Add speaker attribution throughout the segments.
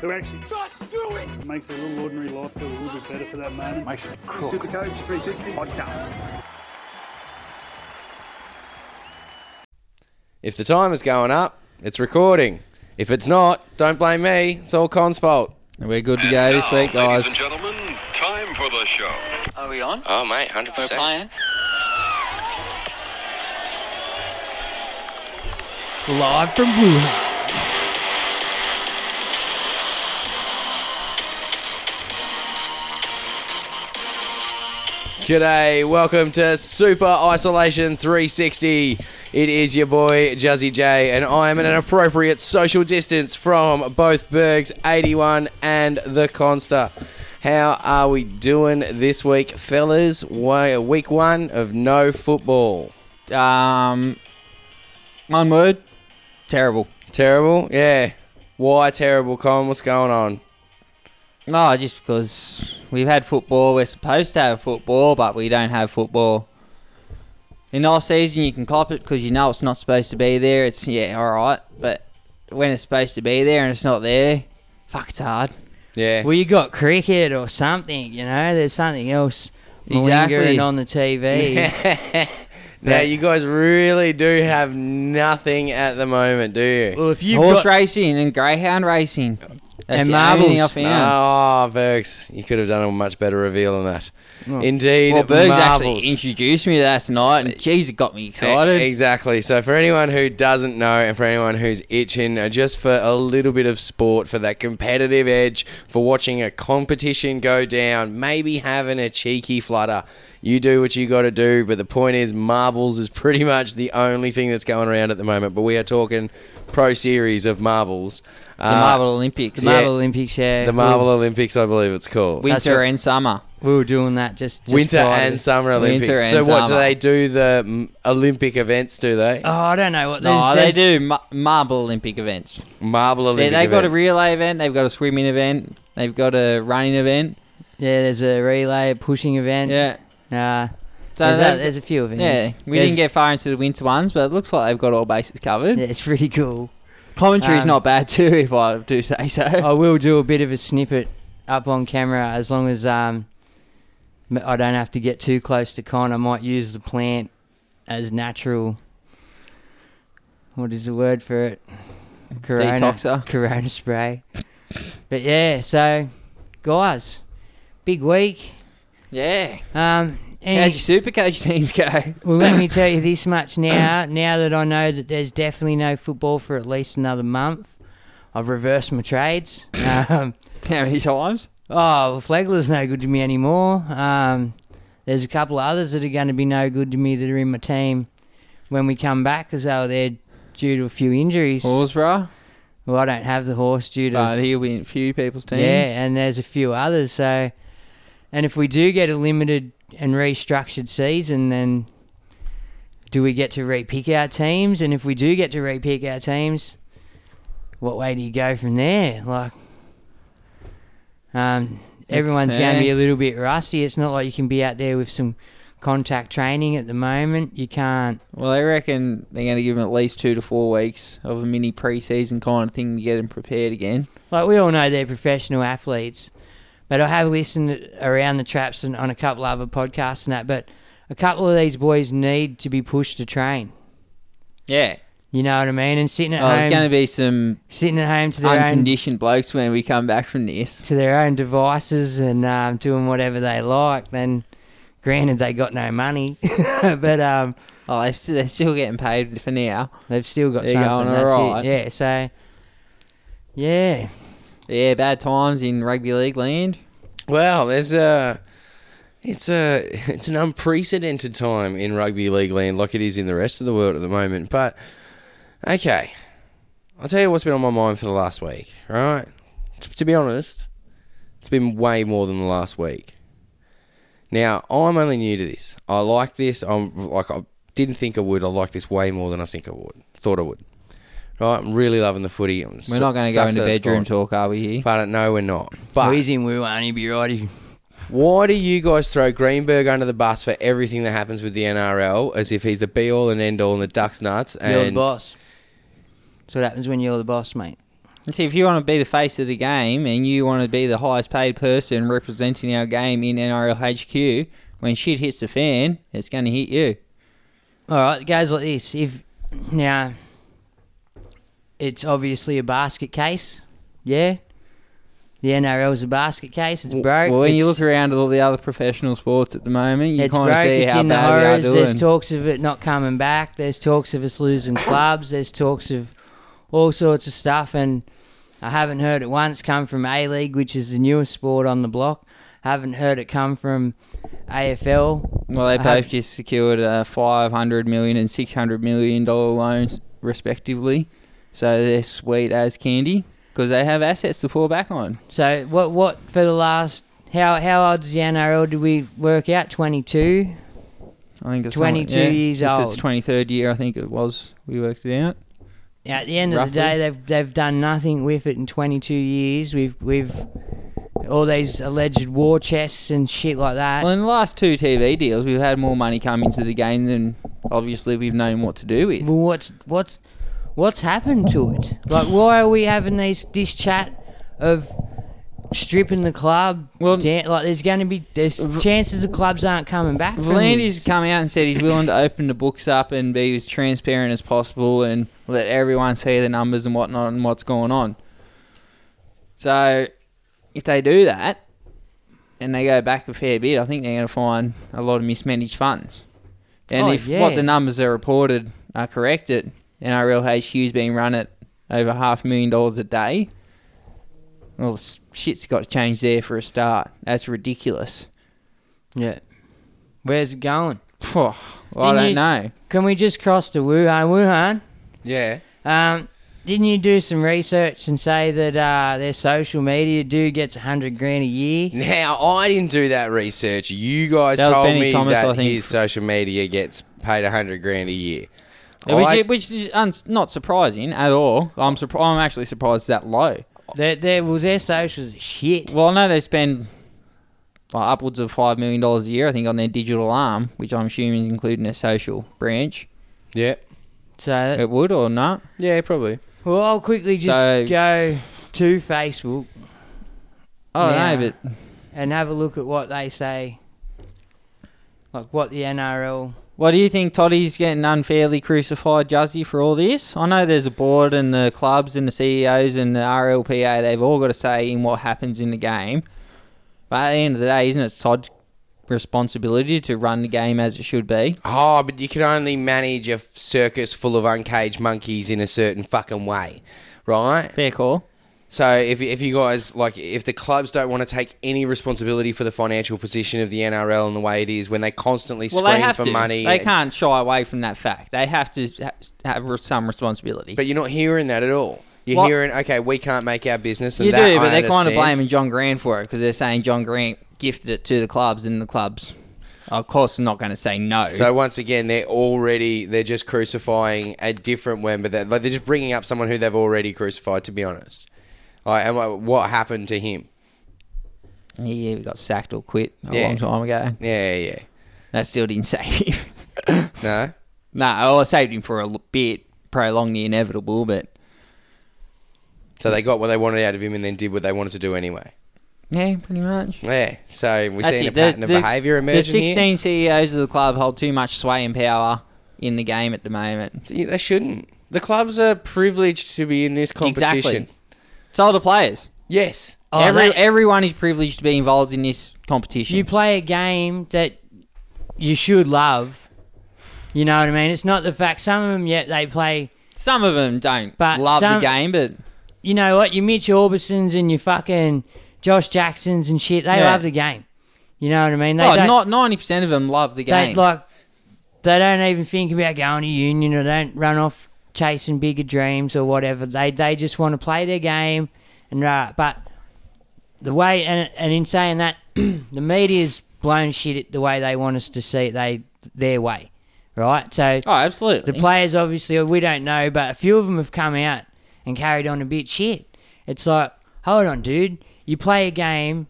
Speaker 1: who actually just do it, makes their little ordinary life feel a little bit better for that moment. Makes it cool. Super Coach 360 podcast.
Speaker 2: If the time is going up, it's recording. If it's not, don't blame me. It's all Con's fault.
Speaker 3: we're good to
Speaker 4: And
Speaker 3: go
Speaker 4: now,
Speaker 5: Oh,
Speaker 3: this
Speaker 4: ladies
Speaker 3: week, guys.
Speaker 4: and gentlemen, time for the show.
Speaker 6: Are we on?
Speaker 5: Oh, mate, hundred
Speaker 6: We're
Speaker 5: percent.
Speaker 6: playing.
Speaker 3: Live from Wuhan.
Speaker 2: G'day, welcome to Super Isolation 360. It is your boy Juzzy J, and I am at an appropriate social distance from both Bergs 81 and the Consta. How are we doing this week, fellas? Way- Week one of no football.
Speaker 3: Um, one word. Terrible.
Speaker 2: Terrible, yeah. Why terrible, Con? What's going on?
Speaker 3: No, just because we've had football, we're supposed to have football, but we don't have football. In off season, you can cop it because you know it's not supposed to be there. It's yeah, all right, but when it's supposed to be there and it's not there, fuck, it's hard.
Speaker 2: Yeah.
Speaker 7: Well, you got cricket or something, you know. There's something else
Speaker 3: Exactly.
Speaker 7: lingering on the TV.
Speaker 2: now you guys really do have nothing at the moment, do you?
Speaker 7: Well, if you
Speaker 3: Horse
Speaker 7: got
Speaker 3: racing and greyhound racing. That's
Speaker 7: And
Speaker 3: the only thing I found.
Speaker 7: marbles.
Speaker 2: Oh, Bergs, you could have done a much better reveal on that. Indeed,
Speaker 3: Oh. Well, Berg's
Speaker 2: marvels.
Speaker 3: actually introduced me to that tonight, and geez, it got me excited.
Speaker 2: E- Exactly. So for anyone who doesn't know, and for anyone who's itching, uh, just for a little bit of sport, for that competitive edge, for watching a competition go down, maybe having a cheeky flutter, you do what you got to do. But the point is, marbles is pretty much the only thing that's going around at the moment. But we are talking pro series of marbles,
Speaker 3: the Marvel Olympics,
Speaker 7: the Marvel
Speaker 2: yeah.
Speaker 7: Olympics, yeah,
Speaker 2: the Marble Olympics, I believe it's called.
Speaker 7: that's
Speaker 3: winter
Speaker 7: right.
Speaker 3: and summer.
Speaker 7: we were doing that just, just
Speaker 2: Winter
Speaker 7: prior to
Speaker 2: and
Speaker 7: this.
Speaker 2: Summer Olympics.
Speaker 3: Winter
Speaker 2: so
Speaker 3: and
Speaker 2: what do
Speaker 3: summer. Uh,
Speaker 2: they do? The mm, Olympic events? Do they
Speaker 7: Oh, I don't know what
Speaker 3: No,
Speaker 7: there's,
Speaker 3: they
Speaker 7: there's-
Speaker 3: do ma- Marvel Olympic events.
Speaker 2: marble
Speaker 3: They,
Speaker 2: Olympic?
Speaker 3: they've got a
Speaker 2: events.
Speaker 3: relay event, they've got a swimming event, they've got a running event.
Speaker 7: Yeah, there's a relay, a pushing
Speaker 2: Mm.
Speaker 7: event.
Speaker 3: Yeah,
Speaker 7: Nah,
Speaker 3: So
Speaker 7: there's,
Speaker 3: that-
Speaker 7: a, there's a few events.
Speaker 3: yeah. We
Speaker 7: There's-
Speaker 3: didn't get far into the winter ones, but it looks like they've got all bases covered.
Speaker 7: Yeah, it's pretty cool.
Speaker 3: Commentary's
Speaker 7: Um, Oh.
Speaker 3: not bad too, if I do say so.
Speaker 7: I will do a bit of a snippet up on camera as long as um, m- I don't have to get too close to con. I might use the plant as natural. What is the word for it?
Speaker 3: Detoxer.
Speaker 7: Corona spray. But yeah, so guys, big week.
Speaker 3: yeah.
Speaker 7: Um, and
Speaker 3: How's your supercoach teams go?
Speaker 7: well, let me tell you this much now. Now that I know that there's definitely no football for at least another month, I've reversed my trades. Um,
Speaker 3: How many times?
Speaker 7: Oh, well, Flagler's no good to me anymore. Um, there's a couple of others that are going to be no good to me that are in my team when we come back because they were there due to a few injuries.
Speaker 3: Horsborough.
Speaker 7: Well, I don't have the horse due to.
Speaker 3: But he'll be in a few people's teams.
Speaker 7: yeah, and there's a few others. So, and if we do get a limited and restructured season, then do we get to repick our teams? And if we do get to repick our teams, what way do you go from there? Like, um, everyone's going to be
Speaker 3: fair.
Speaker 7: a little bit rusty. It's not like you can be out there with some contact training at the moment. You can't.
Speaker 3: Well, I reckon they're going to give him at least two to four weeks of a mini preseason kind of thing to get him prepared again.
Speaker 7: Like we all know, they're professional athletes, but I have listened around the traps and on a couple other podcasts and that. But a couple of these boys need to be pushed to train.
Speaker 3: Yeah.
Speaker 7: You know what I mean? And sitting at
Speaker 3: Oh, there's
Speaker 7: home,
Speaker 3: going to be some
Speaker 7: sitting at home to Um, their own
Speaker 3: unconditioned blokes when we come back from this.
Speaker 7: to their own devices and um, doing whatever they like. Then, granted, they got no money, but um,
Speaker 3: Oh, they're still, they're still getting paid for now.
Speaker 7: they've still got
Speaker 3: They're
Speaker 7: something.
Speaker 3: going
Speaker 7: That's
Speaker 3: alright.
Speaker 7: it. Yeah. So, yeah.
Speaker 3: Yeah, bad times in rugby league land.
Speaker 2: Well, there's a. It's a it's an unprecedented time in rugby league land, like it is in the rest of the world at the moment. But okay, I'll tell you what's been on my mind for the last week. Right, T- to be honest, it's been way more than the last week. Now I'm only new to this. I like this. I'm like I didn't think I would. I like this way more than I think I would. Thought I would. Right, I'm really loving the footy. We're
Speaker 3: We're not going to go into bedroom talk, are we here?
Speaker 2: But no, we're not. But
Speaker 7: Wheezy and Woo aren't be righty.
Speaker 2: why do you guys throw Greenberg under the bus for everything that happens with the NRL as if he's the be all and end all and the ducks nuts? And
Speaker 7: You're the boss. That's what happens when you're the boss, mate.
Speaker 3: See, if you want to be the face of the game and you want to be the highest paid person representing our game in NRL HQ, when shit hits the fan, it's going to hit you.
Speaker 7: All right, guys, like this. If now, it's obviously a basket case. Yeah, the NRL is a basket case. It's broke.
Speaker 3: well, when you
Speaker 7: It's-
Speaker 3: look around at all the other professional sports at the moment, you
Speaker 7: It's
Speaker 3: kind
Speaker 7: broke.
Speaker 3: of see
Speaker 7: It's
Speaker 3: how
Speaker 7: in the
Speaker 3: bad
Speaker 7: horrors.
Speaker 3: they are doing.
Speaker 7: There's talks of it not coming back. There's talks of us losing clubs. There's talks of all sorts of stuff. And I haven't heard it once come from A League, which is the newest sport on the block. haven't heard it come from AFL.
Speaker 3: well, they
Speaker 7: I
Speaker 3: both
Speaker 7: have-
Speaker 3: just secured uh, 500 million and 600 million dollar loans respectively, so they're sweet as candy because they have assets to fall back on.
Speaker 7: So what? What for the last? How how old is the NRL? Did we work out? Twenty two.
Speaker 3: I think it's
Speaker 7: 22 years
Speaker 3: this It's
Speaker 7: old.
Speaker 3: 23rd year, I think it was. We worked it out.
Speaker 7: At the end of
Speaker 3: Roughly.
Speaker 7: the day, they've they've done nothing with it in 22 years. We've we've all these alleged war chests and shit like that.
Speaker 3: Well, in the last two TV deals, we've had more money come into the game than obviously we've known what to do with.
Speaker 7: Well, what's what's what's happened to it? Like, why are we having these this chat of stripping the club?
Speaker 3: Well-
Speaker 7: Dan- like, there's going to be there's chances the clubs aren't coming back. from
Speaker 3: Volandi's
Speaker 7: this.
Speaker 3: come out and said he's willing to open the books up and be as transparent as possible and let everyone see the numbers and whatnot and what's going on. So, if they do that and they go back a fair bit, I think they're going to find a lot of mismanaged funds. And
Speaker 7: Oh,
Speaker 3: if
Speaker 7: yeah.
Speaker 3: what the numbers are reported are correct, it NRL HQ's being run at over half a million dollars a day. Well, s- shit's got to change there for a start. That's ridiculous.
Speaker 7: Yeah, where's it going?
Speaker 3: Phew, I
Speaker 7: Didn't
Speaker 3: don't
Speaker 7: you s-
Speaker 3: know.
Speaker 7: Can we just cross to Wuhan?
Speaker 2: Yeah.
Speaker 7: Wuhan. Um, didn't you do some research and say that uh, their social media dude gets hundred grand a year?
Speaker 2: Now I didn't do that research. You guys
Speaker 3: That was
Speaker 2: told
Speaker 3: Benny
Speaker 2: me
Speaker 3: Thomas, I
Speaker 2: that
Speaker 3: think.
Speaker 2: his social media gets paid a hundred grand a year. I-
Speaker 3: Which, is- which is un- not surprising at all. I'm surpri- I'm actually surprised it's that low.
Speaker 7: Their, their, well, their socials are shit.
Speaker 3: Well, I know they spend like, upwards of five million dollars a year, I think, on their digital arm, which I'm assuming is including their social branch.
Speaker 2: yeah.
Speaker 7: So
Speaker 3: It would or not?
Speaker 2: Yeah, probably.
Speaker 7: Well, I'll quickly just
Speaker 3: So-
Speaker 7: go to Facebook
Speaker 3: I don't
Speaker 7: Yeah.
Speaker 3: know, but
Speaker 7: and have a look at what they say, like what the NRL.
Speaker 3: what do you think? Toddy's getting unfairly crucified, Juzzy, for all this. I know there's a board and the clubs and the CEOs and the RLPA. They've all got a say in what happens in the game. But at the end of the day, isn't it Todd's responsibility to run the game as it should be?
Speaker 2: Oh, but you can only manage a f- circus full of uncaged monkeys in a certain fucking way, right?
Speaker 3: Fair call.
Speaker 2: So if if you guys like if the clubs don't want to take any responsibility for the financial position of the NRL and the way it is when they constantly
Speaker 3: Well,
Speaker 2: scream
Speaker 3: they have
Speaker 2: for
Speaker 3: to.
Speaker 2: money,
Speaker 3: They
Speaker 2: and-
Speaker 3: can't shy away from that fact. They have to ha- have some responsibility.
Speaker 2: But you're not hearing that at all. You're
Speaker 3: What?
Speaker 2: hearing okay, we can't make our business. And
Speaker 3: you
Speaker 2: that
Speaker 3: do,
Speaker 2: I
Speaker 3: but they're kind of
Speaker 2: understand.
Speaker 3: blaming John Grant for it because they're saying John Grant gifted it to the clubs, and the clubs, of course, are not going to say no.
Speaker 2: So once again, they're already they're just crucifying a different one, but they're, like, they're just bringing up someone who they've already crucified. To be honest, like, and what- what happened to him?
Speaker 3: yeah, we got sacked or quit a
Speaker 2: Yeah.
Speaker 3: long time ago.
Speaker 2: Yeah, yeah,
Speaker 3: That still didn't save him.
Speaker 2: yeah. no.
Speaker 3: no, well, it saved him for a l- bit, prolonged the inevitable, but
Speaker 2: So they got what they wanted out of him, and then did what they wanted to do anyway.
Speaker 3: yeah, pretty much.
Speaker 2: Yeah. So we're
Speaker 3: That's
Speaker 2: seeing a
Speaker 3: it.
Speaker 2: pattern of behaviour
Speaker 3: the
Speaker 2: emerging
Speaker 3: 16 CEOs of the club hold too much sway and power in the game at the moment.
Speaker 2: here. Yeah, They shouldn't. The clubs are privileged to be in this competition.
Speaker 3: Exactly. It's all the players.
Speaker 2: Yes.
Speaker 3: Oh, Every,
Speaker 7: they-
Speaker 3: everyone is privileged to be involved in this competition.
Speaker 7: You play a game that you should love. You know what I mean? It's not the fact some of them yet they play.
Speaker 3: some of them don't
Speaker 7: But
Speaker 3: love
Speaker 7: some-
Speaker 3: the game, but
Speaker 7: You know what? Your Mitch Orbison's and your fucking Josh Jacksons and shit, they
Speaker 3: Yeah.
Speaker 7: love the game. You know what I mean? They
Speaker 3: Oh,
Speaker 7: don't-
Speaker 3: not ninety percent of them love the
Speaker 7: they
Speaker 3: game.
Speaker 7: like they don't even think about going to union or don't run off chasing bigger dreams or whatever. They they just want to play their game and right. But the way and and in saying that, the media's blown shit it the way they want us to see it. They their way, right? So
Speaker 3: oh, absolutely.
Speaker 7: the players obviously we don't know, but a few of them have come out and carried on a bit shit. It's like, hold on, dude, you play a game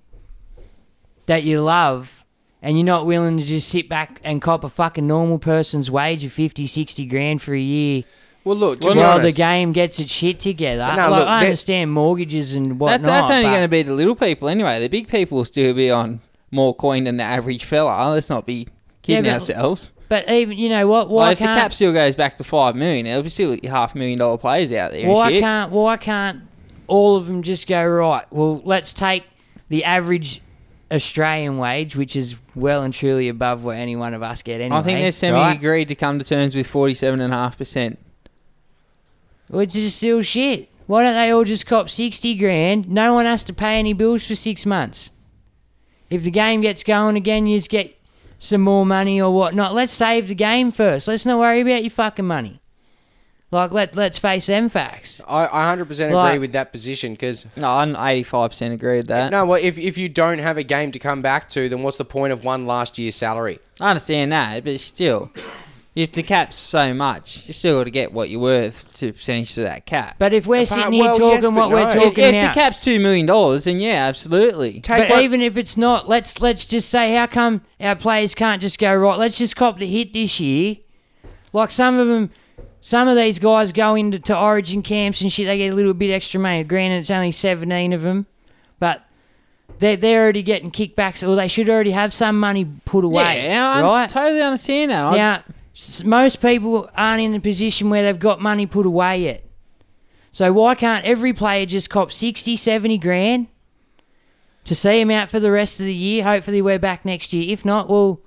Speaker 7: that you love and you're not willing to just sit back and cop a fucking normal person's wage of 50, 60 grand for a year
Speaker 2: Well, look, to
Speaker 7: while
Speaker 2: be
Speaker 7: the
Speaker 2: honest,
Speaker 7: game gets its shit together.
Speaker 2: No,
Speaker 7: like,
Speaker 2: look,
Speaker 7: I
Speaker 2: that-
Speaker 7: understand mortgages and whatnot.
Speaker 3: that's that's only
Speaker 7: but-
Speaker 3: going to be the little people anyway. The big people will still be on more coin than the average fella. Let's not be kidding
Speaker 7: Yeah, but-
Speaker 3: ourselves.
Speaker 7: But even, you know, what? why
Speaker 3: Like, if the
Speaker 7: can't...
Speaker 3: cap still goes back to five million, there'll be still half million dollar players out there. and
Speaker 7: Why
Speaker 3: shit.
Speaker 7: can't why can't all of them just go right? Well, let's take the average Australian wage, which is well and truly above what any one of us get anyway.
Speaker 3: I think they're semi
Speaker 7: right?
Speaker 3: agreed to come to terms with forty-seven and a half percent.
Speaker 7: Which is still shit. Why don't they all just cop sixty grand? No one has to pay any bills for six months. If the game gets going again, you just get some more money or whatnot. Let's save the game first. Let's not worry about your fucking money. Like let let's face them facts.
Speaker 2: I, I 100% agree
Speaker 7: Like-
Speaker 2: with that position because
Speaker 3: No, I'm eighty-five percent agreed with that.
Speaker 2: no, well, if if you don't have a game to come back to, then what's the point of one last year's salary?
Speaker 3: I understand that, but still, if the cap's so much, you still got to get what you're worth to percentage to that cap.
Speaker 7: But if we're
Speaker 2: Apart-
Speaker 7: sitting here
Speaker 2: well, yes, but
Speaker 7: talking what
Speaker 2: no.
Speaker 7: we're
Speaker 2: If-
Speaker 7: talking
Speaker 3: if
Speaker 7: now,
Speaker 3: the cap's two million dollars, then yeah, absolutely.
Speaker 2: Take
Speaker 7: but
Speaker 2: what-
Speaker 7: even if it's not, let's let's just say how come our players can't just go right? Let's just cop the hit this year. Like some of them, some of these guys go into to Origin camps and shit. They get a little bit extra money. Granted, it's only seventeen of them, but they're they're already getting kickbacks, or they should already have some money put away.
Speaker 3: yeah, I un-
Speaker 7: right?
Speaker 3: totally understand that. I-
Speaker 7: Now, s- most people aren't in the position where they've got money put away yet. So why can't every player just cop 60, 70 grand to see him out for the rest of the year? Hopefully we're back next year. If not, well,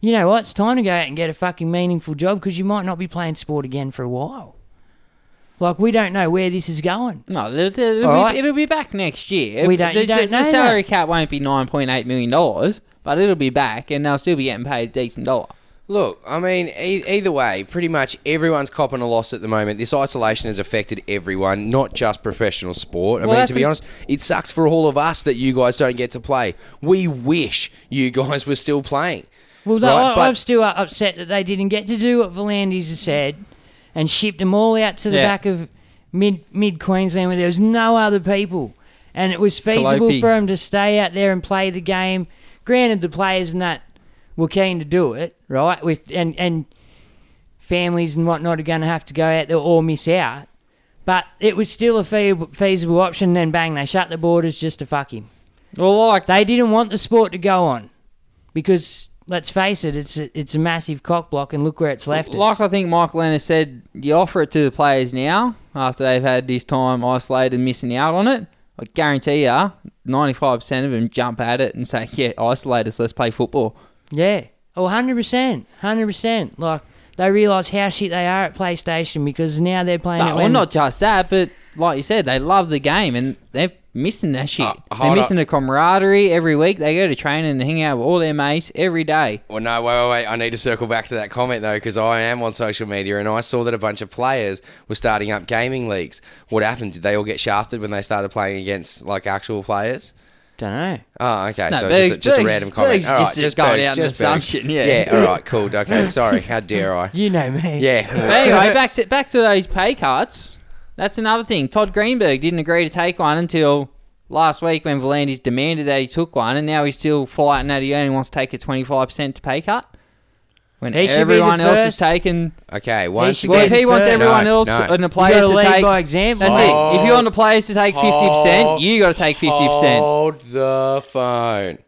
Speaker 7: you know what? It's time to go out and get a fucking meaningful job because you might not be playing sport again for a while. Like, we don't know where this is going.
Speaker 3: no, the- the- it'll,
Speaker 7: All
Speaker 3: be,
Speaker 7: right.
Speaker 3: it'll be back next year.
Speaker 7: We don't-
Speaker 3: The,
Speaker 7: you don't
Speaker 3: the- the
Speaker 7: know
Speaker 3: salary
Speaker 7: that.
Speaker 3: cap won't be nine point eight million dollars, but it'll be back, and they'll still be getting paid a decent dollar.
Speaker 2: Look, I mean, e- either way, pretty much everyone's copping a loss at the moment. This isolation has affected everyone, not just professional sport. I
Speaker 3: Well,
Speaker 2: mean,
Speaker 3: that's
Speaker 2: to be
Speaker 3: an-
Speaker 2: honest, it sucks for all of us that you guys don't get to play. We wish you guys were still playing.
Speaker 7: Well, no,
Speaker 2: Right,
Speaker 7: I,
Speaker 2: but-
Speaker 7: I'm still upset that they didn't get to do what Volandis has said and shipped them all out to the
Speaker 3: Yeah.
Speaker 7: back of mid mid Queensland where there was no other people, and it was feasible
Speaker 3: Kalopi.
Speaker 7: for them to stay out there and play the game. Granted, the players and that were keen to do it, right? With and and families and whatnot are going to have to go out there or miss out. But it was still a fea- feasible option. Then bang, they shut the borders just to fuck him.
Speaker 3: Well, like
Speaker 7: They didn't want the sport to go on because let's face it, it's a, it's a massive cock block, and look where it's left
Speaker 3: Like I
Speaker 7: us.
Speaker 3: think Michael Leonard said, you offer it to the players now after they've had this time isolated and missing out on it. I guarantee you, 95% of them jump at it and say, yeah, isolate us, let's play football.
Speaker 7: Yeah, oh, 100 percent, hundred percent. Like they realise how shit they are at PlayStation because now they're playing. it
Speaker 3: No, well,
Speaker 7: when-
Speaker 3: not just that, but like you said, they love the game and they're missing that shit.
Speaker 2: Uh,
Speaker 3: they're
Speaker 2: hold
Speaker 3: missing
Speaker 2: up.
Speaker 3: the camaraderie every week. They go to training and hang out with all their mates every day.
Speaker 2: Well, no, wait, wait, wait. I need to circle back to that comment though, because I am on social media and I saw that a bunch of players were starting up gaming leagues. What happened? Did they all get shafted when they started playing against like actual players?
Speaker 7: don't know.
Speaker 2: Oh, okay.
Speaker 3: No,
Speaker 2: so it's just, a,
Speaker 3: Bergs-
Speaker 2: just a
Speaker 3: Bergs-
Speaker 2: random comment.
Speaker 3: Bergs
Speaker 2: all right,
Speaker 3: just
Speaker 2: just,
Speaker 3: is going
Speaker 2: Bergs,
Speaker 3: out an
Speaker 2: just Bergs.
Speaker 3: assumption, yeah.
Speaker 2: Yeah. All right. Cool. Okay. Sorry. How dare I?
Speaker 7: You know me.
Speaker 2: Yeah.
Speaker 3: anyway, back to back to those pay cuts. That's another thing. Todd Greenberg didn't agree to take one until last week when Volandis demanded that he took one, and now he's still fighting that he only wants to take a twenty five percent pay cut. When
Speaker 7: He should be the
Speaker 3: everyone else is
Speaker 7: first-
Speaker 3: taken,
Speaker 2: Okay. Once
Speaker 7: should
Speaker 3: well,
Speaker 2: again,
Speaker 3: if he wants
Speaker 7: first.
Speaker 3: everyone
Speaker 2: No,
Speaker 3: else
Speaker 2: no.
Speaker 3: and the
Speaker 7: You
Speaker 3: players
Speaker 7: got to
Speaker 3: to
Speaker 7: lead
Speaker 3: take,
Speaker 7: by example.
Speaker 2: Oh,
Speaker 3: that's it. If you
Speaker 2: Hold-
Speaker 3: want the players to take fifty percent, you got to take fifty percent.
Speaker 2: Hold the phone.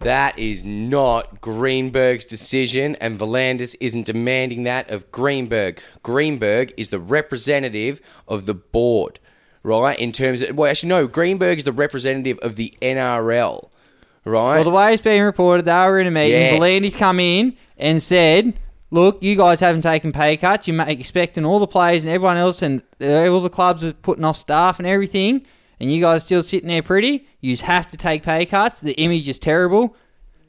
Speaker 2: That is not Greenberg's decision, and Volandis isn't demanding that of Greenberg. Greenberg is the representative of the board, right? In terms of, well, actually, no, Greenberg is the representative of the NRL, right?
Speaker 3: Well, the way it's being reported, they were in a meeting.
Speaker 2: Yeah.
Speaker 3: Volandis come in and said, "Look, you guys haven't taken pay cuts. You're ma- expecting all the players and everyone else, and uh, all the clubs are putting off staff and everything, and and you guys still sitting there pretty. You have to take pay cuts. The image is terrible.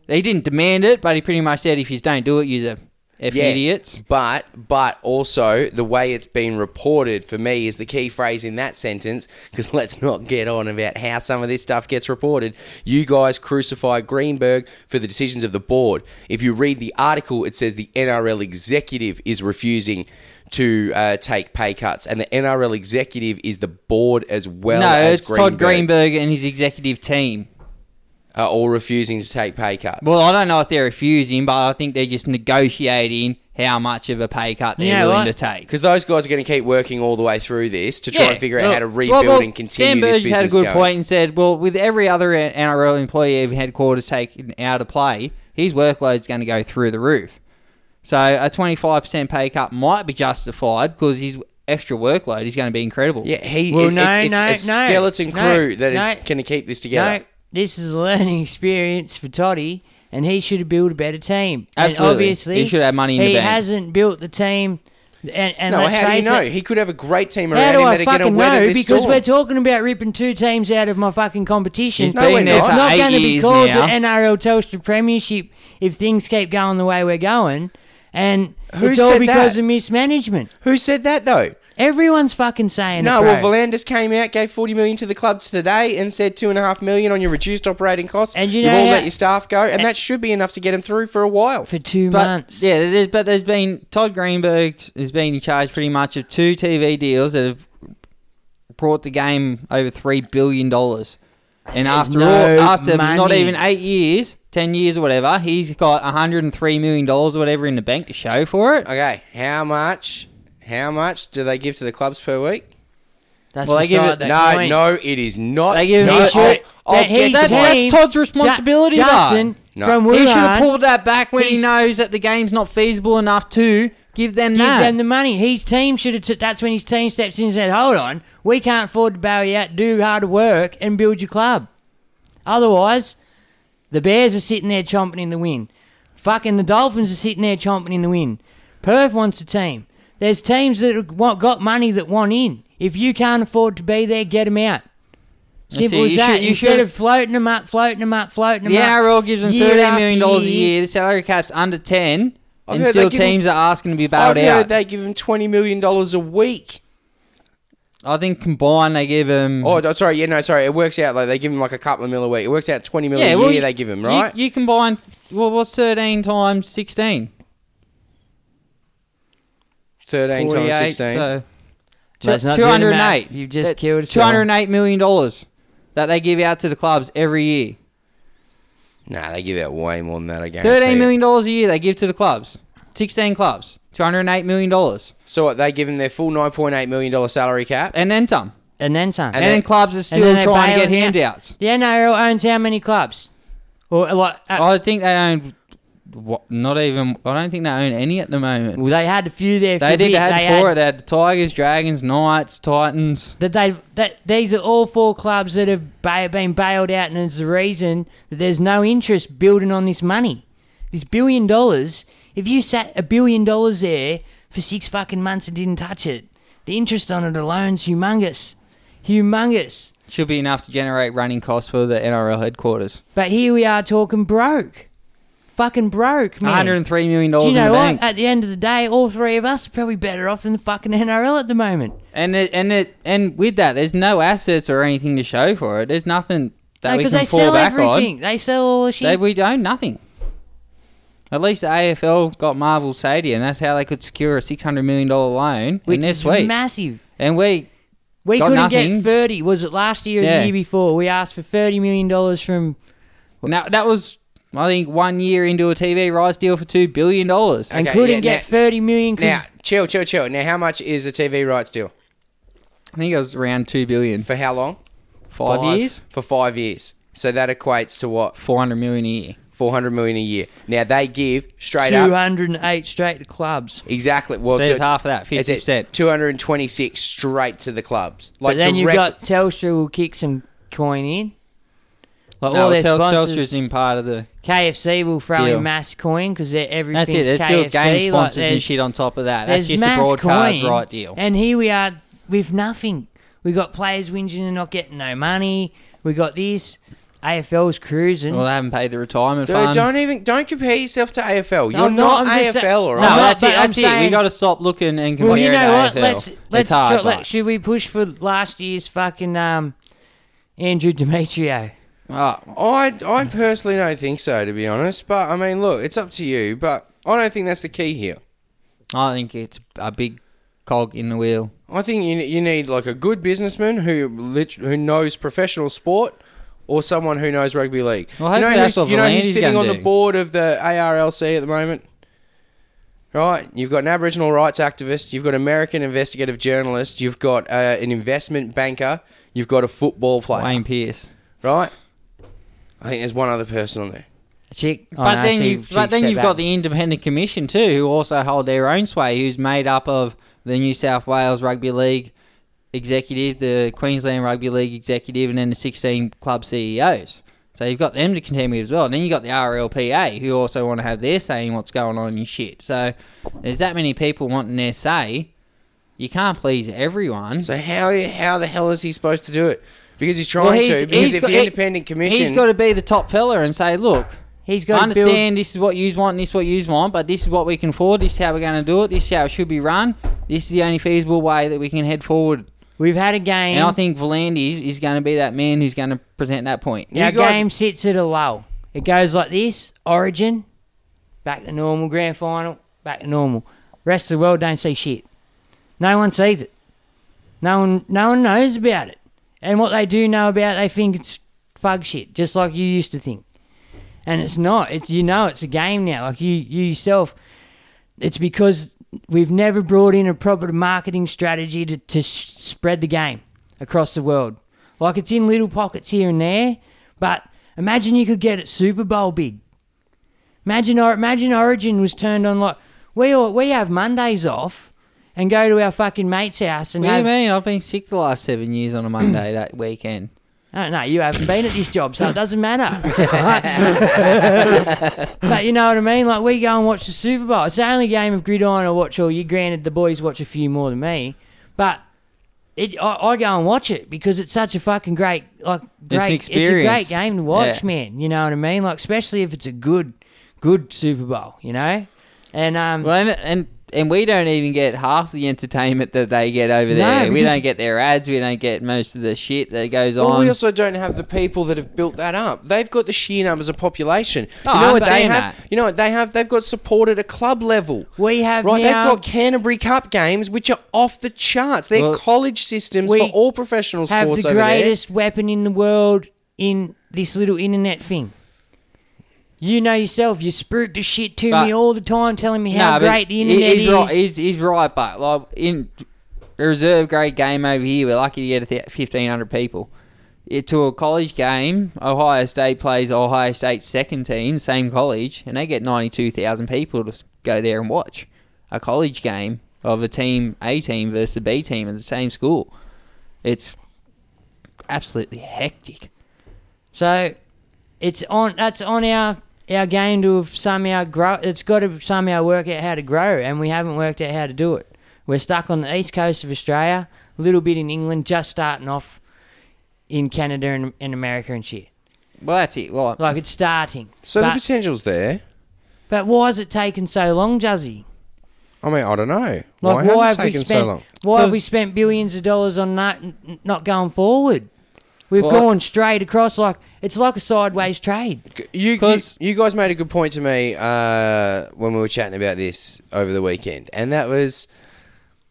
Speaker 3: He didn't demand it, but he pretty much said, if you don't do it, you're F idiots.
Speaker 2: But but also the way it's been reported for me is the key phrase in that sentence. Because let's not get on about how some of this stuff gets reported. You guys crucify Greenberg for the decisions of the board. If you read the article, it says the NRL executive is refusing to uh, take pay cuts, and the NRL executive is the board as well.
Speaker 3: no,
Speaker 2: as
Speaker 3: it's Todd Greenberg and his executive team.
Speaker 2: are all refusing to take pay cuts.
Speaker 3: Well, I don't know if they're refusing, but I think they're just negotiating how much of a pay cut they're
Speaker 7: You know
Speaker 3: willing
Speaker 7: what?
Speaker 3: to take.
Speaker 2: Because those guys are going to keep working all the way through this to try
Speaker 3: Yeah,
Speaker 2: and figure out
Speaker 3: well-
Speaker 2: how to rebuild
Speaker 3: well, well,
Speaker 2: and continue
Speaker 3: Sam
Speaker 2: this
Speaker 3: Burgess
Speaker 2: business.
Speaker 3: had a good
Speaker 2: going.
Speaker 3: point and said, "Well, with every other NRL employee even headquarters taken out of play, his workload's going to go through the roof. So a twenty-five percent pay cut might be justified because his extra workload is going to be incredible.
Speaker 2: Yeah, he.
Speaker 7: Well,
Speaker 2: it-
Speaker 7: no,
Speaker 2: it's, it's
Speaker 7: no,
Speaker 2: a
Speaker 7: no,
Speaker 2: skeleton
Speaker 7: no,
Speaker 2: crew that is
Speaker 7: no.
Speaker 2: going to keep this together.
Speaker 7: No, this is a learning experience for Toddy, and he should have built a better team.
Speaker 3: Absolutely.
Speaker 7: And obviously,
Speaker 3: He should have money in the
Speaker 7: he
Speaker 3: bank.
Speaker 7: hasn't built the team. And, and
Speaker 2: No,
Speaker 7: let's
Speaker 2: how do you
Speaker 7: face
Speaker 2: know?
Speaker 7: It,
Speaker 2: He could have a great team
Speaker 7: how
Speaker 2: around
Speaker 7: do
Speaker 2: him
Speaker 7: I
Speaker 2: that are going
Speaker 7: fucking
Speaker 2: to weather
Speaker 7: know?
Speaker 2: this
Speaker 7: Because
Speaker 2: storm.
Speaker 7: we're talking about ripping two teams out of my fucking competition.
Speaker 3: He's No, been we're there
Speaker 7: it's
Speaker 3: for
Speaker 7: not
Speaker 3: eight
Speaker 7: going to be
Speaker 3: years
Speaker 7: called
Speaker 3: now.
Speaker 7: the NRL Telstra Premiership if things keep going the way we're going. And
Speaker 2: Who
Speaker 7: it's all
Speaker 2: said
Speaker 7: because
Speaker 2: that?
Speaker 7: of mismanagement.
Speaker 2: Who said that though?
Speaker 7: Everyone's fucking saying
Speaker 2: No,
Speaker 7: it,
Speaker 2: well,
Speaker 7: bro.
Speaker 2: Volandis came out, gave forty million to the clubs today, and said two and a half million on your reduced operating costs.
Speaker 7: And you
Speaker 2: have
Speaker 7: know
Speaker 2: all
Speaker 7: how-
Speaker 2: let your staff go, and that should be enough to get him through for a while.
Speaker 7: for two
Speaker 3: But
Speaker 7: months.
Speaker 3: yeah, there's, but there's been Todd Greenberg has been in charge pretty much of two TV deals that have brought the game over three billion dollars. And
Speaker 7: There's
Speaker 3: after
Speaker 7: no
Speaker 3: all, after not
Speaker 7: money.
Speaker 3: even eight years, ten years or whatever, he's got 103 million dollars or whatever in the bank to show for it.
Speaker 2: Okay, how much? How much do they give to the clubs per week?
Speaker 7: That's
Speaker 3: Well,
Speaker 7: well,
Speaker 3: they give it-
Speaker 7: beside that
Speaker 2: no,
Speaker 7: point.
Speaker 2: no, it is not.
Speaker 3: They give
Speaker 2: no,
Speaker 3: him
Speaker 2: I'll-
Speaker 3: shit.
Speaker 2: I'll,
Speaker 7: That
Speaker 2: get
Speaker 7: he's
Speaker 2: to
Speaker 3: That's-
Speaker 2: my-
Speaker 3: that's
Speaker 7: team-
Speaker 3: Todd's responsibility,
Speaker 7: Ju-
Speaker 3: though.
Speaker 7: Justin
Speaker 2: No.
Speaker 7: from
Speaker 3: He should have
Speaker 7: Wuhan.
Speaker 3: pulled that back when he
Speaker 7: He's-
Speaker 3: knows that the game's not feasible enough to give them
Speaker 7: Give
Speaker 3: that.
Speaker 7: them the money. His team should have. T- that's when his team steps in and said, "Hold on, we can't afford to bail you out. Do hard work and build your club. Otherwise, the Bears are sitting there chomping in the wind. Fucking the Dolphins are sitting there chomping in the wind. Perth wants a team. There's teams that have wa- got money that want in. If you can't afford to be there, get them out. Simple
Speaker 3: it.
Speaker 7: as
Speaker 3: You
Speaker 7: that.
Speaker 3: should- you
Speaker 7: Instead
Speaker 3: should-
Speaker 7: of floating them up, floating them up, floating them
Speaker 3: The
Speaker 7: up.
Speaker 3: NRL gives them
Speaker 7: year
Speaker 3: thirteen
Speaker 7: after
Speaker 3: million dollars a year. The salary cap's under ten,
Speaker 2: I've
Speaker 3: and
Speaker 2: heard they
Speaker 3: still
Speaker 2: give him-
Speaker 3: teams are asking to be
Speaker 2: I've
Speaker 3: bailed
Speaker 2: heard
Speaker 3: out.
Speaker 2: they give him twenty million dollars a week.
Speaker 3: I think combined they give them.
Speaker 2: Oh, no, sorry, yeah, no, sorry. It works out like they give him like a couple of mil a week. It works out twenty mil a year
Speaker 3: you-
Speaker 2: they give him,
Speaker 3: you-
Speaker 2: right?
Speaker 3: You, combine. Well, what's thirteen times sixteen?
Speaker 2: Thirteen times sixteen.
Speaker 3: So
Speaker 7: That's not
Speaker 3: two
Speaker 7: doing the
Speaker 3: hundred eight.
Speaker 7: math. You've just killed us
Speaker 3: two hundred eight million dollars that they give out to the clubs every year.
Speaker 2: Nah, they give out way more than that. I guarantee.
Speaker 3: Thirteen
Speaker 2: you.
Speaker 3: million dollars a year they give to the clubs. Sixteen clubs. Two hundred eight million dollars,
Speaker 2: So what, they give him their full nine point eight million dollar salary cap.
Speaker 3: and then some.
Speaker 7: and then some.
Speaker 3: And,
Speaker 2: then-
Speaker 3: then clubs are
Speaker 7: then
Speaker 3: still
Speaker 7: they
Speaker 3: trying to
Speaker 7: bail
Speaker 3: get
Speaker 7: him out.
Speaker 3: handouts.
Speaker 7: The NRL owns how many clubs? Or like, uh,
Speaker 3: I think they own wha- not even. I don't think they own any at the moment.
Speaker 7: well, they had a few there. For
Speaker 3: Oh, They
Speaker 7: a
Speaker 3: did.
Speaker 7: bit.
Speaker 3: They had
Speaker 7: They
Speaker 3: four.
Speaker 7: had-
Speaker 3: They had the Tigers, Dragons, Knights, Titans.
Speaker 7: That they that these are all four clubs that have ba- been bailed out, and it's the reason that there's no interest building on this money, this billion dollars. If you sat a billion dollars there for six fucking months and didn't touch it, the interest on it alone's humongous, humongous.
Speaker 3: Should be enough to generate running costs for the NRL headquarters.
Speaker 7: But here we are talking broke, fucking broke,
Speaker 3: One
Speaker 7: man.
Speaker 3: hundred and three million
Speaker 7: Hmm. Do
Speaker 3: dollars
Speaker 7: you
Speaker 3: in
Speaker 7: know
Speaker 3: the
Speaker 7: what? Uh,
Speaker 3: bank,
Speaker 7: At the end of the day, all three of us are probably better off than the fucking NRL at the moment.
Speaker 3: and it, and it and with that, there's no assets or anything to show for it. There's nothing that we
Speaker 7: Because
Speaker 3: can
Speaker 7: they
Speaker 3: fall
Speaker 7: sell
Speaker 3: back
Speaker 7: everything.
Speaker 3: on.
Speaker 7: They sell all the shit.
Speaker 3: They, we own nothing. At least the AFL got Marvel Stadium. That's how they could secure a six hundred million dollar loan.
Speaker 7: which
Speaker 3: and they're
Speaker 7: is
Speaker 3: sweet.
Speaker 7: massive.
Speaker 3: and we
Speaker 7: We
Speaker 3: Got
Speaker 7: couldn't
Speaker 3: nothing.
Speaker 7: get thirty. Was it last year or
Speaker 3: Yeah.
Speaker 7: the year before? We asked for thirty million dollars from.
Speaker 3: Now that was, I think, one year into a TV rights deal for two billion dollars.
Speaker 7: And
Speaker 2: Okay,
Speaker 7: couldn't
Speaker 2: yeah,
Speaker 7: get
Speaker 2: now-
Speaker 7: thirty million. 'cause-
Speaker 2: Now, chill, chill, chill. Now, how much is a TV rights deal
Speaker 3: I think it was around two billion.
Speaker 2: for how long?
Speaker 3: Five,
Speaker 7: Five.
Speaker 3: years,
Speaker 2: For five years. So that equates to what
Speaker 3: four hundred million a year.
Speaker 2: four hundred million a year. Now they give straight up
Speaker 7: 208 straight to clubs.
Speaker 2: exactly. Well,
Speaker 3: So there's
Speaker 2: ju-
Speaker 3: half of that,
Speaker 2: it's at
Speaker 3: 50%.
Speaker 2: 226 straight to the clubs. Like
Speaker 7: But then you've
Speaker 2: direct-
Speaker 7: got Telstra will kick some coin in. Like all
Speaker 3: No,
Speaker 7: their
Speaker 3: Tel-
Speaker 7: sponsors,
Speaker 3: Telstra's in part of the.
Speaker 7: KFC will throw
Speaker 3: Deal.
Speaker 7: in mass coin because they're
Speaker 3: That's
Speaker 7: everything's
Speaker 3: it. There's
Speaker 7: KFC.
Speaker 3: still game
Speaker 7: like
Speaker 3: sponsors and
Speaker 7: there's-
Speaker 3: shit on top of that. That's
Speaker 7: There's
Speaker 3: just a
Speaker 7: mass
Speaker 3: broadcast
Speaker 7: coin,
Speaker 3: right deal.
Speaker 7: And here we are with nothing. We got players whinging and not getting no money. We got this. AFL's cruising.
Speaker 3: Well, they haven't paid the retirement
Speaker 2: Dude,
Speaker 3: fund.
Speaker 2: don't even don't compare yourself to AFL.
Speaker 7: um, No,
Speaker 2: You're
Speaker 7: I'm
Speaker 2: not,
Speaker 7: not, I'm just
Speaker 2: AFL,
Speaker 7: saying-
Speaker 2: all
Speaker 3: No,
Speaker 7: No,
Speaker 2: right?
Speaker 3: that's
Speaker 7: but
Speaker 3: it.
Speaker 7: I'm
Speaker 3: That's it. We
Speaker 7: saying-
Speaker 3: got to stop looking and comparing.
Speaker 7: well, you know
Speaker 3: to
Speaker 7: what?
Speaker 3: AFL.
Speaker 7: Let's let's
Speaker 3: it's hard,
Speaker 7: try- let-
Speaker 3: but-
Speaker 7: should we push for last year's fucking um, Andrew Demetrio?
Speaker 3: Oh,
Speaker 2: I I personally don't think so, to be honest. But I mean, look, it's up to you. But I don't think that's the key here.
Speaker 3: I think it's a big cog in the wheel.
Speaker 2: I think you you need like a good businessman who lit- who knows professional sport. Or someone who knows rugby league.
Speaker 3: Well,
Speaker 2: you know,
Speaker 3: hopefully that's
Speaker 2: who's,
Speaker 3: what
Speaker 2: you know
Speaker 3: Volandi's
Speaker 2: who's sitting
Speaker 3: gonna
Speaker 2: on the
Speaker 3: do.
Speaker 2: board of the ARLC at the moment? Right? You've got an Aboriginal rights activist. You've got an American investigative journalist. You've got uh, an investment banker. You've got a football player.
Speaker 3: Wayne Pearce.
Speaker 2: right? I think there's one other person on there.
Speaker 7: Chick, oh,
Speaker 3: But
Speaker 7: no,
Speaker 3: then,
Speaker 7: she-
Speaker 3: you,
Speaker 7: she
Speaker 3: but then
Speaker 7: stepped
Speaker 3: you've got
Speaker 7: back.
Speaker 3: the independent commission too, who also hold their own sway, who's made up of the New South Wales Rugby League executive, the Queensland Rugby League executive, and then the 16 club CEOs. So you've got them to contend with as well. And then you've got the RLPA, who also want to have their say in what's going on and shit. So there's that many people wanting their say. You can't please everyone.
Speaker 2: So how how the hell is he supposed to do it? Because he's trying
Speaker 3: Well, he's-
Speaker 2: to. Because
Speaker 3: he's
Speaker 2: if
Speaker 3: got-
Speaker 2: the
Speaker 3: he-
Speaker 2: independent commission,
Speaker 3: He's got to be the top fella and say, look,
Speaker 7: He's
Speaker 3: I
Speaker 7: got to build
Speaker 3: understand this is what you want, this is what you want, but this is what we can afford, this is how we're going to do it, this is how it should be run, this is the only feasible way that we can head forward.
Speaker 7: We've had a game.
Speaker 3: And I think Volandi is, is going to be that man who's going to present that point.
Speaker 2: Yeah.
Speaker 7: our
Speaker 2: you guys-
Speaker 7: game sits at a lull. It goes like this: Origin, back to normal. Grand final, back to normal. Rest of the world don't see shit. No one sees it. No one, no one knows about it. And what they do know about, it, they think it's fug shit, just like you used to think. And it's not. It's you know, it's a game now. Like you, you yourself. It's because we've never brought in a proper marketing strategy to, to s spread the game across the world. Like it's in little pockets here and there, but imagine you could get it Super Bowl big. Imagine, or imagine Origin was turned on like we all, we have Mondays off and go to our fucking mate's house and
Speaker 3: What do you
Speaker 7: have.
Speaker 3: mean? I've been sick the last seven years on a Monday that weekend.
Speaker 7: Oh, no, you haven't been at this job, so it doesn't matter. but you know what I mean? Like, we go and watch the Super Bowl. It's the only game of gridiron I watch all year. Granted, the boys watch a few more than me, but it, I, I go and watch it because it's such a fucking great, like,
Speaker 3: an
Speaker 7: great, it's, a
Speaker 3: experience.
Speaker 7: great game to watch,
Speaker 3: Yeah.
Speaker 7: man. You know what I mean? Like, especially if it's a good, good Super Bowl, you know? And, um,
Speaker 3: Well, and, and and we don't even get half the entertainment that they get over
Speaker 7: No,
Speaker 3: there. We
Speaker 7: because-
Speaker 3: don't get their ads. We don't get most of the shit that goes
Speaker 2: Well,
Speaker 3: on.
Speaker 2: we also don't have the people that have built that up. They've got the sheer numbers of population.
Speaker 3: Oh,
Speaker 2: you
Speaker 3: I
Speaker 2: know what they
Speaker 3: understand
Speaker 2: have?
Speaker 3: that.
Speaker 2: You know what they have? They've got support at a club level.
Speaker 7: We have
Speaker 2: right.
Speaker 7: now-
Speaker 2: They've got Canterbury Cup games, which are off the charts. They're
Speaker 3: Well,
Speaker 2: college systems
Speaker 7: we
Speaker 2: for all professional
Speaker 7: have
Speaker 2: sports
Speaker 7: the
Speaker 2: over there.
Speaker 7: greatest weapon in the world in this little internet thing. You know yourself, you spruik the shit to
Speaker 3: But-
Speaker 7: me all the time, telling me
Speaker 3: Nah,
Speaker 7: how
Speaker 3: but
Speaker 7: great the
Speaker 3: he-
Speaker 7: internet
Speaker 3: he's
Speaker 7: is.
Speaker 3: Right, he's, he's right, but like in the reserve grade game over here, we're lucky to get a th- fifteen hundred people. It, to a college game, Ohio State plays Ohio State's second team, same college, and they get ninety two thousand people to go there and watch a college game of a team A team versus a B team in the same school. It's absolutely hectic.
Speaker 7: So it's on. That's on our our game to have somehow grow. It's got to somehow work out how to grow, and we haven't worked out how to do it. We're stuck on the east coast of Australia, a little bit in England, just starting off in Canada and, and America and shit.
Speaker 3: Well, that's it. Well,
Speaker 7: Like it's starting.
Speaker 2: so the
Speaker 7: but,
Speaker 2: potential's there.
Speaker 7: but why is it taking so long, Juzzy?
Speaker 2: I mean, I don't know. why,
Speaker 7: Like, why,
Speaker 2: has
Speaker 7: have
Speaker 2: it
Speaker 7: we
Speaker 2: taken
Speaker 7: spent,
Speaker 2: so long?
Speaker 7: Why have we spent billions of dollars on not n- not going forward? We've
Speaker 3: Well,
Speaker 7: gone straight across like it's like a sideways trade.
Speaker 2: You, you
Speaker 3: 'Cause-
Speaker 2: you guys made a good point to me uh, when we were chatting about this over the weekend, and that was,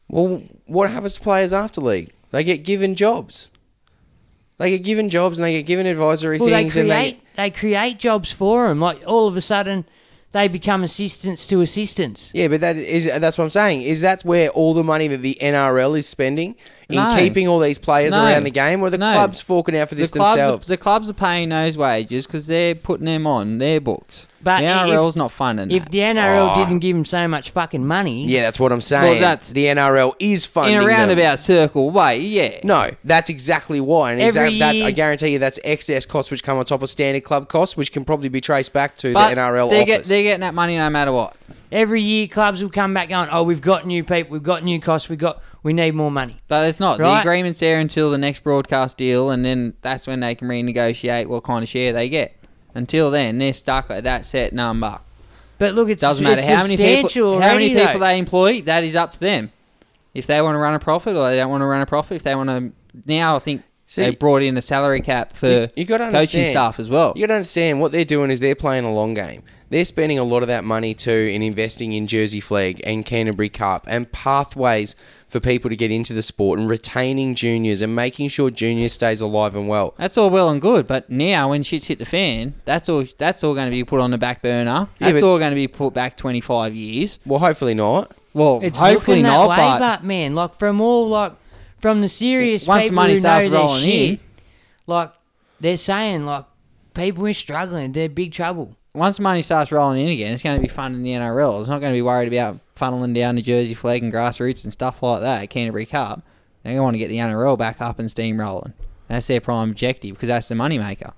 Speaker 2: well, what happens to players after league? They get given jobs. They get given jobs and they get given advisory
Speaker 7: Well, they
Speaker 2: things,
Speaker 7: create
Speaker 2: and
Speaker 7: they, create jobs for them. Like all of a sudden, they become assistants to assistants.
Speaker 2: they yeah. But that is that's what I'm saying is that's where all the money that the NRL is spending in
Speaker 3: No.
Speaker 2: keeping all these players
Speaker 3: No.
Speaker 2: around the game, or the
Speaker 3: No.
Speaker 2: clubs forking out for this
Speaker 3: the clubs,
Speaker 2: themselves.
Speaker 3: The clubs are paying those wages because they're putting them on their books.
Speaker 7: But
Speaker 3: But the
Speaker 7: i-
Speaker 3: NRL's not funding
Speaker 7: If
Speaker 3: that.
Speaker 7: the NRL didn't give them so much fucking money,
Speaker 2: Oh. yeah, that's what I'm saying.
Speaker 3: that's-
Speaker 2: the NRL is funding
Speaker 3: in a
Speaker 2: them.
Speaker 3: roundabout circle way, yeah.
Speaker 2: No, that's exactly why, and
Speaker 7: Every
Speaker 2: exactly that
Speaker 7: year-
Speaker 2: I guarantee you that's excess costs which come on top of standard club costs, which can probably be traced back to
Speaker 3: but
Speaker 2: the NRL
Speaker 3: they
Speaker 2: office.
Speaker 3: Get, they're getting that money no matter what.
Speaker 7: Every year, clubs will come back going, "Oh, we've got new people, we've got new costs, we got, we need more money."
Speaker 3: But it's not. The
Speaker 7: Right.
Speaker 3: agreement's there until the next broadcast deal, and then that's when they can renegotiate what kind of share they get. Until then, they're stuck at that set number.
Speaker 7: But look, it's
Speaker 3: Doesn't matter
Speaker 7: it's
Speaker 3: how many
Speaker 7: substantial
Speaker 3: people, how many
Speaker 7: already,
Speaker 3: people
Speaker 7: though.
Speaker 3: they employ. That is up to them. If they want to run a profit or they don't want to run a profit, if they want to now, I think
Speaker 2: See-
Speaker 3: they brought in a salary cap for
Speaker 2: You- you gotta
Speaker 3: coaching
Speaker 2: understand.
Speaker 3: staff as well.
Speaker 2: You got to understand what they're doing is they're playing a long game. They're spending a lot of that money too in investing in Jersey Flag and Canterbury Cup and pathways for people to get into the sport and retaining juniors and making sure juniors stays alive and well.
Speaker 3: That's all well and good, but now when shit's hit the fan, that's all that's all going to be put on the back burner.
Speaker 2: Yeah,
Speaker 3: That's
Speaker 2: but-
Speaker 3: all going to be put back 25 years.
Speaker 2: Well, hopefully not.
Speaker 3: Well,
Speaker 7: It's
Speaker 3: hopefully
Speaker 7: looking that
Speaker 3: not,
Speaker 7: way,
Speaker 3: but,
Speaker 7: but, man, like from all like from the serious
Speaker 3: Once
Speaker 7: people
Speaker 3: money
Speaker 7: who
Speaker 3: starts
Speaker 7: know their
Speaker 3: rolling in-
Speaker 7: shit, like they're saying, like people are struggling, they're big trouble.
Speaker 3: once money starts rolling in again, it's going to be funding the NRL. It's not going to be worried about funneling down the Jersey flag and grassroots and stuff like that. Canterbury Cup, they're going to want to get the NRL back up and steamrolling. That's their prime objective because that's the moneymaker.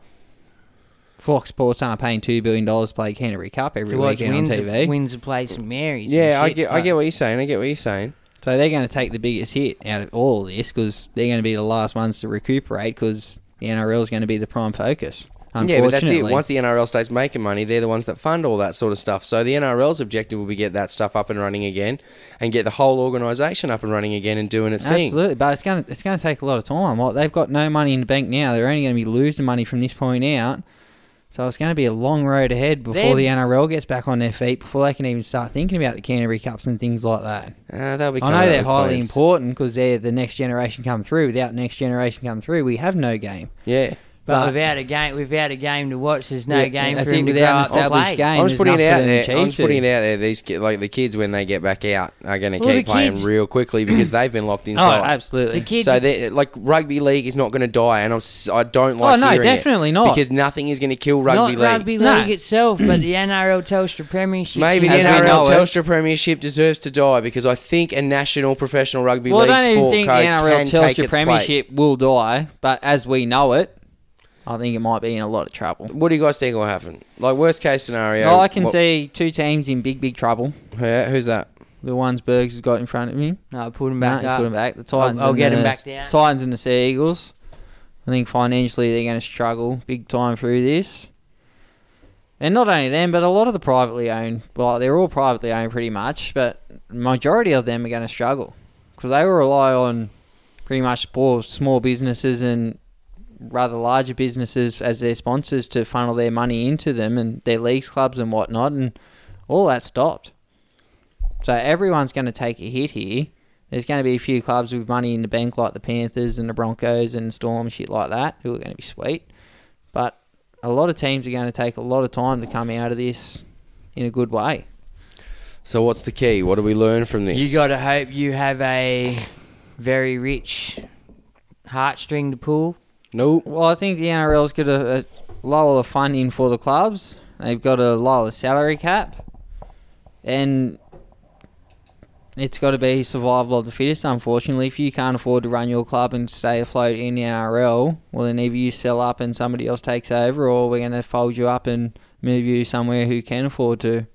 Speaker 3: Fox Sports aren't paying two billion dollars to play Canterbury Cup every
Speaker 7: To watch
Speaker 3: weekend on
Speaker 7: wins,
Speaker 3: TV,
Speaker 7: wins a place in Mary's.
Speaker 2: Yeah,
Speaker 7: and
Speaker 2: I
Speaker 7: shit,
Speaker 2: get, I
Speaker 7: but-
Speaker 2: get what you're saying. I get what you're saying.
Speaker 3: so they're going to take the biggest hit out of all of this because they're going to be the last ones to recuperate because the NRL is going to be the prime focus.
Speaker 2: Yeah, but that's it.
Speaker 3: unfortunately.
Speaker 2: Once the NRL stays making money, they're the ones that fund all that sort of stuff. So the NRL's objective will be get that stuff up and running again, and get the whole organisation up and running again and doing its thing.
Speaker 3: Absolutely, but it's going to it's going to take a lot of time. Like they've got no money in the bank now. They're only going to be losing money from this point out. So it's going to be a long road ahead before
Speaker 7: They've-
Speaker 3: the NRL gets back on their feet, before they can even start thinking about the Canterbury Cups and things like that.
Speaker 2: Uh, they'll be
Speaker 3: I
Speaker 2: coming up
Speaker 3: know they're
Speaker 2: with
Speaker 3: highly
Speaker 2: plans.
Speaker 3: important because they're the next generation come through. Without next generation come through, we have no game.
Speaker 2: Yeah.
Speaker 7: But,
Speaker 3: But-
Speaker 7: without a game, without a game to watch, there's no
Speaker 3: Yeah,
Speaker 7: game
Speaker 3: that's
Speaker 7: for
Speaker 3: it,
Speaker 7: him to grow
Speaker 3: without an
Speaker 7: up and
Speaker 3: established
Speaker 7: play.
Speaker 3: game.
Speaker 2: I'm just
Speaker 3: there's
Speaker 2: putting it
Speaker 3: nothing
Speaker 2: out
Speaker 3: for them
Speaker 2: there.
Speaker 3: to
Speaker 2: I'm
Speaker 3: achieve
Speaker 2: just putting
Speaker 3: to.
Speaker 2: it out there. These ki- like the kids when they get back out are going to
Speaker 7: Well, the
Speaker 2: keep playing
Speaker 7: kids-
Speaker 2: real quickly because they've been locked
Speaker 3: Oh,
Speaker 2: inside.
Speaker 3: absolutely.
Speaker 7: The kids,
Speaker 2: So they- like rugby league is not going to die, and I'm, s- I don't like.
Speaker 3: Oh, no,
Speaker 2: hearing it
Speaker 3: definitely not.
Speaker 2: Because nothing is going to kill
Speaker 7: not
Speaker 2: rugby league.
Speaker 7: rugby
Speaker 3: No.
Speaker 7: league itself, but the NRL Telstra Premiership.
Speaker 2: Maybe the
Speaker 3: As we know
Speaker 2: NRL
Speaker 3: it.
Speaker 2: Telstra Premiership deserves to die because I think a national professional rugby
Speaker 3: Well, I
Speaker 2: league
Speaker 3: don't even
Speaker 2: sport
Speaker 3: think the
Speaker 2: code
Speaker 3: NRL
Speaker 2: can take
Speaker 3: Telstra
Speaker 2: its place.
Speaker 3: Premiership will die, but as we know it, I think it might be in a lot of trouble.
Speaker 2: What do you guys think will happen? Like worst case scenario.
Speaker 3: Well, I can
Speaker 2: what-
Speaker 3: see two teams in big, big trouble.
Speaker 2: Yeah, who's that?
Speaker 3: The ones Bergs has got in front of him.
Speaker 7: No, put him
Speaker 3: Nah,
Speaker 7: back
Speaker 3: he's
Speaker 7: up.
Speaker 3: put 'em back. The Titans.
Speaker 7: I'll
Speaker 3: and
Speaker 7: get
Speaker 3: the
Speaker 7: 'em back down.
Speaker 3: Titans and the Seagulls. I think financially they're going to struggle big time through this. And not only them, but a lot of the privately owned. Well, they're all privately owned pretty much, but majority of them are going to struggle because they all rely on pretty much small, small businesses and rather larger businesses as their sponsors to funnel their money into them and their leagues, clubs, and whatnot, and all that stopped. So everyone's going to take a hit here. There's going to be a few clubs with money in the bank, like the Panthers and the Broncos and Storm, shit like that, who are going to be sweet. But a lot of teams are going to take a lot of time to come out of this in a good way.
Speaker 2: So what's the key? What do we learn from this?
Speaker 7: You got to hope you have a very rich heartstring to pull.
Speaker 2: nope.
Speaker 3: Well, I think the NRL's got to uh, lower the funding for the clubs. They've got to lower the salary cap, and it's got to be survival of the fittest. Unfortunately, if you can't afford to run your club and stay afloat in the NRL, well, then either you sell up and somebody else takes over, or we're going to fold you up and move you somewhere who can afford to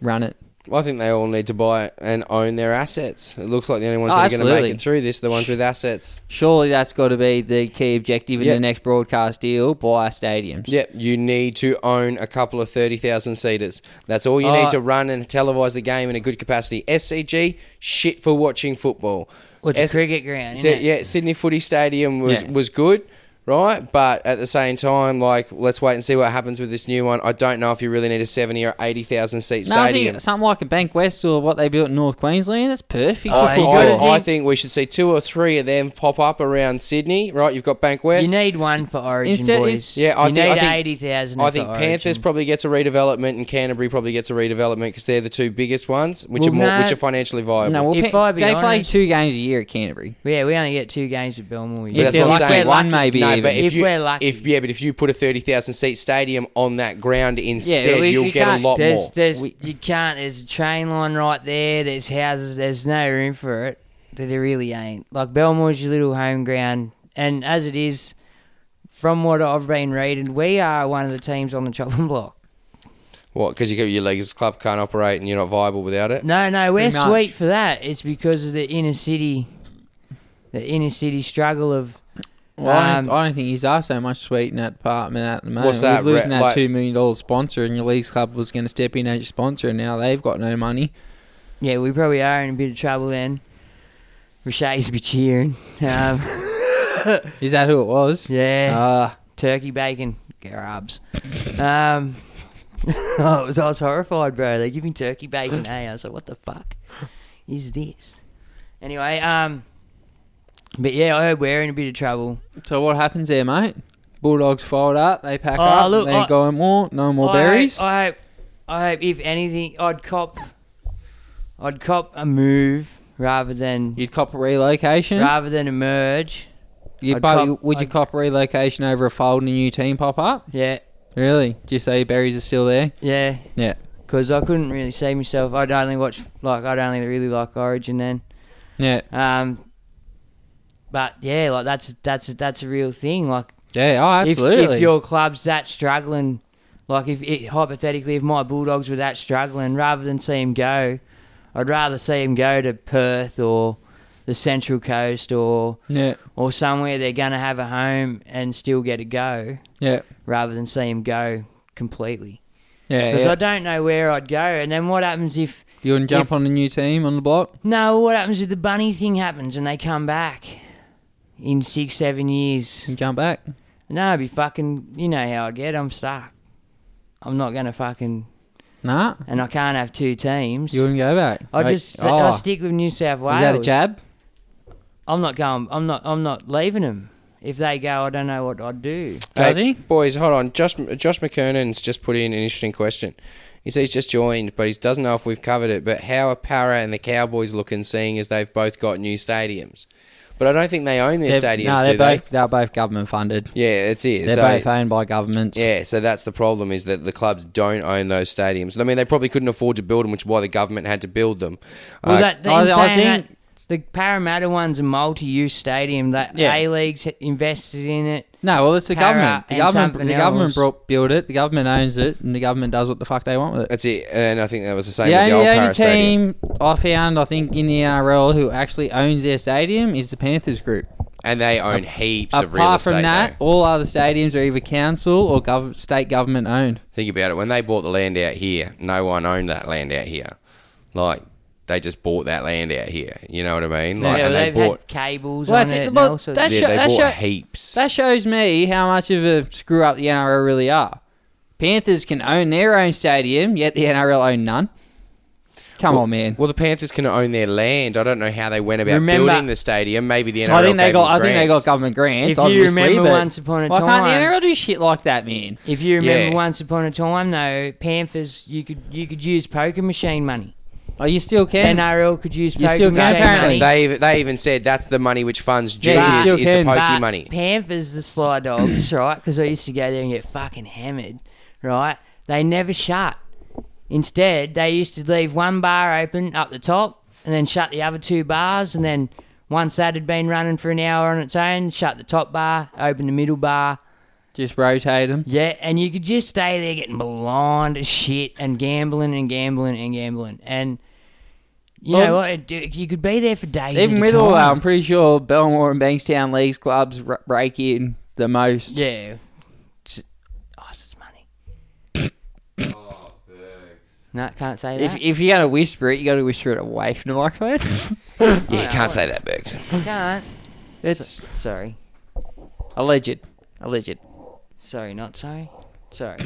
Speaker 3: run it.
Speaker 2: I think they all need to buy and own their assets. It looks like the only ones
Speaker 3: Oh,
Speaker 2: that are going to
Speaker 3: absolutely.
Speaker 2: make it through this are the ones with assets.
Speaker 3: Surely that's got to be the key objective in
Speaker 2: Yep.
Speaker 3: the next broadcast deal: buy stadiums.
Speaker 2: Yep, you need to own a couple of 30,000 seaters. That's all you
Speaker 3: Uh,
Speaker 2: need to run and televise the game in a good capacity. SCG, shit for watching football.
Speaker 7: What's
Speaker 2: S-
Speaker 7: a cricket ground?
Speaker 2: Si-
Speaker 7: innit?
Speaker 2: yeah, Sydney Footy Stadium was,
Speaker 3: Yeah.
Speaker 2: was good, right? But at the same time, like, let's wait and see what happens with this new one. I don't know if you really need a 70 or 80,000 seat
Speaker 3: No, I
Speaker 2: stadium.
Speaker 3: think something like a Bank West or what they built in North Queensland, that's perfect.
Speaker 7: Oh,
Speaker 3: for
Speaker 2: I,
Speaker 7: you
Speaker 3: football.
Speaker 7: gotta
Speaker 2: I- I
Speaker 7: think-
Speaker 2: think we should see two or three of them pop up around Sydney, right? You've got Bank West.
Speaker 7: You need one for Origin
Speaker 3: Instead-
Speaker 7: boys.
Speaker 2: Yeah, I
Speaker 7: you
Speaker 2: think- I
Speaker 7: need
Speaker 2: think-
Speaker 7: eighty thousand.
Speaker 2: I think Panthers probably gets a redevelopment and Canterbury probably gets a redevelopment because they're the two biggest ones, which
Speaker 7: Well,
Speaker 2: are more,
Speaker 7: no.
Speaker 2: which are financially viable.
Speaker 3: no, well,
Speaker 7: If
Speaker 3: Pe-
Speaker 7: I be
Speaker 3: they play
Speaker 7: honest-
Speaker 3: two games a year at Canterbury.
Speaker 7: yeah, we only get two games at Belmore.
Speaker 2: But
Speaker 3: If
Speaker 2: that's
Speaker 3: they're
Speaker 2: what I'm
Speaker 3: lucky,
Speaker 2: saying.
Speaker 3: one maybe
Speaker 2: no, but
Speaker 3: even.
Speaker 2: if,
Speaker 7: If
Speaker 2: you,
Speaker 7: we're lucky.
Speaker 2: if yeah, but if you put a thirty thousand seat stadium on that ground instead,
Speaker 3: we-
Speaker 2: you'll
Speaker 3: we
Speaker 2: get a
Speaker 3: can't-
Speaker 2: lot
Speaker 7: there's,
Speaker 2: more.
Speaker 7: There's,
Speaker 3: We-
Speaker 7: you can't. There's a train line right there. There's houses. There's no room for it. There there really ain't. Like Belmore's your little home ground, and as it is, from what I've been reading, we are one of the teams on the chopping block.
Speaker 2: What? Because you, your legs club can't operate and you're not viable without it.
Speaker 7: No, no, we're
Speaker 3: Pretty much.
Speaker 7: sweet for that. It's because of the inner city, the inner city struggle of.
Speaker 3: Well, I,
Speaker 7: Um,
Speaker 3: don't, I don't think he's are so much sweet in that department at the moment.
Speaker 2: What's that,
Speaker 3: With losing
Speaker 2: re-
Speaker 3: that
Speaker 2: like-
Speaker 3: two million dollar sponsor, and your leagues club was going to step in as your sponsor, and now they've got no money.
Speaker 7: Yeah, we probably are in a bit of trouble then. Rashay's be cheering. Um,
Speaker 3: Is that who it was?
Speaker 7: yeah,
Speaker 3: Ah.
Speaker 7: turkey bacon, grabs. Um, oh, I, was, I was horrified, bro. They're giving turkey bacon. eh? I was like, what the fuck is this? Anyway, um, but yeah, I heard we're in a bit of trouble.
Speaker 3: So what happens there, mate? Bulldogs fold up, they pack
Speaker 7: Oh,
Speaker 3: up,
Speaker 7: look,
Speaker 3: they
Speaker 7: I-
Speaker 3: go more, no more
Speaker 7: I hope-
Speaker 3: berries.
Speaker 7: I hope, I hope, if anything, I'd cop, I'd cop a move rather than
Speaker 3: You'd cop a relocation.
Speaker 7: rather than a merge.
Speaker 3: You'd
Speaker 7: I'd
Speaker 3: probably,
Speaker 7: cop-
Speaker 3: would you
Speaker 7: I'd-
Speaker 3: cop a relocation over a fold and a new team pop up?
Speaker 7: Yeah,
Speaker 3: Really? Do you say berries are still there?
Speaker 7: yeah,
Speaker 3: Yeah.
Speaker 7: because I couldn't really see myself. I'd only watch like I'd only really like Origin then.
Speaker 3: Yeah.
Speaker 7: Um, but yeah, like that's that's that's a real thing. Like
Speaker 3: Yeah, oh,
Speaker 7: if,
Speaker 3: absolutely.
Speaker 7: if your club's that struggling, like if it, hypothetically, if my Bulldogs were that struggling, rather than see him go, I'd rather see him go to Perth or the Central Coast or
Speaker 3: yeah,
Speaker 7: or somewhere they're going to have a home and still get a go,
Speaker 3: yeah,
Speaker 7: rather than see him go completely.
Speaker 3: yeah.
Speaker 7: Because
Speaker 3: yeah.
Speaker 7: I don't know where I'd go, and then what happens if
Speaker 3: You wouldn't jump
Speaker 7: if-
Speaker 3: on a new team on the block?
Speaker 7: no? What happens if the bunny thing happens and they come back in six, seven years?
Speaker 3: You jump back.
Speaker 7: No, it'd be fucking. You know how I get. I'm stuck. I'm not gonna fucking,
Speaker 3: Nah,
Speaker 7: and I can't have two teams.
Speaker 3: you wouldn't go back.
Speaker 7: I
Speaker 3: Like,
Speaker 7: just
Speaker 3: oh,
Speaker 7: I stick with New South Wales.
Speaker 3: is that a jab?
Speaker 7: I'm not going. I'm not. I'm not leaving them. If they go, I don't know what I'd do.
Speaker 3: Does
Speaker 2: Hey,
Speaker 3: he?
Speaker 2: Boys, hold on. Josh, Josh McKernan's just put in an interesting question. He says he's just joined, but he doesn't know if we've covered it. But how are Para and the Cowboys looking, seeing as they've both got new stadiums? But I don't think they own their
Speaker 3: They're-
Speaker 2: stadiums,
Speaker 3: no,
Speaker 2: do
Speaker 3: they're
Speaker 2: they?
Speaker 3: both they're both government funded.
Speaker 2: Yeah, that's it.
Speaker 3: They're
Speaker 2: So-
Speaker 3: both owned by governments.
Speaker 2: yeah, so that's the problem is that the clubs don't own those stadiums. I mean, they probably couldn't afford to build them, which is why the government had to build them.
Speaker 7: Well,
Speaker 2: Uh,
Speaker 7: that,
Speaker 3: I-
Speaker 7: in
Speaker 3: I
Speaker 7: saying
Speaker 3: think-
Speaker 7: that, the Parramatta one's a multi-use stadium. That
Speaker 3: Yeah.
Speaker 7: A League's invested in it.
Speaker 3: No, well, it's the
Speaker 7: Para
Speaker 3: government. The
Speaker 7: and
Speaker 3: government,
Speaker 7: something
Speaker 3: the government
Speaker 7: else.
Speaker 3: brought, built it. The government owns it, and the government does what the fuck they want with it.
Speaker 2: that's it. And I think that was the same
Speaker 3: the
Speaker 2: with
Speaker 3: only,
Speaker 2: the old
Speaker 3: the
Speaker 2: Para
Speaker 3: only
Speaker 2: stadium.
Speaker 3: team I found, I think, in the NRL who actually owns their stadium is the Panthers group.
Speaker 2: And they own heaps of real
Speaker 3: Apart
Speaker 2: estate.
Speaker 3: from that,
Speaker 2: though.
Speaker 3: all other stadiums are either council or gov- state government owned.
Speaker 2: Think about it. When they bought the land out here, no one owned that land out here. Like they just bought that land out here. You know what I mean? Like,
Speaker 7: yeah,
Speaker 2: and
Speaker 7: well,
Speaker 2: they
Speaker 7: they've
Speaker 2: bought.
Speaker 7: had cables
Speaker 3: Well,
Speaker 7: on
Speaker 3: that's
Speaker 7: it.
Speaker 3: it.
Speaker 7: and
Speaker 3: Well,
Speaker 7: all sorts of-
Speaker 3: that's-
Speaker 2: yeah,
Speaker 3: sho-
Speaker 2: they
Speaker 3: that
Speaker 2: bought
Speaker 3: sho-
Speaker 2: heaps.
Speaker 3: That shows me how much of a screw up the NRL really are. Panthers can own their own stadium, yet the NRL own none. Come on, man.
Speaker 2: well, the Panthers can own their land. I don't know how they went about
Speaker 7: Remember-
Speaker 2: building the stadium. Maybe the NRL.
Speaker 3: I think they
Speaker 2: gave
Speaker 3: got.
Speaker 2: them
Speaker 3: I think they got
Speaker 2: grants.
Speaker 3: government grants.
Speaker 7: If you
Speaker 3: obviously,
Speaker 7: remember
Speaker 3: but
Speaker 7: once upon a
Speaker 3: why
Speaker 7: time-
Speaker 3: can't the NRL do shit like that, man?
Speaker 7: If you remember
Speaker 2: Yeah.
Speaker 7: once upon a time, though, Panthers, you could you could use poker machine money.
Speaker 3: Oh, you still can.
Speaker 7: NRL could use
Speaker 3: You
Speaker 7: poker
Speaker 3: still can,
Speaker 7: machine
Speaker 2: No,
Speaker 3: apparently.
Speaker 7: money.
Speaker 2: They they even said that's the money which funds
Speaker 3: Yeah, you
Speaker 2: genius
Speaker 3: still
Speaker 2: is
Speaker 3: can.
Speaker 2: the pokey
Speaker 7: But
Speaker 2: money.
Speaker 7: Panthers, the Sly Dogs, right? Because I used to go there and get fucking hammered, right? They never shut. Instead, they used to leave one bar open up the top and then shut the other two bars. And then once that had been running for an hour on its own, shut the top bar, open the middle bar.
Speaker 3: Just rotate them.
Speaker 7: Yeah, and you could just stay there getting blind as shit and gambling and gambling and gambling. And you
Speaker 3: Well,
Speaker 7: know what? It- You could be there for days.
Speaker 3: Even
Speaker 7: at a
Speaker 3: with all um, that,
Speaker 7: time.
Speaker 3: I'm pretty sure Belmore and Bankstown Leagues clubs r- break in the most.
Speaker 7: Yeah. Just, oh, it's just money. No, can't say
Speaker 3: If,
Speaker 7: that.
Speaker 3: if you're gonna whisper it, you gotta whisper it away from the microphone.
Speaker 2: Yeah, you can't say that, Bergs.
Speaker 7: can't.
Speaker 3: it's
Speaker 7: Sorry.
Speaker 3: alleged, alleged.
Speaker 7: Sorry, not sorry. Sorry.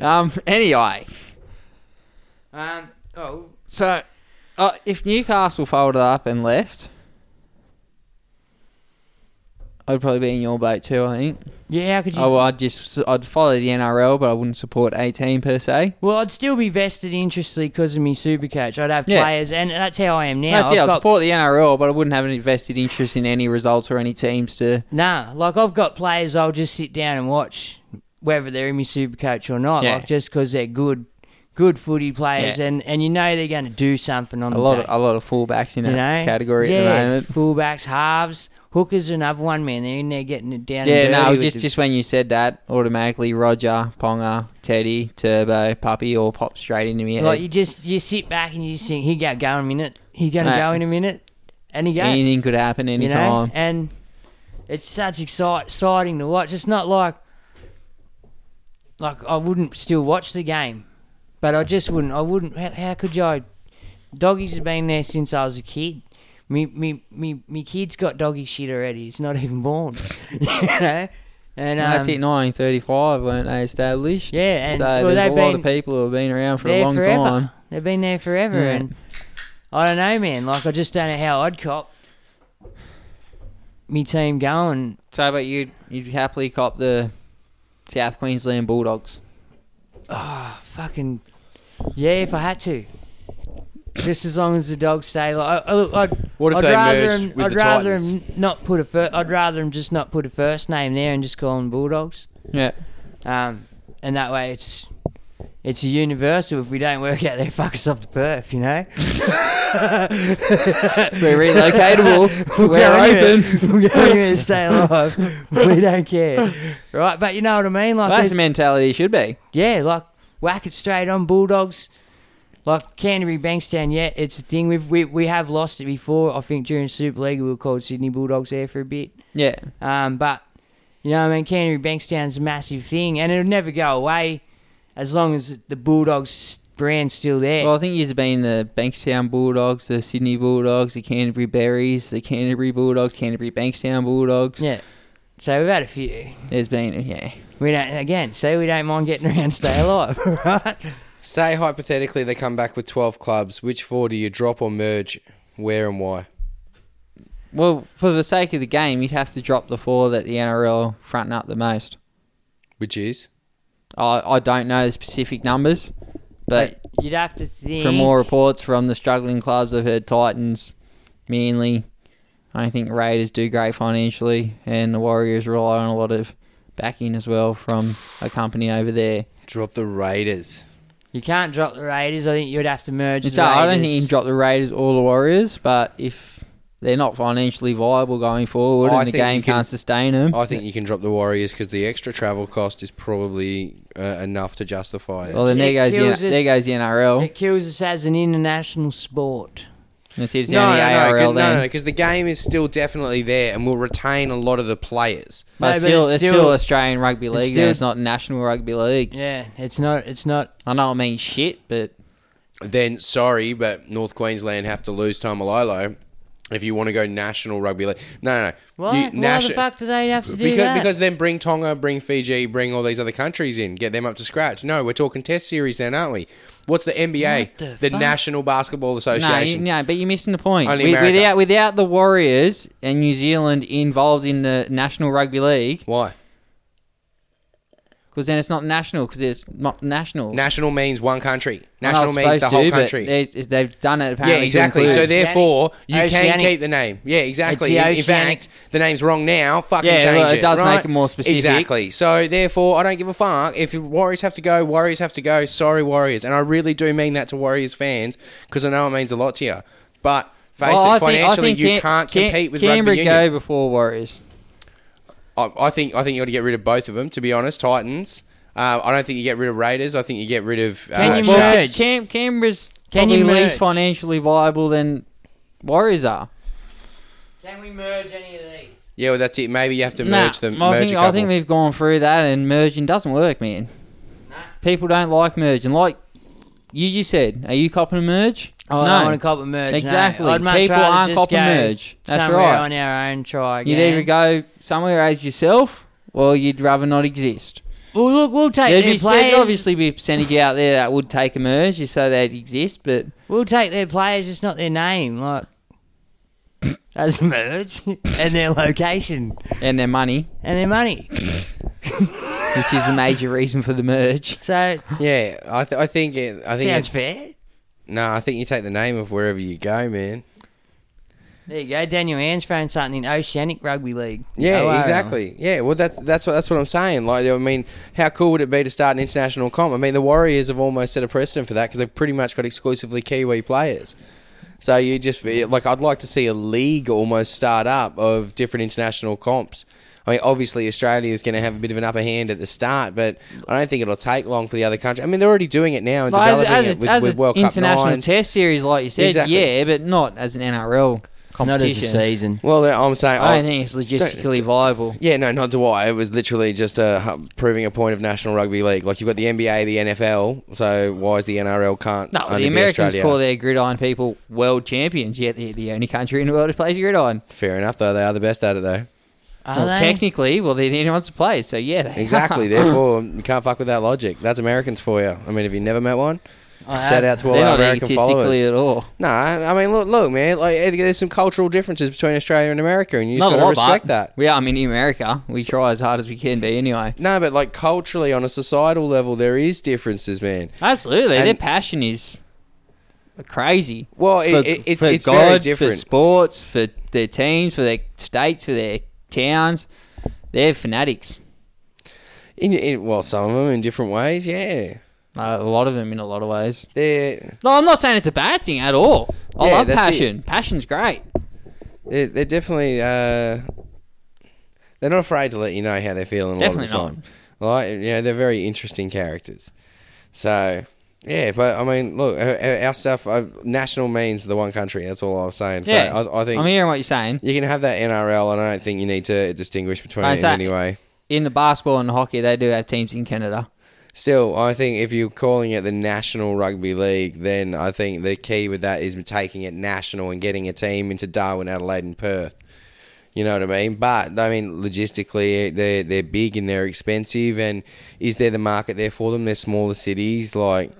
Speaker 3: Um. Anyway,
Speaker 7: Um, oh.
Speaker 3: so uh, if Newcastle folded up and left, I'd probably be in your boat too. I think.
Speaker 7: Yeah, how could you?
Speaker 3: Oh, well, I'd just I'd follow the NRL, but I wouldn't support a team per se.
Speaker 7: well, I'd still be vested interestly because of me super coach. I'd have
Speaker 3: Yeah.
Speaker 7: players, and that's how I am now.
Speaker 3: That's it.
Speaker 7: I've
Speaker 3: I'd
Speaker 7: got-
Speaker 3: support the NRL, but I wouldn't have any vested interest in any results or any teams to.
Speaker 7: Nah, like I've got players I'll just sit down and watch, whether they're in my super coach or not,
Speaker 3: Yeah.
Speaker 7: like just because they're good, good footy players,
Speaker 3: Yeah.
Speaker 7: and, and you know they're going to do something on
Speaker 3: A
Speaker 7: the
Speaker 3: lot,
Speaker 7: day.
Speaker 3: of, a lot of fullbacks in that
Speaker 7: you know?
Speaker 3: category
Speaker 7: yeah,
Speaker 3: at the moment.
Speaker 7: Fullbacks, halves, Hooker's another one, man. They're in there getting it down.
Speaker 3: Yeah,
Speaker 7: and dirty
Speaker 3: no,
Speaker 7: with
Speaker 3: just
Speaker 7: the-
Speaker 3: just when you said that, automatically Roger, Ponga, Teddy, Turbo, Puppy all pop straight into me.
Speaker 7: like you just you sit back and you just think he got go in a minute. He gonna
Speaker 3: Mate.
Speaker 7: go in a minute, and he goes.
Speaker 3: Anything could happen
Speaker 7: you know?
Speaker 3: anytime.
Speaker 7: And it's such excite- exciting to watch. It's not like like I wouldn't still watch the game, but I just wouldn't. I wouldn't. How, how could you? I- Doggies have been there since I was a kid. Me, me, me, me kid's got doggy shit already. It's not even born. you know? And
Speaker 3: And
Speaker 7: um,
Speaker 3: that's it. 1935 weren't they established?
Speaker 7: Yeah, and
Speaker 3: so
Speaker 7: well,
Speaker 3: there's a
Speaker 7: they've
Speaker 3: lot
Speaker 7: been
Speaker 3: of people who have been around for a
Speaker 7: there
Speaker 3: long
Speaker 7: forever.
Speaker 3: time.
Speaker 7: They've been there forever,
Speaker 3: Yeah.
Speaker 7: and I don't know, man. Like I just don't know how I'd cop me team going.
Speaker 3: So, but you'd you'd happily cop the South Queensland Bulldogs.
Speaker 7: Fucking yeah, if I had to. Just as long as the dogs stay. Like, I, I, I'd,
Speaker 2: What if
Speaker 7: I'd
Speaker 2: they
Speaker 7: rather
Speaker 2: merged
Speaker 7: him,
Speaker 2: with
Speaker 7: I'd
Speaker 2: the
Speaker 7: rather him
Speaker 2: Titans?
Speaker 7: not put a fir- I'd rather him just not put a first name there and just call them Bulldogs.
Speaker 3: Yeah.
Speaker 7: Um, and that way it's it's a universal. If we don't work out, they fuck us off to Perth, you know.
Speaker 3: We're relocatable. We're
Speaker 7: Go anywhere.
Speaker 3: open.
Speaker 7: We're going to stay alive. we don't care, right? But you know what I mean, like
Speaker 3: That's
Speaker 7: there's-
Speaker 3: the mentality it should be.
Speaker 7: yeah, like whack it straight on Bulldogs. Like Canterbury Bankstown, yeah, it's a thing. We've we, we have lost it before. I think during Super League we were called Sydney Bulldogs there for a bit.
Speaker 3: Yeah.
Speaker 7: Um, but you know, what I mean, Canterbury Bankstown's a massive thing, and it'll never go away as long as the Bulldogs brand's still there.
Speaker 3: Well, I think you've been the Bankstown Bulldogs, the Sydney Bulldogs, the Canterbury Berries, the Canterbury Bulldogs, Canterbury Bankstown Bulldogs.
Speaker 7: yeah. So we've had a few.
Speaker 3: There's been yeah.
Speaker 7: We don't again. So we don't mind getting around, stay alive, right?
Speaker 2: Say hypothetically they come back with 12 clubs. Which four do you drop or merge? Where and why?
Speaker 3: Well, for the sake of the game, you'd have to drop the four that the NRL fronting up the most.
Speaker 2: Which is?
Speaker 3: I I don't know the specific numbers, but
Speaker 7: But you'd have to think.
Speaker 3: from more reports from the struggling clubs, I've heard Titans, Manly. I don't think Raiders do great financially, and the Warriors rely on a lot of backing as well from a company over there.
Speaker 2: Drop the Raiders.
Speaker 7: You can't drop the Raiders. I think you'd have to merge.
Speaker 3: It's
Speaker 7: the
Speaker 3: hard. I don't
Speaker 7: Raiders.
Speaker 3: think you can drop the Raiders or the Warriors, but if they're not financially viable going forward
Speaker 2: I
Speaker 3: and the
Speaker 2: think
Speaker 3: game
Speaker 2: you can-
Speaker 3: can't sustain them,
Speaker 2: I think you can drop the Warriors because the extra travel cost is probably uh, enough to justify it.
Speaker 3: well, then
Speaker 7: It
Speaker 3: there goes, the,
Speaker 7: kills us.
Speaker 3: there goes the NRL.
Speaker 7: It kills us as an international sport.
Speaker 3: That's it. It's
Speaker 2: no,
Speaker 3: the
Speaker 2: no,
Speaker 3: ARL
Speaker 2: no, 'cause-
Speaker 3: then.
Speaker 2: no, no, because the game is still definitely there and will retain a lot of the players.
Speaker 3: But,
Speaker 7: No, but
Speaker 3: still,
Speaker 7: it's
Speaker 3: it's still,
Speaker 7: still-
Speaker 3: Australian Rugby League. It's,
Speaker 7: still-
Speaker 3: it's not National Rugby League.
Speaker 7: Yeah, it's not. It's not.
Speaker 3: I know it means shit, but
Speaker 2: Then, sorry, but North Queensland have to lose Tamalolo if you want to go national rugby league. No, no, no.
Speaker 7: Why?
Speaker 2: You-
Speaker 7: Why the
Speaker 2: nation-
Speaker 7: fuck do they have to do
Speaker 2: Because,
Speaker 7: that?
Speaker 2: because then bring Tonga, bring Fiji, bring all these other countries in, get them up to scratch. No, we're talking Test series then, aren't we? What's the NBA?
Speaker 7: What the
Speaker 2: the
Speaker 7: fuck?
Speaker 2: National Basketball
Speaker 3: No, you,
Speaker 2: Association.
Speaker 3: no, but you're missing the point.
Speaker 2: Only
Speaker 3: With-
Speaker 2: America.
Speaker 3: without without the Warriors and New Zealand involved in the National Rugby League,
Speaker 2: Why?
Speaker 3: because then it's not national, because it's not national.
Speaker 2: National means one country.
Speaker 3: I know
Speaker 2: National
Speaker 3: Oh, it's
Speaker 2: means the
Speaker 3: supposed
Speaker 2: whole
Speaker 3: to, but
Speaker 2: country.
Speaker 3: They, they've done it apparently.
Speaker 2: Yeah,
Speaker 3: to
Speaker 2: exactly.
Speaker 3: include-
Speaker 2: So
Speaker 7: include- Oceanic.
Speaker 2: therefore, you can
Speaker 7: Oceanic.
Speaker 2: keep the name. Yeah, exactly.
Speaker 7: It's the
Speaker 2: In, in
Speaker 7: oceanic-
Speaker 2: fact, the name's wrong now. Fucking
Speaker 3: Yeah,
Speaker 2: change
Speaker 3: well, it
Speaker 2: it.
Speaker 3: does make
Speaker 2: right?
Speaker 3: it more specific.
Speaker 2: Exactly. So therefore, I don't give a fuck if Warriors have to go. Warriors have to go. Sorry, Warriors, and I really do mean that to Warriors fans because I know it means a lot to you. But face
Speaker 3: Well, I
Speaker 2: it,
Speaker 3: think- I
Speaker 2: financially,
Speaker 3: think
Speaker 2: you
Speaker 3: Can-
Speaker 2: can't
Speaker 3: Can-
Speaker 2: compete with
Speaker 3: Canberra
Speaker 2: rugby union.
Speaker 3: go before Warriors.
Speaker 2: I, I think I think you ought to get rid of both of them. To be honest, Titans. Uh, I don't think you get rid of Raiders. I think you get rid of. Uh,
Speaker 7: Can you
Speaker 2: Sharks.
Speaker 7: merge?
Speaker 3: But Cam- Canberra's
Speaker 7: Can
Speaker 3: probably
Speaker 7: you merge?
Speaker 3: least financially viable than Warriors are.
Speaker 7: Can we merge any of these?
Speaker 2: Yeah, well, that's it. Maybe you have to
Speaker 3: Nah,
Speaker 2: merge them.
Speaker 3: I,
Speaker 2: merge
Speaker 3: think,
Speaker 2: a
Speaker 3: I
Speaker 2: couple.
Speaker 3: think we've gone through that, and merging doesn't work, man. People don't like merging. Like you just said, are you copping a merge?
Speaker 7: Oh, I want to cop a merge. no.
Speaker 3: Exactly.
Speaker 7: I'd much
Speaker 3: People
Speaker 7: rather
Speaker 3: aren't
Speaker 7: just
Speaker 3: cop a
Speaker 7: go
Speaker 3: merge. That's
Speaker 7: somewhere
Speaker 3: right.
Speaker 7: On our own, try.
Speaker 3: You'd
Speaker 7: Again.
Speaker 3: either go somewhere as yourself, or you'd rather not exist.
Speaker 7: Well, look, we'll take
Speaker 3: There'd,
Speaker 7: their
Speaker 3: be, there'd
Speaker 7: players.
Speaker 3: obviously be a percentage out there that would take a merge just so they'd exist, but
Speaker 7: We'll take their players, just not their name. Like. That's a merge. and their location.
Speaker 3: and their money,
Speaker 7: And their money.
Speaker 3: which is the major reason for the merge.
Speaker 7: So,
Speaker 2: Yeah, I, th- I think it, I think
Speaker 7: sounds
Speaker 2: it's,
Speaker 7: fair.
Speaker 2: no. I think you take the name of wherever you go, man.
Speaker 7: There you go. Daniel Ann's throwing something in Oceanic Rugby League.
Speaker 2: Yeah,
Speaker 7: Oh, wow.
Speaker 2: exactly. Yeah, well, that's that's what that's what I'm saying. Like, I mean, how cool would it be to start an international comp? I mean, the Warriors have almost set a precedent for that because they've pretty much got exclusively Kiwi players. So you just feel like I'd like to see a league almost start up of different international comps. I mean, obviously Australia is going to have a bit of an upper hand at the start, but I don't think it'll take long for the other country. I mean, they're already doing it now and
Speaker 3: Like, as
Speaker 2: developing
Speaker 3: as,
Speaker 2: it
Speaker 3: a-
Speaker 2: with,
Speaker 3: as
Speaker 2: with
Speaker 3: a
Speaker 2: World Cup
Speaker 3: international
Speaker 2: nines.
Speaker 3: test series, like you said,
Speaker 2: Exactly.
Speaker 3: yeah, but not as an NRL competition.
Speaker 7: Not as a season.
Speaker 2: Well, I'm saying oh,
Speaker 3: I
Speaker 2: I-
Speaker 3: Oh, don't think it's logistically viable.
Speaker 2: Yeah, no, not do I. It was literally just uh, proving a point of National Rugby League. Like you've got the NBA, the NFL, so why is the NRL can't?
Speaker 3: No,
Speaker 2: only
Speaker 3: the
Speaker 2: be
Speaker 3: Americans
Speaker 2: Australia?
Speaker 3: call their gridiron people world champions, yet they're the only country in the world that plays gridiron.
Speaker 2: Fair enough, though they are the best at it, though.
Speaker 7: Are
Speaker 3: well,
Speaker 7: they?
Speaker 3: technically, well, they're the only ones to play, so yeah. They
Speaker 2: Exactly.
Speaker 3: are.
Speaker 2: Therefore, you can't fuck with that logic. That's Americans for you. I mean, have you never met one? Shout out to all
Speaker 3: They're
Speaker 2: our
Speaker 3: not
Speaker 2: American followers.
Speaker 3: egotistically at all.
Speaker 2: No, I mean, look, look, man. Like, eh, there's some cultural differences between Australia and America, and you just
Speaker 3: Not a
Speaker 2: got
Speaker 3: lot,
Speaker 2: to
Speaker 3: but
Speaker 2: respect that.
Speaker 3: We are, I mean, in America, we try as hard as we can be anyway.
Speaker 2: No, but like culturally, on a societal level, there is differences, man.
Speaker 3: Absolutely. their
Speaker 2: And-
Speaker 3: passion is crazy.
Speaker 2: Well, it- it- it's- it's very different.
Speaker 3: For sports, for their teams, for their states, for their towns. They're fanatics.
Speaker 2: In, in well, some of them in different ways, yeah.
Speaker 3: Uh, a lot of them in a lot of ways.
Speaker 2: They're
Speaker 3: No, I'm not saying it's a bad thing at all. I
Speaker 2: Yeah,
Speaker 3: love
Speaker 2: that's
Speaker 3: passion. Passion's great.
Speaker 2: They're, they're definitely uh, they're not afraid to let you know how they're feeling a
Speaker 3: Definitely
Speaker 2: lot
Speaker 3: not.
Speaker 2: of the time. Like, you know, they're very interesting characters. So yeah, but I mean, look, our, our- our stuff. Uh, national means the one country. That's all I was saying. So
Speaker 3: yeah.
Speaker 2: I, I think
Speaker 3: I'm hearing what you're saying.
Speaker 2: you can have that NRL, and I don't think you need to distinguish between
Speaker 3: I
Speaker 2: it in
Speaker 3: say-
Speaker 2: any way.
Speaker 3: In the basketball and hockey, they do have teams in Canada.
Speaker 2: Still, I think if you're calling it the National Rugby League, then I think the key with that is taking it national and getting a team into Darwin, Adelaide, and Perth. You know what I mean? But I mean, logistically, eh, they're they're big and they're expensive. And is there the market there for them? They're smaller cities, like.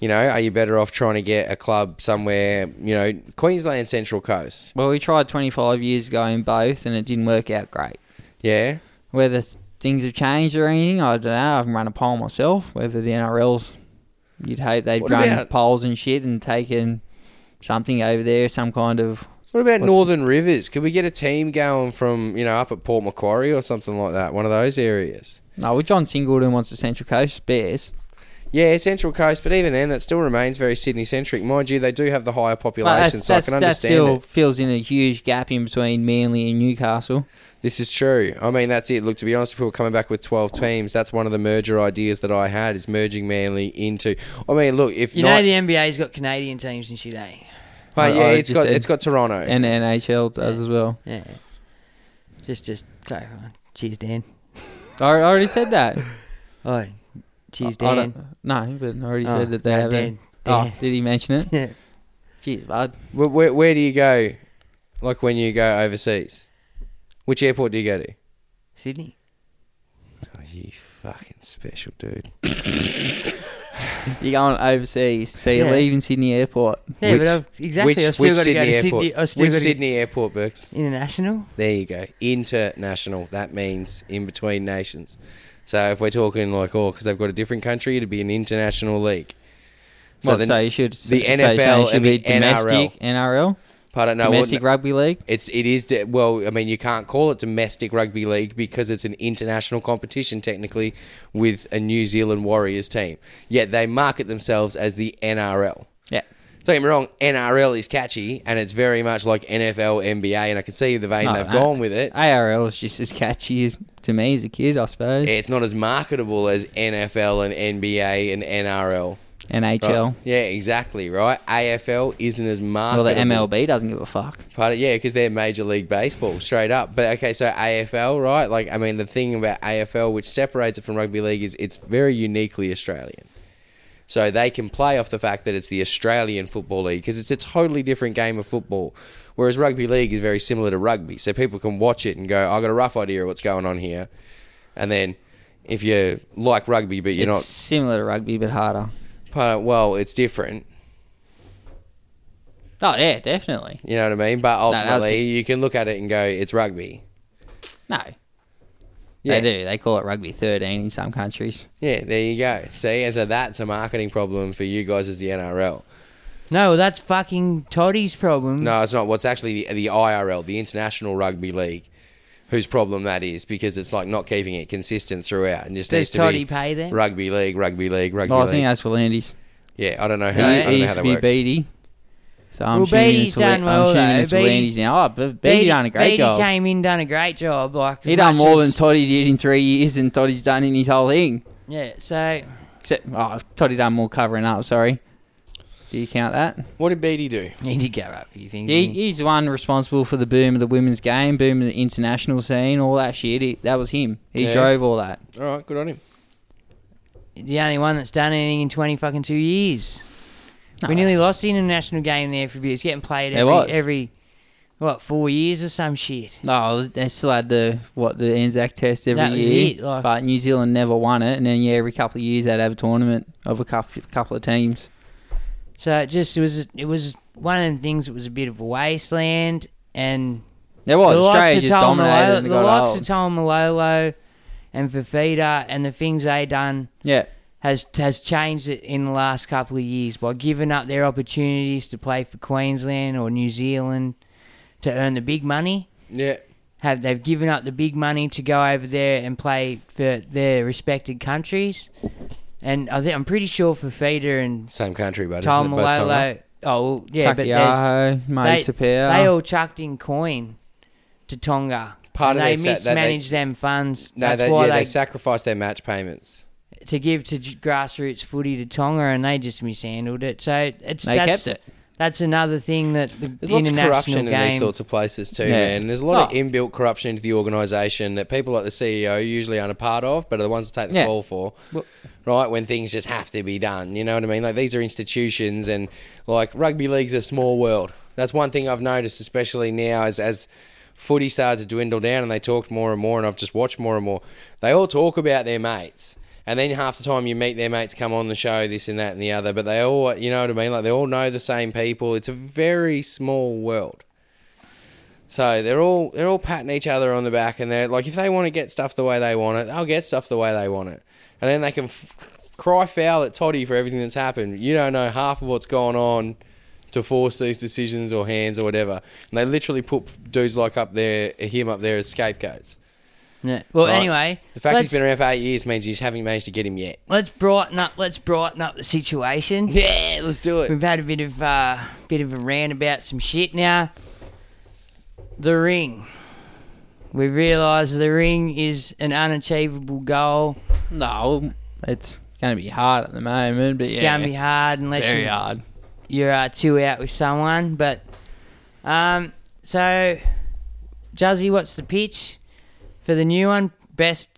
Speaker 2: You know, are you better off trying to get a club somewhere, you know, Queensland Central Coast?
Speaker 3: Well, we tried 25 years ago in both, and it didn't work out great.
Speaker 2: Yeah.
Speaker 3: Whether s- things have changed or anything, I don't know. I haven't run a poll myself. Whether the NRL's, you'd hope they'd
Speaker 2: What
Speaker 3: run
Speaker 2: about-
Speaker 3: polls and shit and taken something over there, some kind of.
Speaker 2: What about Northern Rivers? Could we get a team going from, you know, up at Port Macquarie or something like that? One of those areas.
Speaker 3: No, well, John Singleton wants the Central Coast Bears.
Speaker 2: Yeah, Central Coast, but even then, that still remains very Sydney centric. Mind you, they do have the higher population, so I can
Speaker 3: that
Speaker 2: understand
Speaker 3: still
Speaker 2: it.
Speaker 3: fills in a huge gap in between Manly and Newcastle.
Speaker 2: This is true. I mean, that's it. Look, to be honest, if we were coming back with 12 teams, that's one of the merger ideas that I had, is merging Manly into. I mean, look, if
Speaker 7: You
Speaker 2: not.
Speaker 7: know the NBA's got Canadian teams and shit, eh?
Speaker 2: but yeah,
Speaker 3: I
Speaker 2: it's
Speaker 3: just
Speaker 2: got,
Speaker 3: said-
Speaker 2: it's got Toronto.
Speaker 3: And NHL does as well.
Speaker 7: Yeah. Just, just clarifying. Cheers, Dan.
Speaker 3: I I already said that.
Speaker 7: Oh, cheers,
Speaker 3: I- I
Speaker 7: Dan.
Speaker 3: don't- no, but I already
Speaker 7: Oh,
Speaker 3: said that they
Speaker 7: no,
Speaker 3: have it.
Speaker 7: Dan,
Speaker 3: Oh,
Speaker 7: Dan.
Speaker 3: did he mention it?
Speaker 7: Yeah.
Speaker 3: Jeez, bud.
Speaker 2: Where, where, where do you go, like, when you go overseas? Which airport do you go to?
Speaker 7: Sydney.
Speaker 2: Oh, you fucking special dude.
Speaker 3: You're going overseas, so you're
Speaker 7: Yeah.
Speaker 3: leaving Sydney Airport.
Speaker 7: Yeah,
Speaker 2: Which-
Speaker 7: but I've, exactly.
Speaker 2: which,
Speaker 7: I've still
Speaker 2: which
Speaker 7: got to go
Speaker 2: Sydney
Speaker 7: to
Speaker 2: airport?
Speaker 7: Sydney. I've still
Speaker 2: which
Speaker 7: got to
Speaker 2: Sydney airport, Burks?
Speaker 7: international.
Speaker 2: There you go. International. That means in between nations. So if we're talking like, oh, because they've got a different country, it'd be an international league. So
Speaker 3: Well,
Speaker 2: the-
Speaker 3: so you should
Speaker 2: the
Speaker 3: so you
Speaker 2: NFL
Speaker 3: should
Speaker 2: and
Speaker 3: be
Speaker 2: the NRL.
Speaker 3: domestic NRL,
Speaker 2: pardon, no,
Speaker 3: domestic
Speaker 2: well,
Speaker 3: rugby league.
Speaker 2: it's it is de- well. I mean, you can't call it domestic rugby league because it's an international competition technically with a New Zealand Warriors team. Yet they market themselves as the NRL.
Speaker 3: Yeah,
Speaker 2: Don't get me wrong, NRL is catchy and it's very much like NFL, NBA, and I can see the vein
Speaker 3: No,
Speaker 2: they've
Speaker 3: no.
Speaker 2: gone with it.
Speaker 3: ARL is just as catchy as, to me as a kid, I suppose.
Speaker 2: it's not as marketable as NFL and NBA and NRL. Right.
Speaker 3: NHL.
Speaker 2: Yeah, exactly. Right. AFL isn't as
Speaker 3: Well,
Speaker 2: marketable.
Speaker 3: the MLB doesn't give a fuck.
Speaker 2: Part of, yeah, because they're Major League Baseball straight up. But okay, so AFL, right? Like, I mean, the thing about AFL which separates it from rugby league is it's very uniquely Australian. So they can play off the fact that it's the Australian Football League because it's a totally different game of football. Whereas rugby league is very similar to rugby, so people can watch it and go, "I got a rough idea of what's going on here," and then. If you like rugby, but you're
Speaker 3: it's similar to rugby, but harder.
Speaker 2: not part of, well, it's different.
Speaker 3: Oh yeah, definitely.
Speaker 2: You know what I mean? But
Speaker 3: was
Speaker 2: ultimately,
Speaker 3: just-
Speaker 2: you can look at it and go, "It's rugby."
Speaker 3: No,
Speaker 2: Yeah.
Speaker 3: they do. They call it rugby 13 in some countries.
Speaker 2: Yeah, there you go. See, and so that's a marketing problem for you guys as the NRL.
Speaker 7: No, well, that's fucking Toddy's problem.
Speaker 2: No, it's not. What's actually the, the IRL, the International Rugby League, whose problem that is because it's like not keeping it consistent throughout and just
Speaker 7: Does
Speaker 2: needs to
Speaker 7: Toddy
Speaker 2: be
Speaker 7: pay them?
Speaker 2: rugby league, rugby league, rugby
Speaker 3: Oh, I
Speaker 2: league.
Speaker 3: think that's for Landis.
Speaker 2: yeah, I don't know
Speaker 3: He,
Speaker 2: how, I
Speaker 3: he
Speaker 2: don't know
Speaker 3: used
Speaker 2: how
Speaker 3: to
Speaker 2: that
Speaker 3: be
Speaker 2: works.
Speaker 3: BD. So I'm
Speaker 7: Well,
Speaker 3: shooting
Speaker 7: Beatty's
Speaker 3: into Le-
Speaker 7: done
Speaker 3: I'm
Speaker 7: well,
Speaker 3: shooting
Speaker 7: though.
Speaker 3: into
Speaker 7: Beatty's-
Speaker 3: Leandy's now. Oh, Be- Beatty done a great
Speaker 7: Beattie
Speaker 3: job.
Speaker 7: came in, done a great job. Like
Speaker 3: He
Speaker 7: as
Speaker 3: done
Speaker 7: much
Speaker 3: more than
Speaker 7: as-
Speaker 3: Toddy did in three years, and Toddy's done in his whole thing.
Speaker 7: Yeah, so
Speaker 3: Except, oh, Toddy done more covering up. Sorry. Do you count that?
Speaker 2: What did Beatty do?
Speaker 7: he did go up. You think?
Speaker 3: He, he's the one responsible for the boom of the women's game, boom of the international scene, all that shit. He, that was him. He
Speaker 2: Yeah.
Speaker 3: drove all that.
Speaker 2: All right, good on him.
Speaker 7: the only one that's done anything in twenty fucking two years. We nearly lost the international game there for a bit. It's getting played
Speaker 3: It
Speaker 7: every,
Speaker 3: was.
Speaker 7: every what four years or some shit.
Speaker 3: No, they still had the what the Anzac Test every
Speaker 7: That was
Speaker 3: year,
Speaker 7: it, like-
Speaker 3: but New Zealand never won it. And then yeah, every couple of years they'd have a tournament of a couple couple of teams.
Speaker 7: So it just it was it was one of the things that was a bit of a wasteland and
Speaker 3: There was
Speaker 7: the
Speaker 3: Australia
Speaker 7: likes of
Speaker 3: just
Speaker 7: Tom
Speaker 3: dominated
Speaker 7: Malolo,
Speaker 3: and
Speaker 7: the
Speaker 3: got
Speaker 7: likes
Speaker 3: old.
Speaker 7: of Tom Malolo and Fafita and the things they done
Speaker 3: yeah,
Speaker 7: has has changed it in the last couple of years by giving up their opportunities to play for Queensland or New Zealand to earn the big money.
Speaker 2: Yeah.
Speaker 7: Have they've given up the big money to go over there and play for their respected countries? And I think I'm pretty sure Fafita and
Speaker 2: Same country, but
Speaker 7: Tom
Speaker 2: isn't it? Both Tom, right?
Speaker 7: Malolo. Oh well, yeah, but there's
Speaker 3: Takiyaho,
Speaker 7: they,
Speaker 3: Mate
Speaker 7: they
Speaker 3: Tapia.
Speaker 7: all chucked in coin to Tonga.
Speaker 2: Part
Speaker 7: and
Speaker 2: of
Speaker 7: they
Speaker 2: their set that they-
Speaker 7: mismanaged them funds.
Speaker 2: No,
Speaker 7: That's
Speaker 2: they,
Speaker 7: why
Speaker 2: yeah, they,
Speaker 7: they,
Speaker 2: sacrificed their match payments.
Speaker 7: to give to j- grassroots footy to Tonga, and they just mishandled it. So it's
Speaker 3: They
Speaker 7: that's,
Speaker 3: kept it.
Speaker 7: That's another thing that the
Speaker 2: There's lots of
Speaker 7: international
Speaker 2: corruption
Speaker 7: game.
Speaker 2: in these sorts of places too,
Speaker 3: Yeah.
Speaker 2: man. There's a lot
Speaker 3: Oh.
Speaker 2: of inbuilt corruption into the organisation that people like the CEO usually aren't a part of, but are the ones that take the
Speaker 3: Yeah.
Speaker 2: fall for.
Speaker 3: Well-
Speaker 2: right when things just have to be done, you know what I mean? Like these are institutions, and like rugby league's a small world. That's one thing I've noticed, especially now, as as footy started to dwindle down, and they talked more and more, and I've just watched more and more. They all talk about their mates. And then half the time you meet their mates, come on the show, this and that and the other. But they all, you know what I mean? Like they all know the same people. It's a very small world. So they're all they're all patting each other on the back, and they're like, if they want to get stuff the way they want it, they'll get stuff the way they want it, and then they can f- cry foul at Toddy for everything that's happened. You don't know half of what's gone on to force these decisions or hands or whatever, and they literally put dudes like up there, him up there as scapegoats.
Speaker 7: Yeah. Well,
Speaker 2: right?
Speaker 7: anyway,
Speaker 2: the fact
Speaker 7: let's,
Speaker 2: he's been around for eight years means you haven't managed to get him yet.
Speaker 7: let's brighten up. Let's brighten up the situation.
Speaker 2: Yeah, let's do it.
Speaker 7: We've had a bit of uh, bit of a rant about some shit now. The ring. We realise the ring is an unachievable goal.
Speaker 3: No, it's gonna be hard at the moment, but
Speaker 7: It's
Speaker 3: yeah,
Speaker 7: gonna be hard unless
Speaker 3: very
Speaker 7: you,
Speaker 3: hard.
Speaker 7: you're uh, two out with someone. But um, so, Juzzy, what's the pitch for the new one? Best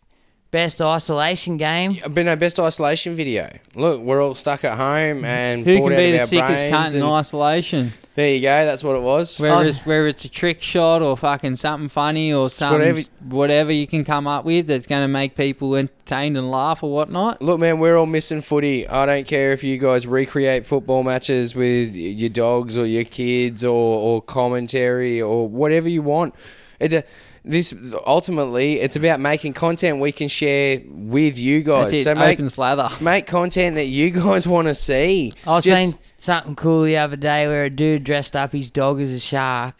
Speaker 7: best isolation game.
Speaker 2: I've been our best isolation video. Look, we're all stuck at home and
Speaker 3: Who
Speaker 2: bored
Speaker 3: can
Speaker 2: out
Speaker 3: be
Speaker 2: of
Speaker 3: the
Speaker 2: our
Speaker 3: sickest
Speaker 2: brains.
Speaker 3: cunt in
Speaker 2: and-
Speaker 3: isolation?
Speaker 2: there you go. That's what it was.
Speaker 3: Whether it's, whether it's a trick shot or fucking something funny or something,
Speaker 2: whatever-
Speaker 3: whatever, you can come up with that's going to make people entertained and laugh or whatnot.
Speaker 2: Look, man, we're all missing footy. I don't care if you guys recreate football matches with y- your dogs or your kids or, or commentary or whatever you want. It, uh, this ultimately, it's about making content we can share with you guys.
Speaker 3: That's it.
Speaker 2: So
Speaker 3: it's
Speaker 2: make
Speaker 3: open slather.
Speaker 2: make content that you guys want to see.
Speaker 7: I was
Speaker 2: Just-
Speaker 7: saying something cool the other day where a dude dressed up his dog as a shark,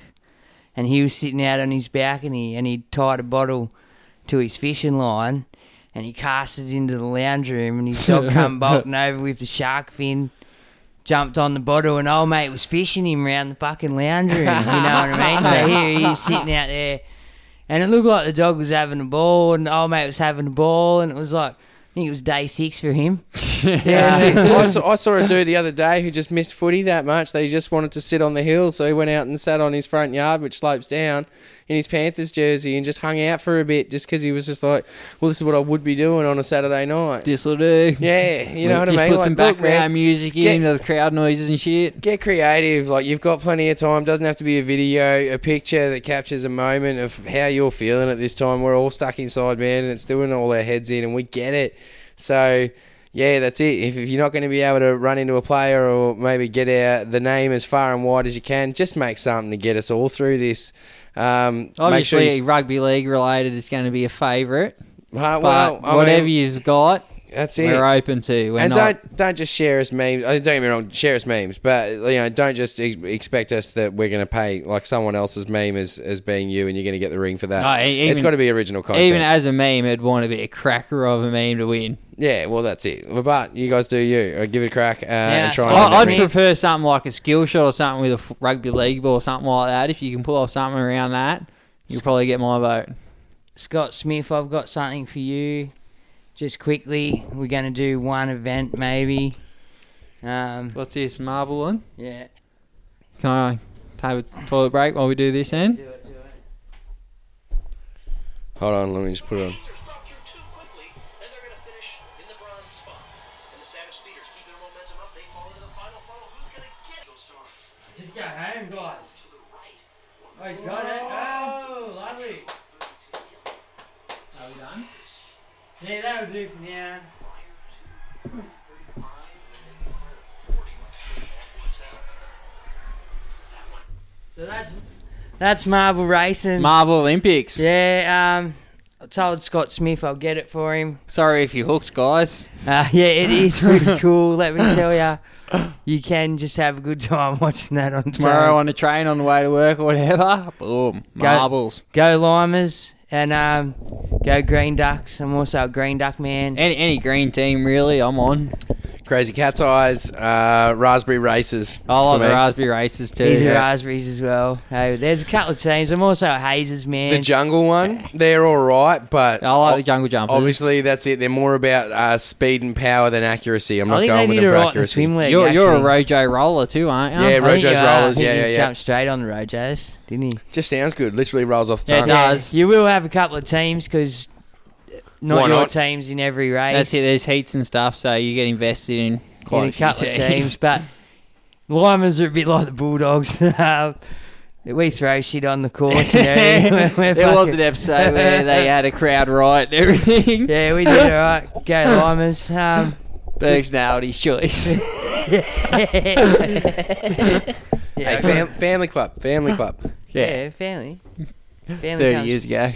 Speaker 7: and he was sitting out on his balcony and he tied a bottle to his fishing line, and he cast it into the lounge room, and his dog come bolting over with the shark fin. Jumped on the bottle and old mate was fishing him round the fucking lounge room. You know what I mean? So here he is sitting out there, and it looked like the dog was having a ball, and old mate was having a ball, and it was like I think it was day six for him.
Speaker 2: Yeah, that's it. I, saw, I saw a dude the other day who just missed footy that much that he just wanted to sit on the hill, so he went out and sat on his front yard, which slopes down, in his Panthers jersey, and just hung out for a bit, just because he was just like, "Well, this is what I would be doing on a Saturday night."
Speaker 3: This will do.
Speaker 2: Yeah, you know what I
Speaker 3: Just
Speaker 2: mean.
Speaker 3: put
Speaker 2: Like,
Speaker 3: some
Speaker 2: look,
Speaker 3: background
Speaker 2: man,
Speaker 3: music
Speaker 2: get-
Speaker 3: in, the crowd noises and shit.
Speaker 2: Get creative. Like you've got plenty of time. Doesn't have to be a video, a picture that captures a moment of how you're feeling at this time. We're all stuck inside, man, and it's doing all our heads in, and we get it. So, yeah, that's it. If, if you're not going to be able to run into a player or maybe get out the name as far and wide as you can, just make something to get us all through this. Um, make sure
Speaker 3: Obviously,
Speaker 2: you,
Speaker 3: rugby league related is going to be a favourite.
Speaker 2: Uh,
Speaker 3: But
Speaker 2: well, I
Speaker 3: whatever
Speaker 2: mean,
Speaker 3: you've got,
Speaker 2: That's it.
Speaker 3: We're open to. We're
Speaker 2: and
Speaker 3: not.
Speaker 2: don't don't just share us memes. uh, Don't get me wrong, share us memes, but you know, don't just ex- expect us that we're going to pay like someone else's meme as, as being you, and you're going to get the ring for that.
Speaker 3: No, e-
Speaker 2: it's
Speaker 3: even-
Speaker 2: got to be original content.
Speaker 3: Even as a meme, it'd want to be a cracker of a meme to win.
Speaker 2: yeah, well, that's it. But you guys do you. Uh, Give it a crack uh, and try.
Speaker 7: so
Speaker 2: and
Speaker 3: I,
Speaker 2: win
Speaker 7: I
Speaker 3: I'd
Speaker 2: that
Speaker 7: mean-
Speaker 2: ring.
Speaker 3: prefer something like a skill shot or something with a f- rugby league ball or something like that. If you can pull off something around that, you'll probably get my vote.
Speaker 7: Scott Smith, I've got something for you. Just quickly, we're going to do one event maybe. Um,
Speaker 3: What's this marble one?
Speaker 7: yeah.
Speaker 3: Can I have a toilet break while we do this then?
Speaker 2: Hold on, let me just put it on.
Speaker 7: Just go home, guys. Oh, he's got it. Oh, lovely. Are we done? Yeah, that'll do for now. So that's that's Marvel Racing.
Speaker 3: Marble Olympics.
Speaker 7: yeah, um, I told Scott Smith I'll get it for him.
Speaker 3: Sorry if you hooked, guys.
Speaker 7: Uh, yeah, it is really cool. Let me tell you, you can just have a good time watching that on
Speaker 3: Tomorrow
Speaker 7: tape.
Speaker 3: on the train on the way to work or whatever. Boom. Marbles.
Speaker 7: Go Limers and um, go Green Ducks. I'm also a Green Duck man.
Speaker 3: Any, any green team, really, I'm on.
Speaker 2: Crazy cat's eyes, uh, raspberry races.
Speaker 3: I like
Speaker 2: for
Speaker 3: the
Speaker 2: me.
Speaker 3: raspberry races too.
Speaker 7: He's a
Speaker 2: Yeah.
Speaker 7: Raspberries as well. So there's a couple of teams. I'm also a Hazers man.
Speaker 2: The jungle one, they're all right, but
Speaker 3: I like the jungle jumpers.
Speaker 2: Obviously, that's it. They're more about uh, speed and power than accuracy. I'm
Speaker 7: I
Speaker 2: not
Speaker 7: think they
Speaker 2: going with
Speaker 7: did
Speaker 2: them
Speaker 7: it
Speaker 2: for
Speaker 7: right in the
Speaker 2: accuracy.
Speaker 7: swim league.
Speaker 3: You're, you're a
Speaker 7: actually.
Speaker 3: Rojo roller too, aren't you?
Speaker 2: Yeah,
Speaker 7: I think
Speaker 2: Rojo's
Speaker 7: you are.
Speaker 2: rollers.
Speaker 7: I think
Speaker 2: Yeah, yeah,
Speaker 7: you
Speaker 2: yeah.
Speaker 7: Jumped straight on the Rojos, didn't he?
Speaker 2: Just sounds good. Literally rolls off the
Speaker 3: Yeah,
Speaker 2: tongue.
Speaker 3: it does.
Speaker 7: You will have a couple of teams because not
Speaker 2: Why
Speaker 7: your
Speaker 2: not?
Speaker 7: teams in every race.
Speaker 3: That's it. There's heats and stuff, so you get invested in quite
Speaker 7: in a
Speaker 3: a, few
Speaker 7: couple of
Speaker 3: teams.
Speaker 7: teams, but Limers are a bit like the Bulldogs. Um, we throw shit on the course. You know, we're- we're
Speaker 3: there was
Speaker 7: fucking-
Speaker 3: an episode where they had a crowd riot and everything.
Speaker 7: Yeah, we did all right. Go Limers. Um,
Speaker 3: Berg's nailed his choice.
Speaker 2: Hey, fam- family club, family club.
Speaker 7: yeah. family. Family
Speaker 3: 30
Speaker 7: comes-
Speaker 3: years ago.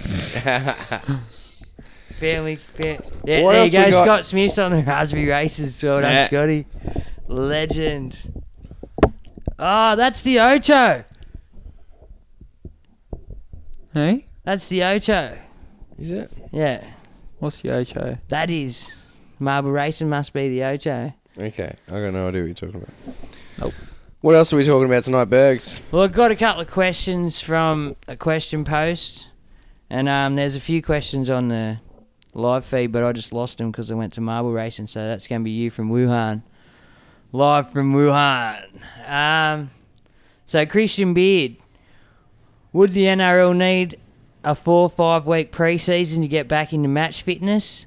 Speaker 7: Family. Fa- yeah,
Speaker 2: What
Speaker 7: there
Speaker 2: else
Speaker 7: you
Speaker 2: we
Speaker 7: go.
Speaker 2: got?
Speaker 7: Scott Smith's on the Raspberry Races. Well done,
Speaker 3: Yeah.
Speaker 7: Scotty. Legend. Oh, that's the Ocho.
Speaker 3: Hey?
Speaker 7: That's the Ocho.
Speaker 2: Is it?
Speaker 7: Yeah,
Speaker 3: What's the Ocho?
Speaker 7: that is. Marble Racing must be the Ocho.
Speaker 2: Okay, I got no idea what you're talking about.
Speaker 3: Nope.
Speaker 2: What else are we talking about tonight, Bergs?
Speaker 7: Well, I've got a couple of questions from a question post, and um, there's a few questions on the live feed, but I just lost them because I went to marble racing. So that's going to be you from Wuhan, live from Wuhan. Um, so Christian Beard, would the NRL need a four five week preseason to get back into match fitness?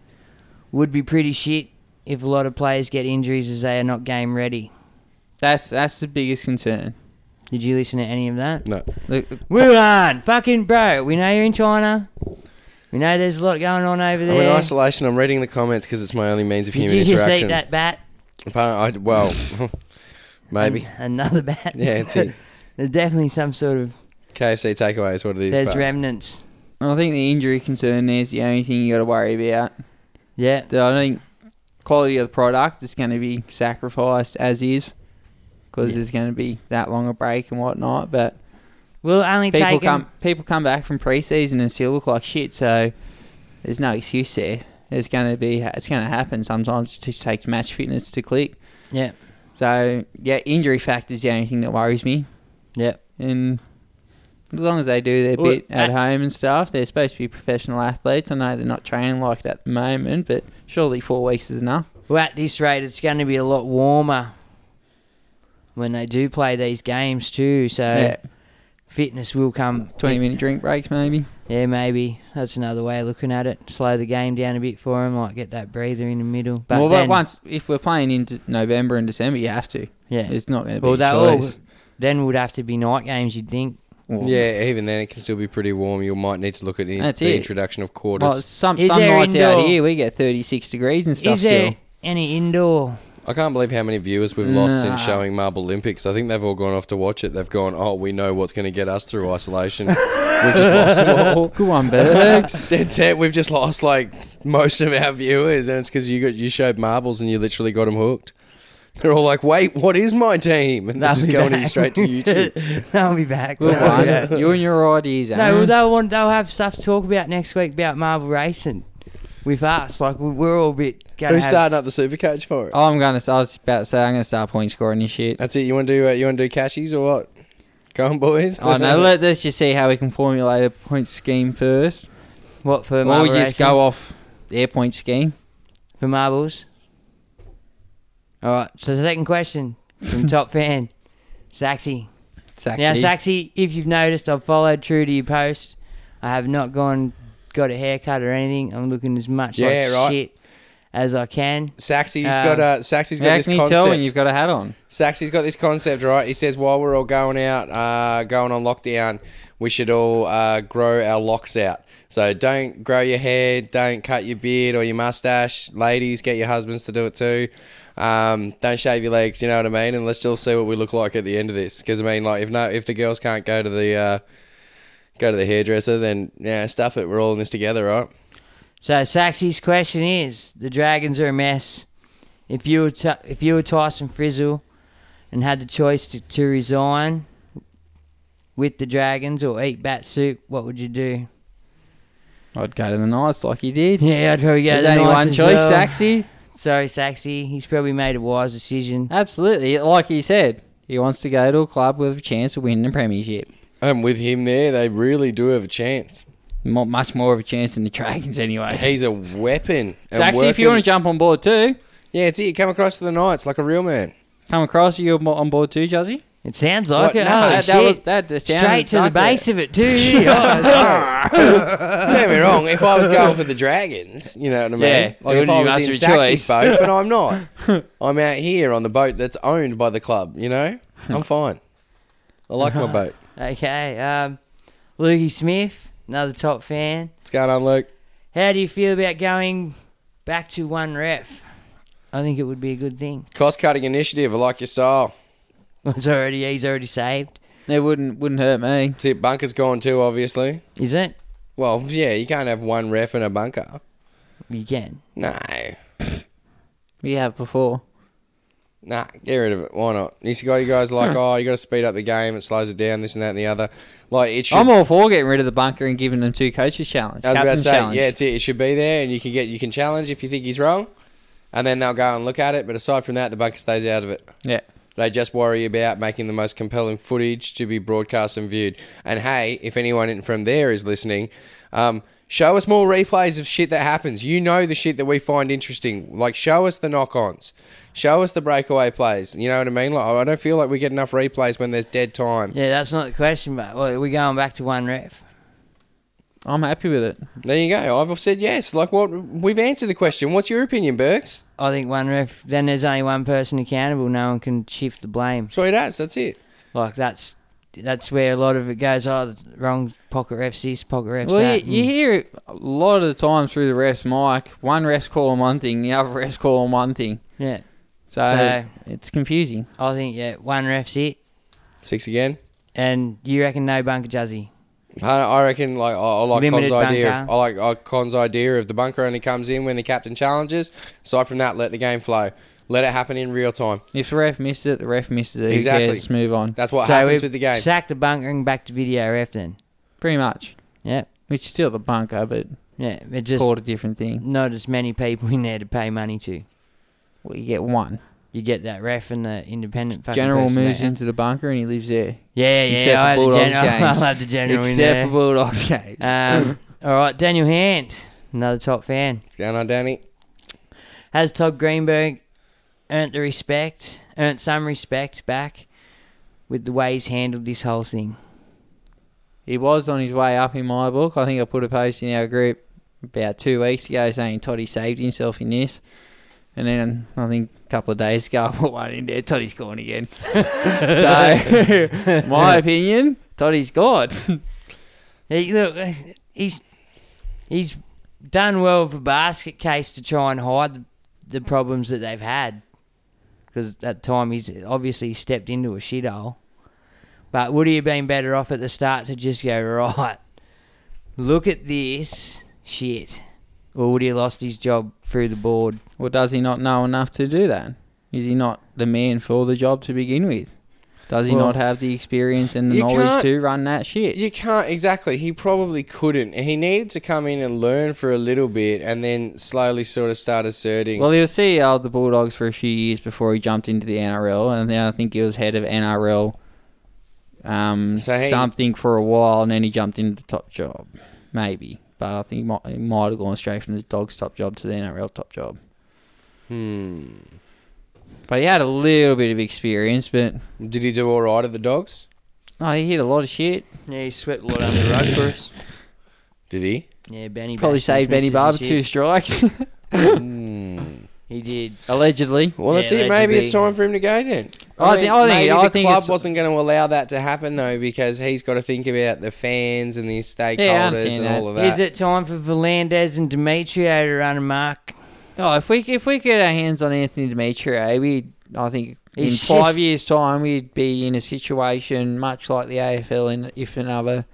Speaker 7: Would be pretty shit if a lot of players get injuries as they are not game ready.
Speaker 3: That's that's the biggest concern.
Speaker 7: Did you listen to any of that?
Speaker 2: No.
Speaker 3: Look,
Speaker 7: Wuhan, fucking bro. We know you're in China. We know there's a lot going on over
Speaker 2: I'm
Speaker 7: there.
Speaker 2: in isolation. I'm reading the comments because it's my only means of
Speaker 7: Did
Speaker 2: human
Speaker 7: you just
Speaker 2: interaction.
Speaker 7: eat that bat?
Speaker 2: Apparently, I, well,
Speaker 3: Um,
Speaker 2: maybe.
Speaker 7: Another bat.
Speaker 2: Yeah, it's it.
Speaker 7: there's definitely some sort of
Speaker 2: KFC takeaway is what it is.
Speaker 7: there's
Speaker 2: but-
Speaker 7: remnants.
Speaker 3: I think the injury concern is the only thing you got to worry about.
Speaker 7: Yeah.
Speaker 3: that I think quality of the product is going to be sacrificed as is because there's going to be that long a break and whatnot. But
Speaker 7: We'll only
Speaker 3: people
Speaker 7: take 'em-
Speaker 3: come people come back from preseason and still look like shit. So there's no excuse there. It's going to be it's going to happen. Sometimes it just takes match fitness to click.
Speaker 7: Yeah.
Speaker 3: So yeah, injury factor is the only thing that worries me.
Speaker 7: Yeah.
Speaker 3: And as long as they do their
Speaker 7: Well,
Speaker 3: bit at
Speaker 7: that-
Speaker 3: home and stuff, they're supposed to be professional athletes. I know they're not training like it at the moment, but surely four weeks is enough.
Speaker 7: Well, at this rate, it's going to be a lot warmer when they do play these games too. So
Speaker 3: Yeah.
Speaker 7: fitness will come.
Speaker 3: 20 minute drink breaks maybe.
Speaker 7: Yeah, maybe that's another way of looking at it. Slow the game down a bit for them, like get that breather in the middle. But
Speaker 3: well,
Speaker 7: then,
Speaker 3: but once if we're playing in de- November and December, you have to.
Speaker 7: yeah,
Speaker 3: It's not going to be
Speaker 7: Well,
Speaker 3: well,
Speaker 7: that
Speaker 3: that
Speaker 7: all, then would have to be night games, you'd think.
Speaker 2: Yeah, even then it can still be pretty warm. You might need to look at in-
Speaker 3: That's
Speaker 2: the
Speaker 3: it.
Speaker 2: introduction of quarters.
Speaker 3: Well, some
Speaker 7: Is
Speaker 3: some
Speaker 7: there
Speaker 3: nights out
Speaker 7: indoor-
Speaker 3: here we get 36 degrees and stuff
Speaker 7: Is there
Speaker 3: still.
Speaker 7: any indoor?
Speaker 2: I can't believe how many viewers we've lost
Speaker 3: Nah.
Speaker 2: since showing Marble Olympics. I think they've all gone off to watch it. They've gone, oh, we know what's going to get us through isolation. We've just lost them all.
Speaker 3: Go on, Bergs.
Speaker 2: Dead set. We've just lost like most of our viewers, and it's because you got you showed marbles and you literally got them hooked. They're all like, "Wait, what is my team?" And they're
Speaker 7: They'll
Speaker 2: just
Speaker 7: be
Speaker 2: going
Speaker 7: back.
Speaker 2: straight to YouTube.
Speaker 7: I'll be back.
Speaker 3: Good one.
Speaker 2: Yeah.
Speaker 3: You and your ideas, eh?
Speaker 7: No, well, they'll want they'll have stuff to talk about next week about Marvel Racing with us. Like we- we're all a bit. Gonna
Speaker 2: Who's
Speaker 7: have-
Speaker 2: starting up the supercoach for it?
Speaker 3: I'm gonna. I was about to say I'm gonna start point scoring this shit.
Speaker 2: That's it. You want to do? Uh, you want to do cashies or what? Go on, boys.
Speaker 3: Oh no, let, let's just see how we can formulate a point scheme first.
Speaker 7: What for?
Speaker 3: Or we
Speaker 7: Marvel
Speaker 3: just
Speaker 7: Racing?
Speaker 3: go off their point scheme.
Speaker 7: for marbles. All right. So the second question from top fan, Saxy.
Speaker 3: Saxy.
Speaker 7: Now, Saxy, if you've noticed, I've followed true to your post. I have not gone, got a haircut or anything. I'm looking as much
Speaker 2: Yeah,
Speaker 7: like
Speaker 2: right.
Speaker 7: shit as I can.
Speaker 2: Saxy's
Speaker 7: Um,
Speaker 2: got uh, Saxy's got
Speaker 3: How
Speaker 2: this
Speaker 3: can you tell when
Speaker 2: concept.
Speaker 3: you've got a hat on?
Speaker 2: Saxy's got this concept, right? He says while we're all going out, uh, going on lockdown, we should all uh, grow our locks out. So don't grow your hair, don't cut your beard or your mustache. Ladies, get your husbands to do it too. Um, don't shave your legs. You know what I mean? And let's just see what we look like at the end of this. Because I mean, like if no, if the girls can't go to the uh, go to the hairdresser, then yeah, stuff it. We're all in this together, right?
Speaker 7: So Saxy's question is: The Dragons are a mess. If you were t- if you were Tyson Frizzle and had the choice to, to resign with the Dragons or eat bat soup, what would you do?
Speaker 3: I'd go to the nights like you did.
Speaker 7: Yeah, I'd probably go.
Speaker 3: There's
Speaker 7: to the
Speaker 3: only
Speaker 7: Knights
Speaker 3: one
Speaker 7: as
Speaker 3: choice,
Speaker 7: well.
Speaker 3: Saxy.
Speaker 7: Sorry, Saxy. He's probably made a wise decision.
Speaker 3: Absolutely. Like he said, he wants to go to a club with a chance to win the premiership.
Speaker 2: And with him there, they really do have a chance.
Speaker 3: Mo- Much more of a chance than the Dragons, anyway.
Speaker 2: He's a weapon. And
Speaker 3: Saxy, if you
Speaker 2: working-
Speaker 3: want to jump on board too,
Speaker 2: yeah, it's it. You come across to the Knights like a real man.
Speaker 3: come across. You're mo- on board too, Juzzy.
Speaker 7: It sounds like
Speaker 2: What?
Speaker 7: it.
Speaker 2: No,
Speaker 7: Holy
Speaker 3: that,
Speaker 7: shit.
Speaker 3: that was that. that sounded
Speaker 7: Straight to the
Speaker 3: like that.
Speaker 7: base of it too. yeah.
Speaker 2: Oh, sorry. Don't get me wrong. If I was going for the dragons, you know what I mean.
Speaker 3: Yeah,
Speaker 2: like
Speaker 3: you
Speaker 2: if I
Speaker 3: wouldn't
Speaker 2: was in
Speaker 3: have much of a
Speaker 2: Saxy's
Speaker 3: choice.
Speaker 2: boat, but I'm not. I'm out here on the boat that's owned by the club. You know, I'm fine. I like my boat.
Speaker 7: Okay. Um, Lukey Smith, another top fan.
Speaker 2: What's going on, Luke?
Speaker 7: How do you feel about going back to one ref? I think it would be a good thing.
Speaker 2: Cost cutting initiative. I like your style.
Speaker 7: It's already he's already saved,
Speaker 3: It wouldn't wouldn't hurt me.
Speaker 2: See, bunker's gone too, obviously.
Speaker 7: is it?
Speaker 2: Well, yeah, you can't have one ref and a bunker.
Speaker 7: You can.
Speaker 2: No,
Speaker 3: We have before.
Speaker 2: nah, get rid of it. Why not? You see, you guys are like, oh, you got to speed up the game. It slows it down. This and that and the other. Like it should
Speaker 3: I'm all for getting rid of the bunker and giving them two coaches challenge.
Speaker 2: I was about to
Speaker 3: captain's
Speaker 2: say,
Speaker 3: challenge.
Speaker 2: yeah, it's it. it should be there, and you can get you can challenge if you think he's wrong, and then they'll go and look at it. But aside from that, the bunker stays out of it.
Speaker 3: yeah.
Speaker 2: They just worry about making the most compelling footage to be broadcast and viewed. And hey, if anyone in- from there is listening, um, show us more replays of shit that happens. You know the shit that we find interesting. Like show us the knock-ons, show us the breakaway plays. You know what I mean? Like I don't feel like we get enough replays when there's dead time.
Speaker 7: Yeah, that's not the question, but well, we're going back to one ref.
Speaker 3: I'm happy with it.
Speaker 2: There you go. I've said yes. Like what we've answered the question. What's your opinion, Burks?
Speaker 7: I think one ref. Then there's only one person accountable. No one can shift the blame.
Speaker 2: Sweet ass. That's it.
Speaker 7: Like that's that's where a lot of it goes. Oh, the wrong pocket refs this, pocket refs
Speaker 3: Well,
Speaker 7: that.
Speaker 3: you, you hear it a lot of the time through the ref's mic. One ref's calling one thing, the other ref's calling one thing.
Speaker 7: yeah,
Speaker 3: So,
Speaker 7: So-
Speaker 3: it's confusing.
Speaker 7: I think yeah, one ref's it.
Speaker 2: Six again.
Speaker 7: And you reckon no bunker juzzy?
Speaker 2: I, I reckon like I, I like
Speaker 7: Limited
Speaker 2: Con's idea. Of,
Speaker 7: bunker.
Speaker 2: I like uh, Con's idea of the bunker only comes in when the captain challenges. Aside from that, let the game flow. Let it happen in real time.
Speaker 3: If the ref missed it, the ref missed it. Who
Speaker 2: Exactly.
Speaker 3: cares? Just move on.
Speaker 2: That's what
Speaker 7: So
Speaker 2: happens
Speaker 7: we
Speaker 2: with the game.
Speaker 7: Sack the bunkering back to video ref then.
Speaker 3: Pretty much.
Speaker 7: Yep.
Speaker 3: Which is still the bunker, but
Speaker 7: Yeah, it just
Speaker 3: called a different thing.
Speaker 7: not as many people in there to pay money to.
Speaker 3: Well, you get one.
Speaker 7: You get that ref and the independent fucking
Speaker 3: General
Speaker 7: person
Speaker 3: moves
Speaker 7: that-
Speaker 3: into the bunker and he lives there.
Speaker 7: Yeah,
Speaker 3: except
Speaker 7: yeah,
Speaker 3: for
Speaker 7: I had the
Speaker 3: Bulldogs
Speaker 7: general.
Speaker 3: games.
Speaker 7: I had the general in
Speaker 3: Except
Speaker 7: there.
Speaker 3: for Bulldogs games.
Speaker 7: um, all right, Daniel Hand, another top fan.
Speaker 2: What's going on, Danny?
Speaker 7: Has Todd Greenberg earned the respect? Earned some respect back with the way he's handled this whole thing.
Speaker 3: He was on his way up in my book. I think I put a post in our group about two weeks ago saying Toddy saved himself in this. And then I think a couple of days ago I put one in there, Toddy's gone again. so my opinion, Toddy's gone.
Speaker 7: He, look, he's he's done well for basket case to try and hide the, the problems that they've had because at the time he's obviously stepped into a shithole. But would he have been better off at the start to just go right? look at this shit. Or would he have lost his job through the board?
Speaker 3: Or does he not know enough to do that? Is he not the man for the job to begin with? Does he
Speaker 2: Well,
Speaker 3: not have the experience and the
Speaker 2: you
Speaker 3: knowledge
Speaker 2: can't-
Speaker 3: to run that shit?
Speaker 2: You can't exactly. He probably couldn't. He needed to come in and learn for a little bit, and then slowly sort of start asserting.
Speaker 3: Well, he was CEO of the Bulldogs for a few years before he jumped into the NRL, and then I think he was head of NRL um,
Speaker 2: So he-
Speaker 3: something for a while, and then he jumped into the top job, maybe. But I think he might, he might have gone straight from the Dogs' top job to the NRL top job.
Speaker 2: hmm.
Speaker 3: But he had a little bit of experience, but
Speaker 2: Did he do all right at the dogs?
Speaker 3: oh, he hit a lot of shit.
Speaker 7: Yeah, he swept a lot under the rug for us.
Speaker 2: Did he?
Speaker 7: Yeah, Benny
Speaker 3: Probably
Speaker 7: bashed his
Speaker 3: saved Benny
Speaker 7: missus
Speaker 3: Barber
Speaker 7: and
Speaker 3: two
Speaker 7: shit.
Speaker 3: strikes,
Speaker 7: He did.
Speaker 3: allegedly.
Speaker 2: Well,
Speaker 7: Yeah,
Speaker 2: that's it.
Speaker 7: that
Speaker 2: Maybe
Speaker 7: should
Speaker 2: it's
Speaker 7: be-
Speaker 2: time for him to go then.
Speaker 3: I thi- I think-
Speaker 2: maybe
Speaker 3: I
Speaker 2: the
Speaker 3: think
Speaker 2: club
Speaker 3: it's-
Speaker 2: wasn't going to allow that to happen though, because he's got to think about the fans and the stakeholders and
Speaker 3: understand
Speaker 2: all of
Speaker 7: Is
Speaker 2: that.
Speaker 7: it time for Valandez and Demetrio to run a mark?
Speaker 3: Oh, if we if we get our hands on Anthony Demetrio, we I think in
Speaker 7: It's
Speaker 3: five
Speaker 7: just-
Speaker 3: years' time we'd be in a situation much like the AFL, in, if another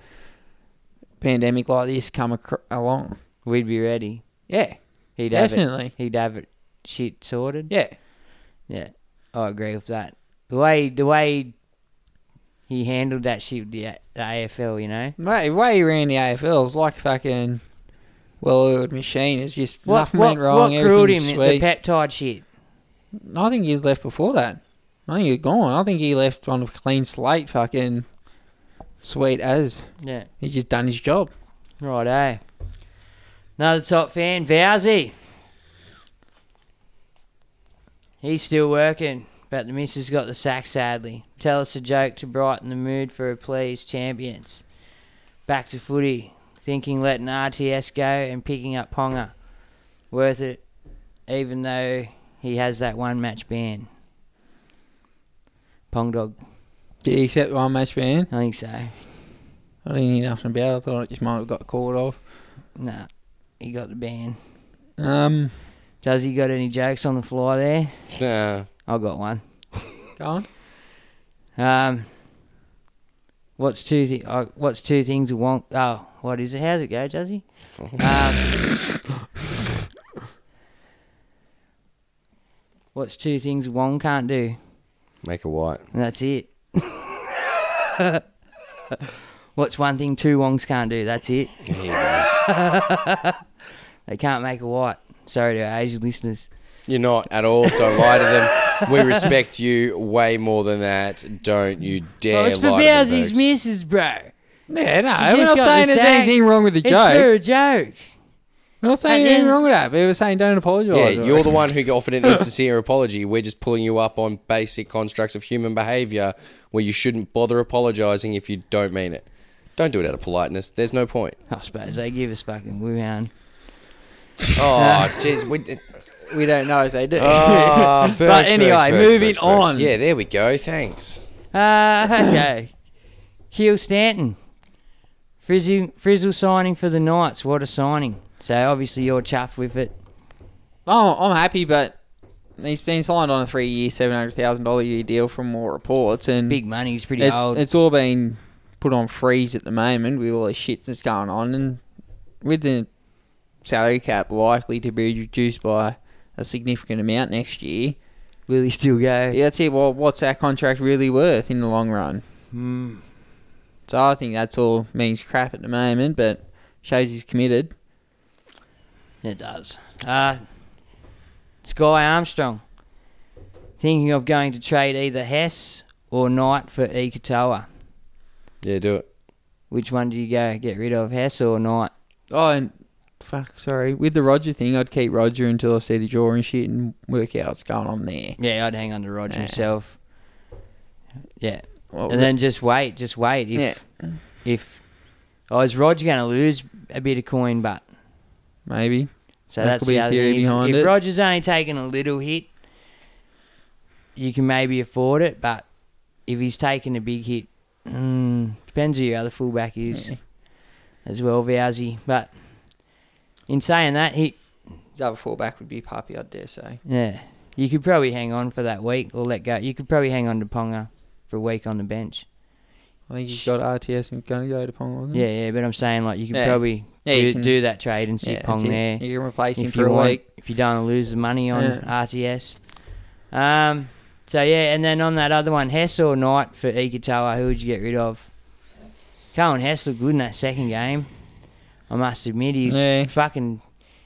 Speaker 3: pandemic like this come acro- along.
Speaker 7: We'd be ready.
Speaker 3: Yeah,
Speaker 7: He'd Have it.
Speaker 3: Definitely.
Speaker 7: He'd have it shit sorted.
Speaker 3: yeah.
Speaker 7: Yeah, I agree with that. The way the way he handled that shit, with the, A- the AFL, you know.
Speaker 3: Mate, the way he ran the AFL is like fucking well-oiled machine. It's just nothing went wrong.
Speaker 7: what grilled him?
Speaker 3: everything was
Speaker 7: The, the
Speaker 3: sweet.
Speaker 7: peptide shit.
Speaker 3: I think he left before that. I think he was gone. I think he left on a clean slate, fucking sweet as
Speaker 7: Yeah,
Speaker 3: he just done his job.
Speaker 7: right. Eh. Another top fan, Vowsy. He's still working, but the missus got the sack. Sadly, tell us a joke to brighten the mood for a please champions. Back to footy, thinking letting RTS go and picking up Ponga, worth it, even though he has that one match ban. Pong dog,
Speaker 3: Did he accept one match ban?
Speaker 7: I think so.
Speaker 3: I didn't hear nothing about it. I thought it just might have got called off.
Speaker 7: Nah, he got the ban.
Speaker 3: Um,
Speaker 7: Does he got any jokes on the fly there?
Speaker 2: Nah.
Speaker 7: I got one.
Speaker 3: go on.
Speaker 7: Um, what's two? Thi- uh, what's two things a wonk? Oh, what is it? How's it go, Jazzy? um, what's two things a wong can't do?
Speaker 2: Make a white.
Speaker 7: And that's it. what's one thing two wongs can't do? That's it.
Speaker 2: There you go.
Speaker 7: They can't make a white. Sorry to our Asian listeners.
Speaker 2: You're not at all. Don't lie to them. We respect you way more than that. Don't you dare
Speaker 7: oh, it's for
Speaker 2: lie to them.
Speaker 7: Bowsie's
Speaker 2: Bergs.
Speaker 7: missus, bro.
Speaker 3: Yeah, no,
Speaker 7: She
Speaker 3: we're not
Speaker 7: just got
Speaker 3: saying
Speaker 7: the
Speaker 3: there's
Speaker 7: sack.
Speaker 3: anything wrong with the
Speaker 7: It's for
Speaker 3: joke.
Speaker 7: a joke.
Speaker 3: We're not saying
Speaker 7: And
Speaker 3: anything
Speaker 7: then-
Speaker 3: wrong with that. We were saying don't apologise.
Speaker 2: yeah,
Speaker 3: or-
Speaker 2: you're the one who offered an insincere apology. We're just pulling you up on basic constructs of human behaviour where you shouldn't bother apologising if you don't mean it. Don't do it out of politeness. There's no point.
Speaker 7: I suppose they give us fucking Wuhan.
Speaker 2: Oh, jeez. we did-
Speaker 3: we don't know if they do.
Speaker 2: Oh, Bergs,
Speaker 3: but
Speaker 2: Bergs,
Speaker 3: anyway,
Speaker 2: Bergs,
Speaker 3: moving
Speaker 2: Bergs, Bergs.
Speaker 3: on.
Speaker 2: Yeah, there we go. Thanks.
Speaker 7: Uh, okay. Keel Stanton. Frizzle, Frizzle signing for the Knights. What a signing. So obviously you're chuffed with it.
Speaker 3: Oh, I'm happy, but he's been signed on a three-year, seven hundred thousand dollar year deal from all reports, and
Speaker 7: Big money. He's pretty
Speaker 3: it's
Speaker 7: old.
Speaker 3: it's all been put on freeze at the moment with all the shit that's going on, and with the salary cap likely to be reduced by a significant amount next year.
Speaker 7: Will he still go?
Speaker 3: Yeah, that's it. Well, what's our contract really worth in the long run?
Speaker 7: Hmm.
Speaker 3: So I think that's all means crap at the moment, but shows he's committed.
Speaker 7: It does. Uh, Sky Armstrong. Thinking of going to trade either Hess or Knight for Ikatoa.
Speaker 2: Yeah, do it.
Speaker 7: Which one do you go? Get rid of Hess or Knight?
Speaker 3: Oh, and fuck, sorry. With the Roger thing, I'd keep Roger until I see the jaw and shit and work out what's going on there.
Speaker 7: Yeah, I'd hang on to Roger
Speaker 3: Nah.
Speaker 7: himself. Yeah.
Speaker 3: Well,
Speaker 7: and then just wait, just wait. If
Speaker 3: yeah,
Speaker 7: if oh, is Roger going to lose a bit of coin, but
Speaker 3: maybe.
Speaker 7: so
Speaker 3: That
Speaker 7: that's
Speaker 3: could be
Speaker 7: the
Speaker 3: a
Speaker 7: other
Speaker 3: theory
Speaker 7: thing. If,
Speaker 3: behind
Speaker 7: if
Speaker 3: it.
Speaker 7: Roger's only taking a little hit, you can maybe afford it. But if he's taking a big hit, mm, depends who your other fullback is
Speaker 3: Yeah.
Speaker 7: as well, Vowsy. But in saying that, he
Speaker 3: His other fullback would be Puppy, I dare say.
Speaker 7: yeah, you could probably hang on for that week or let go. You could probably hang on to Ponga for a week on the bench.
Speaker 3: I think he's got RTS and going to go to Pong, wasn't he?
Speaker 7: Yeah, yeah, but I'm saying like you could
Speaker 3: Mm-hmm. Yeah.
Speaker 7: probably
Speaker 3: Yeah,
Speaker 7: do,
Speaker 3: you can-
Speaker 7: do that trade and sit
Speaker 3: that's
Speaker 7: Pong
Speaker 3: it.
Speaker 7: there.
Speaker 3: You can replace him
Speaker 7: if
Speaker 3: for
Speaker 7: you
Speaker 3: a
Speaker 7: want,
Speaker 3: week.
Speaker 7: if you don't want to lose the money on
Speaker 3: Yeah.
Speaker 7: RTS. Um, so yeah, and then on that other one, Hess or Knight for Ikitawa, who would you get rid of? Cohen Hess looked good in that second game. I must admit, he's
Speaker 3: Yeah.
Speaker 7: fucking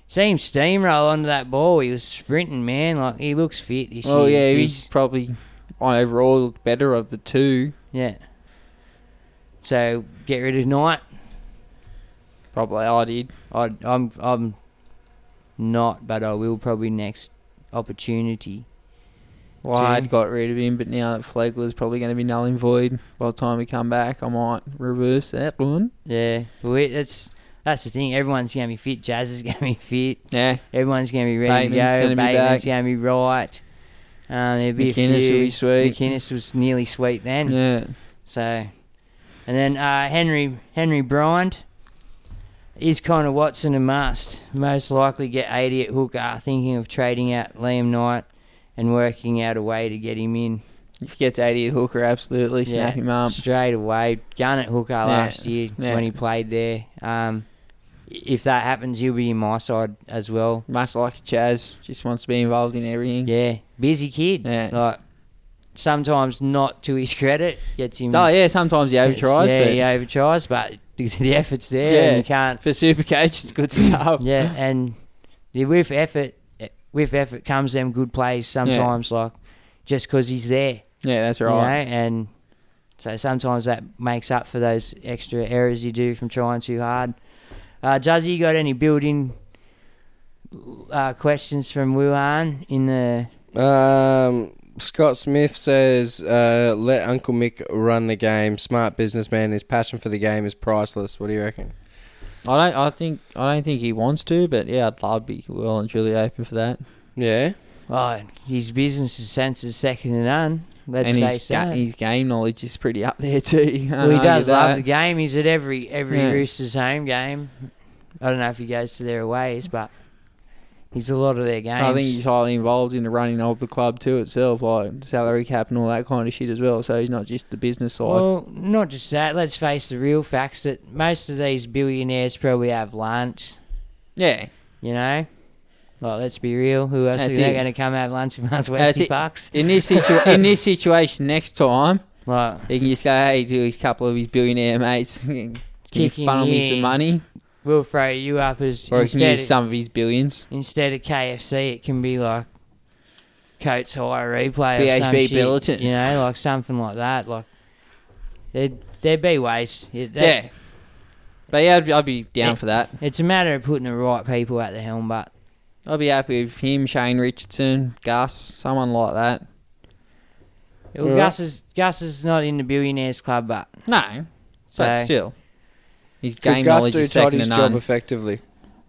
Speaker 7: seemed steamroll onto that ball. He was sprinting, man. Like he looks fit. This
Speaker 3: Well,
Speaker 7: year.
Speaker 3: yeah, he's probably on overall looked better of the two,
Speaker 7: yeah. So get rid of Knight.
Speaker 3: probably. I did.
Speaker 7: I, I'm I'm not, but I will probably next opportunity.
Speaker 3: Well, I'd
Speaker 7: Gee.
Speaker 3: got rid of him, but now that Flagler's probably going to be null and void by the time we come back, I might reverse that one.
Speaker 7: Yeah, well, it, it's that's the thing. Everyone's gonna be fit. Jazz is gonna be fit.
Speaker 3: Yeah,
Speaker 7: Everyone's gonna be ready
Speaker 3: Bateman's gonna
Speaker 7: to go.
Speaker 3: be
Speaker 7: Bateman's
Speaker 3: back.
Speaker 7: gonna be right. Um, there'll be
Speaker 3: McInnes will
Speaker 7: a few.
Speaker 3: be sweet.
Speaker 7: McInnes was nearly sweet then.
Speaker 3: yeah.
Speaker 7: So, and then uh, Henry Henry Bryant is Connor Watson a must? Most likely get 80 at hooker. Thinking of trading out Liam Knight and working out a way to get him in.
Speaker 3: If he gets 80 at hooker, absolutely snap him up.
Speaker 7: Straight away. Gun at hooker last year
Speaker 3: yeah.
Speaker 7: when he played there. Um, if that happens, he'll be in my side as well.
Speaker 3: Much like Chaz, just wants to be involved in everything.
Speaker 7: Yeah, busy kid.
Speaker 3: Yeah.
Speaker 7: Like sometimes not to his credit gets him.
Speaker 3: Oh yeah, sometimes he
Speaker 7: gets-
Speaker 3: overtries,
Speaker 7: hmm. Yeah,
Speaker 3: but
Speaker 7: he overtries, but the, the effort's there.
Speaker 3: Yeah.
Speaker 7: and you can't.
Speaker 3: for Supercoach, it's good stuff.
Speaker 7: Yeah, and the- with effort, eh, with effort comes them good plays sometimes. Like just because he's there.
Speaker 3: yeah, that's right.
Speaker 7: You know, and so sometimes that makes up for those extra errors you do from trying too hard. Uh, Juzzy, you got any built-in uh, questions from Wuhan in the?
Speaker 2: Um, Scott Smith says, uh, "Let Uncle Mick run the game. Smart businessman. His passion for the game is priceless. What do you reckon?"
Speaker 3: I don't. I think. I don't think he wants to, but yeah, I'd love to be well and truly open for that.
Speaker 2: Yeah,
Speaker 7: Oh, his business sense is second to none. Let's
Speaker 3: and
Speaker 7: say
Speaker 3: his,
Speaker 7: so.
Speaker 3: ga- his game knowledge is pretty up there too. You can't
Speaker 7: well, he
Speaker 3: argue
Speaker 7: does love
Speaker 3: that.
Speaker 7: the game. He's at every every
Speaker 3: Yeah.
Speaker 7: Roosters home game. I don't know if he goes to their aways, but he's a lot of their games.
Speaker 3: I think he's highly involved in the running of the club too itself, like salary cap and all that kind of shit as well. So he's not just the business side.
Speaker 7: Well, not just that. Let's face the real facts that most of these billionaires probably have lunch.
Speaker 3: yeah,
Speaker 7: You know, like let's be real. Who else
Speaker 3: That's
Speaker 7: are they
Speaker 3: it.
Speaker 7: going to come have lunch with us?
Speaker 3: That's
Speaker 7: Westy
Speaker 3: it.
Speaker 7: bucks.
Speaker 3: in this situ- in this situation, next time
Speaker 7: Like
Speaker 3: he can just go, hey, to his couple of his billionaire mates, can you
Speaker 7: Kick him
Speaker 3: funnel me some
Speaker 7: in.
Speaker 3: money,
Speaker 7: we'll throw you up as
Speaker 3: or he can
Speaker 7: instead
Speaker 3: use
Speaker 7: of,
Speaker 3: some of his billions.
Speaker 7: instead of KFC, it can be like Coates High replay or some
Speaker 3: BHB
Speaker 7: shit,
Speaker 3: Billiton.
Speaker 7: You know, like something like that. Like there'd, there'd be ways. It- that-
Speaker 3: yeah, but yeah, I'd, be- I'd be down
Speaker 7: Yeah.
Speaker 3: for that.
Speaker 7: it's a matter of putting the right people at the helm, but.
Speaker 3: I'd be happy with him, Shane Richardson, Gus, someone like that.
Speaker 7: Well,
Speaker 2: Alright.
Speaker 7: Gus is Gus is not in the billionaires club, but
Speaker 3: No, but
Speaker 7: So-
Speaker 3: still, his
Speaker 2: Could
Speaker 3: game
Speaker 2: Gus
Speaker 3: knowledge
Speaker 2: do
Speaker 3: is second to
Speaker 2: Toddy's job
Speaker 3: none.
Speaker 2: effectively.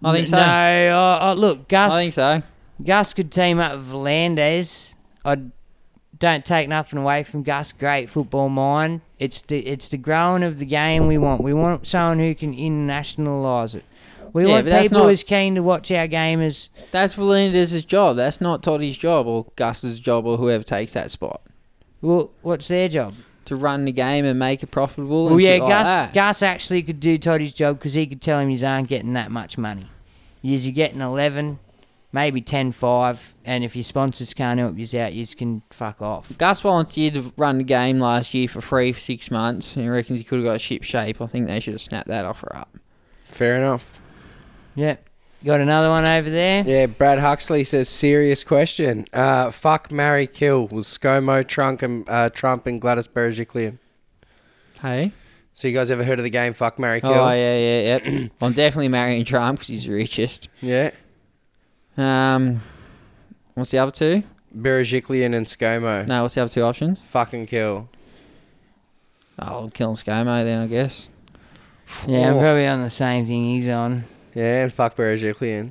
Speaker 3: I think so.
Speaker 7: No, I, I, look, Gus.
Speaker 3: I think so.
Speaker 7: Gus could team up with Landers. I don't take nothing away from Gus. Great football mind. It's the it's the growing of the game we want. We want someone who can internationalise it. We
Speaker 3: Yeah,
Speaker 7: want
Speaker 3: but that's
Speaker 7: people
Speaker 3: not-
Speaker 7: who's keen to watch our game as
Speaker 3: That's Valendez's job. That's not Toddy's job or Gus's job or whoever takes that spot
Speaker 7: well, what's their job?
Speaker 3: to run the game and make it profitable.
Speaker 7: Well,
Speaker 3: and
Speaker 7: yeah,
Speaker 3: shit like
Speaker 7: Gus.
Speaker 3: that.
Speaker 7: Gus actually could do Toddy's job because he could tell him he's aren't getting that much money. You're getting eleven, maybe 10, 5, and if your sponsors can't help you out, you can fuck off.
Speaker 3: Gus volunteered to run the game last year for free for six months, and he reckons he could have got a ship shape. I think they should have snapped that offer up.
Speaker 2: Fair enough.
Speaker 7: Yep. Got another one over there.
Speaker 2: Yeah, Brad Huxley says serious question. Uh, fuck, marry, kill was ScoMo, Trump, and uh, Trump and Gladys Berejiklian.
Speaker 3: Hey,
Speaker 2: So you guys ever heard of the game Fuck, marry, kill?
Speaker 3: oh yeah, yeah, yep. I'm definitely marrying Trump because he's the richest.
Speaker 2: yeah.
Speaker 3: Um, what's the other two?
Speaker 2: Berejiklian and ScoMo.
Speaker 3: No, what's the other two options?
Speaker 2: Fucking kill.
Speaker 3: Oh, killing ScoMo then, I guess.
Speaker 7: Yeah,
Speaker 2: Oh.
Speaker 7: I'm probably on the same thing he's on.
Speaker 2: Yeah, and fuck Berejiklian.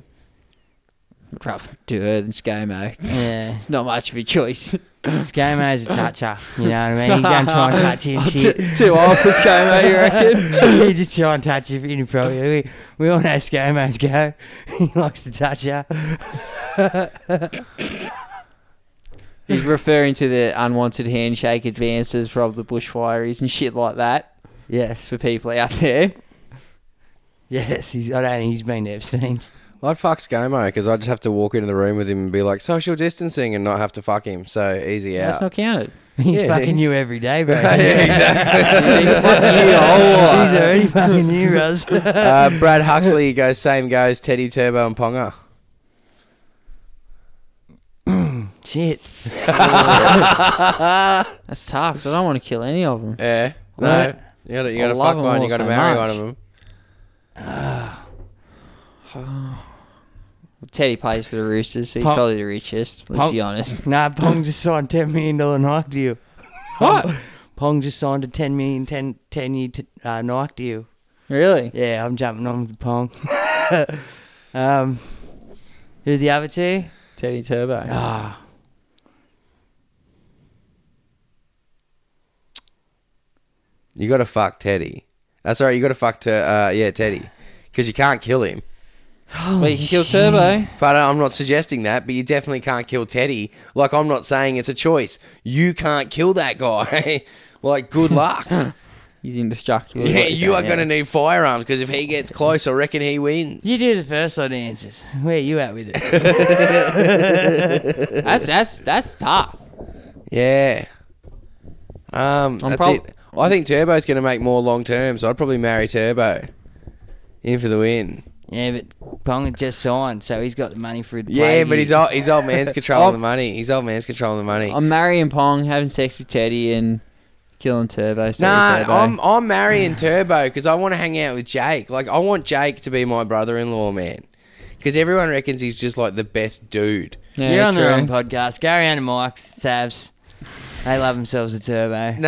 Speaker 3: I'd rather do her than ScoMo.
Speaker 7: Yeah.
Speaker 3: It's not much of a choice.
Speaker 7: ScoMo's a toucher. You know what I mean? He don't try and touch his shit.
Speaker 3: Too old for
Speaker 2: Oh,
Speaker 3: ScoMo, you reckon?
Speaker 7: he just try and touch you inappropriately. We all know ScoMo's go. he likes to touch you.
Speaker 3: He's referring to the unwanted handshake advances from the bushfires and shit like that. Yes, for people out there.
Speaker 7: Yes, he's, I don't think he's been to Epstein's.
Speaker 2: I'd fuck ScoMo because I'd just have to walk into the room with him and be like social distancing and not have to fuck him. So easy out.
Speaker 3: That's not counted.
Speaker 7: He's
Speaker 2: Yeah,
Speaker 7: fucking
Speaker 2: he's-
Speaker 7: you every day, bro.
Speaker 2: yeah, exactly.
Speaker 3: you the whole lot.
Speaker 7: He's already fucking you, Russ.
Speaker 2: uh, Brad Huxley goes same goes Teddy Turbo and Ponga.
Speaker 7: Shit.
Speaker 3: That's tough. 'cause I don't want to kill any of them.
Speaker 2: Yeah. No.
Speaker 7: Right.
Speaker 2: You gotta, you
Speaker 3: I
Speaker 2: gotta
Speaker 3: love
Speaker 2: fuck
Speaker 3: 'em
Speaker 2: one. You
Speaker 3: all
Speaker 2: gotta
Speaker 3: so
Speaker 2: marry
Speaker 3: much.
Speaker 2: one of them.
Speaker 3: Teddy plays for the Roosters, so he's
Speaker 7: Punk-
Speaker 3: probably the richest. Let's
Speaker 7: Punk-
Speaker 3: be honest.
Speaker 7: Nah, Pong just signed ten million dollar Nike deal.
Speaker 3: What?
Speaker 7: Pong just signed a 10 million, 10, 10 year t- uh, Nike deal.
Speaker 3: Really?
Speaker 7: Yeah, I'm jumping on with Pong. um, who's the other two?
Speaker 3: Teddy Turbo.
Speaker 7: Ah,
Speaker 2: You gotta fuck Teddy. That's all right. You gotta fuck to uh, yeah Teddy because you can't kill him.
Speaker 3: well, you can kill Turbo.
Speaker 2: But uh, I'm not suggesting that. But you definitely can't kill Teddy. Like I'm not saying it's a choice. You can't kill that guy. like good luck.
Speaker 3: He's indestructible. is
Speaker 2: yeah,
Speaker 3: what you're
Speaker 2: you are
Speaker 3: saying, yeah.
Speaker 2: gonna need firearms because if he gets close, I reckon he wins.
Speaker 7: you do the first lot of answers. Where you at with it?
Speaker 3: That's that's that's tough.
Speaker 2: Yeah. Um, that's
Speaker 3: prob-
Speaker 2: it. I think Turbo's going to make more long term, so I'd probably marry Turbo. In for the win.
Speaker 7: yeah, but Pong had just signed, so he's got the money for a
Speaker 2: Yeah,
Speaker 7: play
Speaker 2: but
Speaker 7: year.
Speaker 2: he's old, he's old man's controlling
Speaker 3: Oh.
Speaker 2: the money. He's old man's controlling the money.
Speaker 3: I'm marrying Pong, having sex with Teddy, and killing Turbo. so
Speaker 2: Nah,
Speaker 3: Turbo.
Speaker 2: I'm I'm marrying Turbo because I want to hang out with Jake. Like I want Jake to be my brother-in-law, man. Because everyone reckons he's just like the best dude.
Speaker 3: Yeah,
Speaker 7: You're on
Speaker 3: true.
Speaker 7: their own podcast. Go around to Mike's, Savs. They love themselves a turbo.
Speaker 2: No, no, no.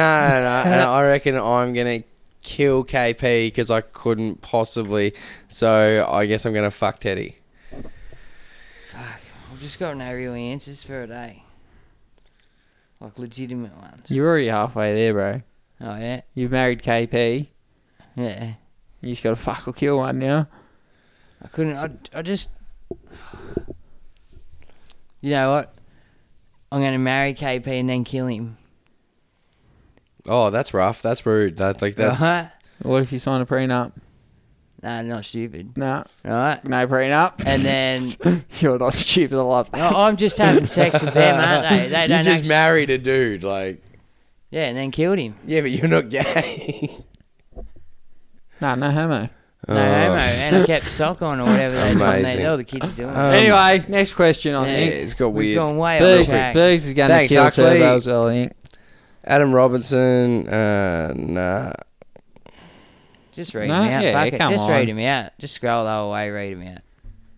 Speaker 2: and I reckon I'm gonna kill KP because I couldn't possibly. So I guess I'm gonna fuck Teddy.
Speaker 7: I've just got no real answers for it, eh? Like legitimate ones.
Speaker 3: You're already halfway there, bro.
Speaker 7: Oh yeah,
Speaker 3: You've married KP.
Speaker 7: yeah.
Speaker 3: You just got to fuck or kill one now.
Speaker 7: I couldn't. I, I just. You know what? I'm gonna marry KP and then kill him.
Speaker 2: Oh, that's rough. That's rude. That like that's
Speaker 7: Right?
Speaker 3: What if you sign a prenup?
Speaker 7: Nah, not stupid.
Speaker 3: No,
Speaker 7: Right?
Speaker 3: no prenup.
Speaker 7: And then
Speaker 3: You're not stupid enough.
Speaker 7: No, I'm just having sex with them, aren't they? They
Speaker 2: you
Speaker 7: don't.
Speaker 2: just
Speaker 7: act-
Speaker 2: married a dude. Like
Speaker 7: yeah, and then killed him.
Speaker 2: yeah, but you're not gay.
Speaker 3: No, no homo.
Speaker 7: No homo, and I kept sock on or whatever they told me.
Speaker 2: Oh. Amazing.
Speaker 7: They were the kids doing.
Speaker 2: Um,
Speaker 3: anyway, next question, I
Speaker 7: Yeah.
Speaker 2: Yeah,
Speaker 3: think.
Speaker 2: it's got
Speaker 7: We've
Speaker 2: weird.
Speaker 7: gone way off
Speaker 3: Bergs,
Speaker 7: track.
Speaker 3: Bergs is going
Speaker 2: Thanks,
Speaker 3: to kill
Speaker 2: Huxley.
Speaker 3: Turbo as well, I think.
Speaker 2: Adam Robinson. Uh, nah.
Speaker 7: Just read
Speaker 3: No,
Speaker 7: them out.
Speaker 3: yeah,
Speaker 7: Fuck it.
Speaker 3: come
Speaker 7: Just
Speaker 3: on.
Speaker 7: read them out. Just scroll the whole way. Read them out.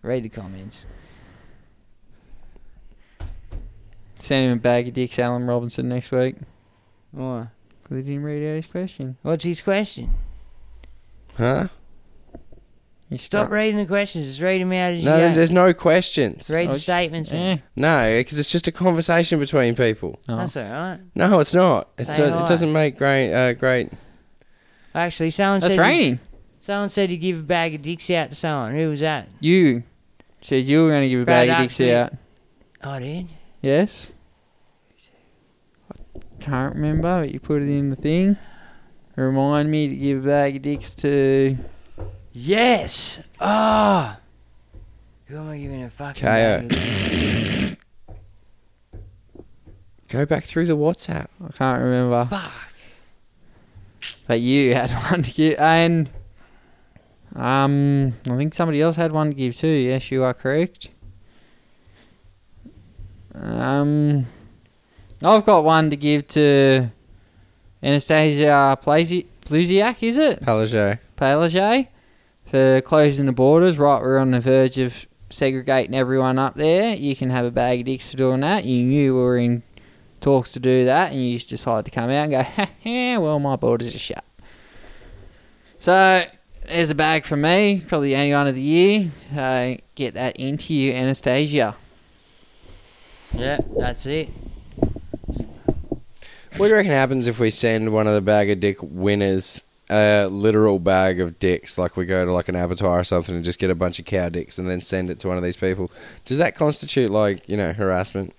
Speaker 7: Read the comments.
Speaker 3: Send him a bag of dicks, Alan Robinson, next week.
Speaker 7: What?
Speaker 3: Because he didn't read out his question.
Speaker 7: What's his question?
Speaker 2: Huh?
Speaker 3: You
Speaker 7: Stop reading the questions. Just read them out as you
Speaker 2: Uh, No,
Speaker 7: go.
Speaker 2: there's no questions.
Speaker 7: read
Speaker 3: Oh,
Speaker 7: the statements.
Speaker 3: Yeah.
Speaker 7: and
Speaker 2: No, because it's just a conversation between people.
Speaker 7: That's
Speaker 3: Oh.
Speaker 7: all right.
Speaker 2: No, it's not. It's
Speaker 7: Say
Speaker 2: do-
Speaker 7: hi.
Speaker 2: it doesn't make great. Uh, great.
Speaker 7: Actually, someone
Speaker 3: That's
Speaker 7: said
Speaker 3: raining.
Speaker 7: someone said you give a bag of dicks out to someone. Who was that?
Speaker 3: You said you were going to give a
Speaker 7: Brad
Speaker 3: bag of dicks
Speaker 7: Huxley.
Speaker 3: out.
Speaker 7: I did.
Speaker 3: Yes? I can't remember, but you put it in the thing. Remind me to give a bag of dicks to.
Speaker 7: Yes. Ah. Who am I giving a fucking?
Speaker 2: KO.
Speaker 7: bag of-
Speaker 2: Go back through the WhatsApp.
Speaker 3: I can't remember. Fuck. But you had one to give, and um, I think somebody else had one to give too. Yes, you are correct. Um, I've got one to give to Anastasia Plazi- Plusiak, is it?
Speaker 2: Palajo.
Speaker 3: Pelagie for closing the borders. Right, we're on the verge of segregating everyone up there. You can have a bag of dicks for doing that. You knew we were in talks to do that, and you just decided to come out and go, ha ha, well, my borders are shut. So, there's a bag for me, probably the only one of the year. So, get that into you, Anastasia.
Speaker 7: Yeah, that's it.
Speaker 2: What do you reckon happens if we send one of the bag of dick winners a literal bag of dicks? Like we go to like an abattoir or something and just get a bunch of cow dicks and then send it to one of these people. Does that constitute like you know harassment?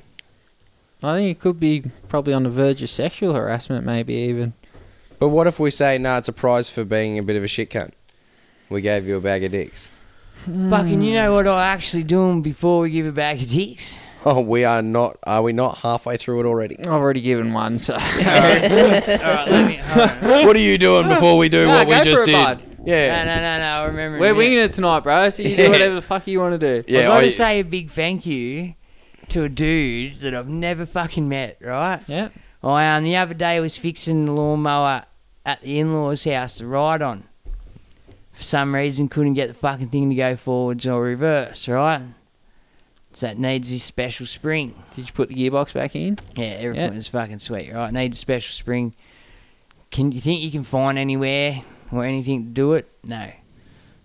Speaker 3: I think it could be probably on the verge of sexual harassment, maybe even.
Speaker 2: But what if we say, no, it's a prize for being a bit of a shit cunt? We gave you a bag of dicks.
Speaker 7: Fucking, you know what I actually doing before we give a bag of dicks?
Speaker 2: Oh, we are not. Are we not halfway through it already?
Speaker 3: I've already given one, so
Speaker 2: what are you doing before we do
Speaker 3: No,
Speaker 2: what we
Speaker 3: go
Speaker 2: just
Speaker 3: for a
Speaker 2: did?
Speaker 3: bod.
Speaker 7: No,
Speaker 2: Yeah.
Speaker 7: no, no, no. I remember.
Speaker 3: we're
Speaker 7: now.
Speaker 3: winging it tonight, bro. So you
Speaker 2: Yeah.
Speaker 3: do whatever the fuck you want to do.
Speaker 2: Yeah,
Speaker 7: I gotta
Speaker 2: I-
Speaker 7: say a big thank you to a dude that I've never fucking met. Right?
Speaker 3: Yeah.
Speaker 7: I um the other day was fixing the lawnmower at the in-laws' house to ride on. For some reason, couldn't get the fucking thing to go forwards or reverse. Right? So it needs this special spring.
Speaker 3: Did you put the gearbox back in?
Speaker 7: Yeah, everything
Speaker 3: Yeah.
Speaker 7: was fucking sweet, right? Needs a special spring. Can you think you can find anywhere or anything to do it? No.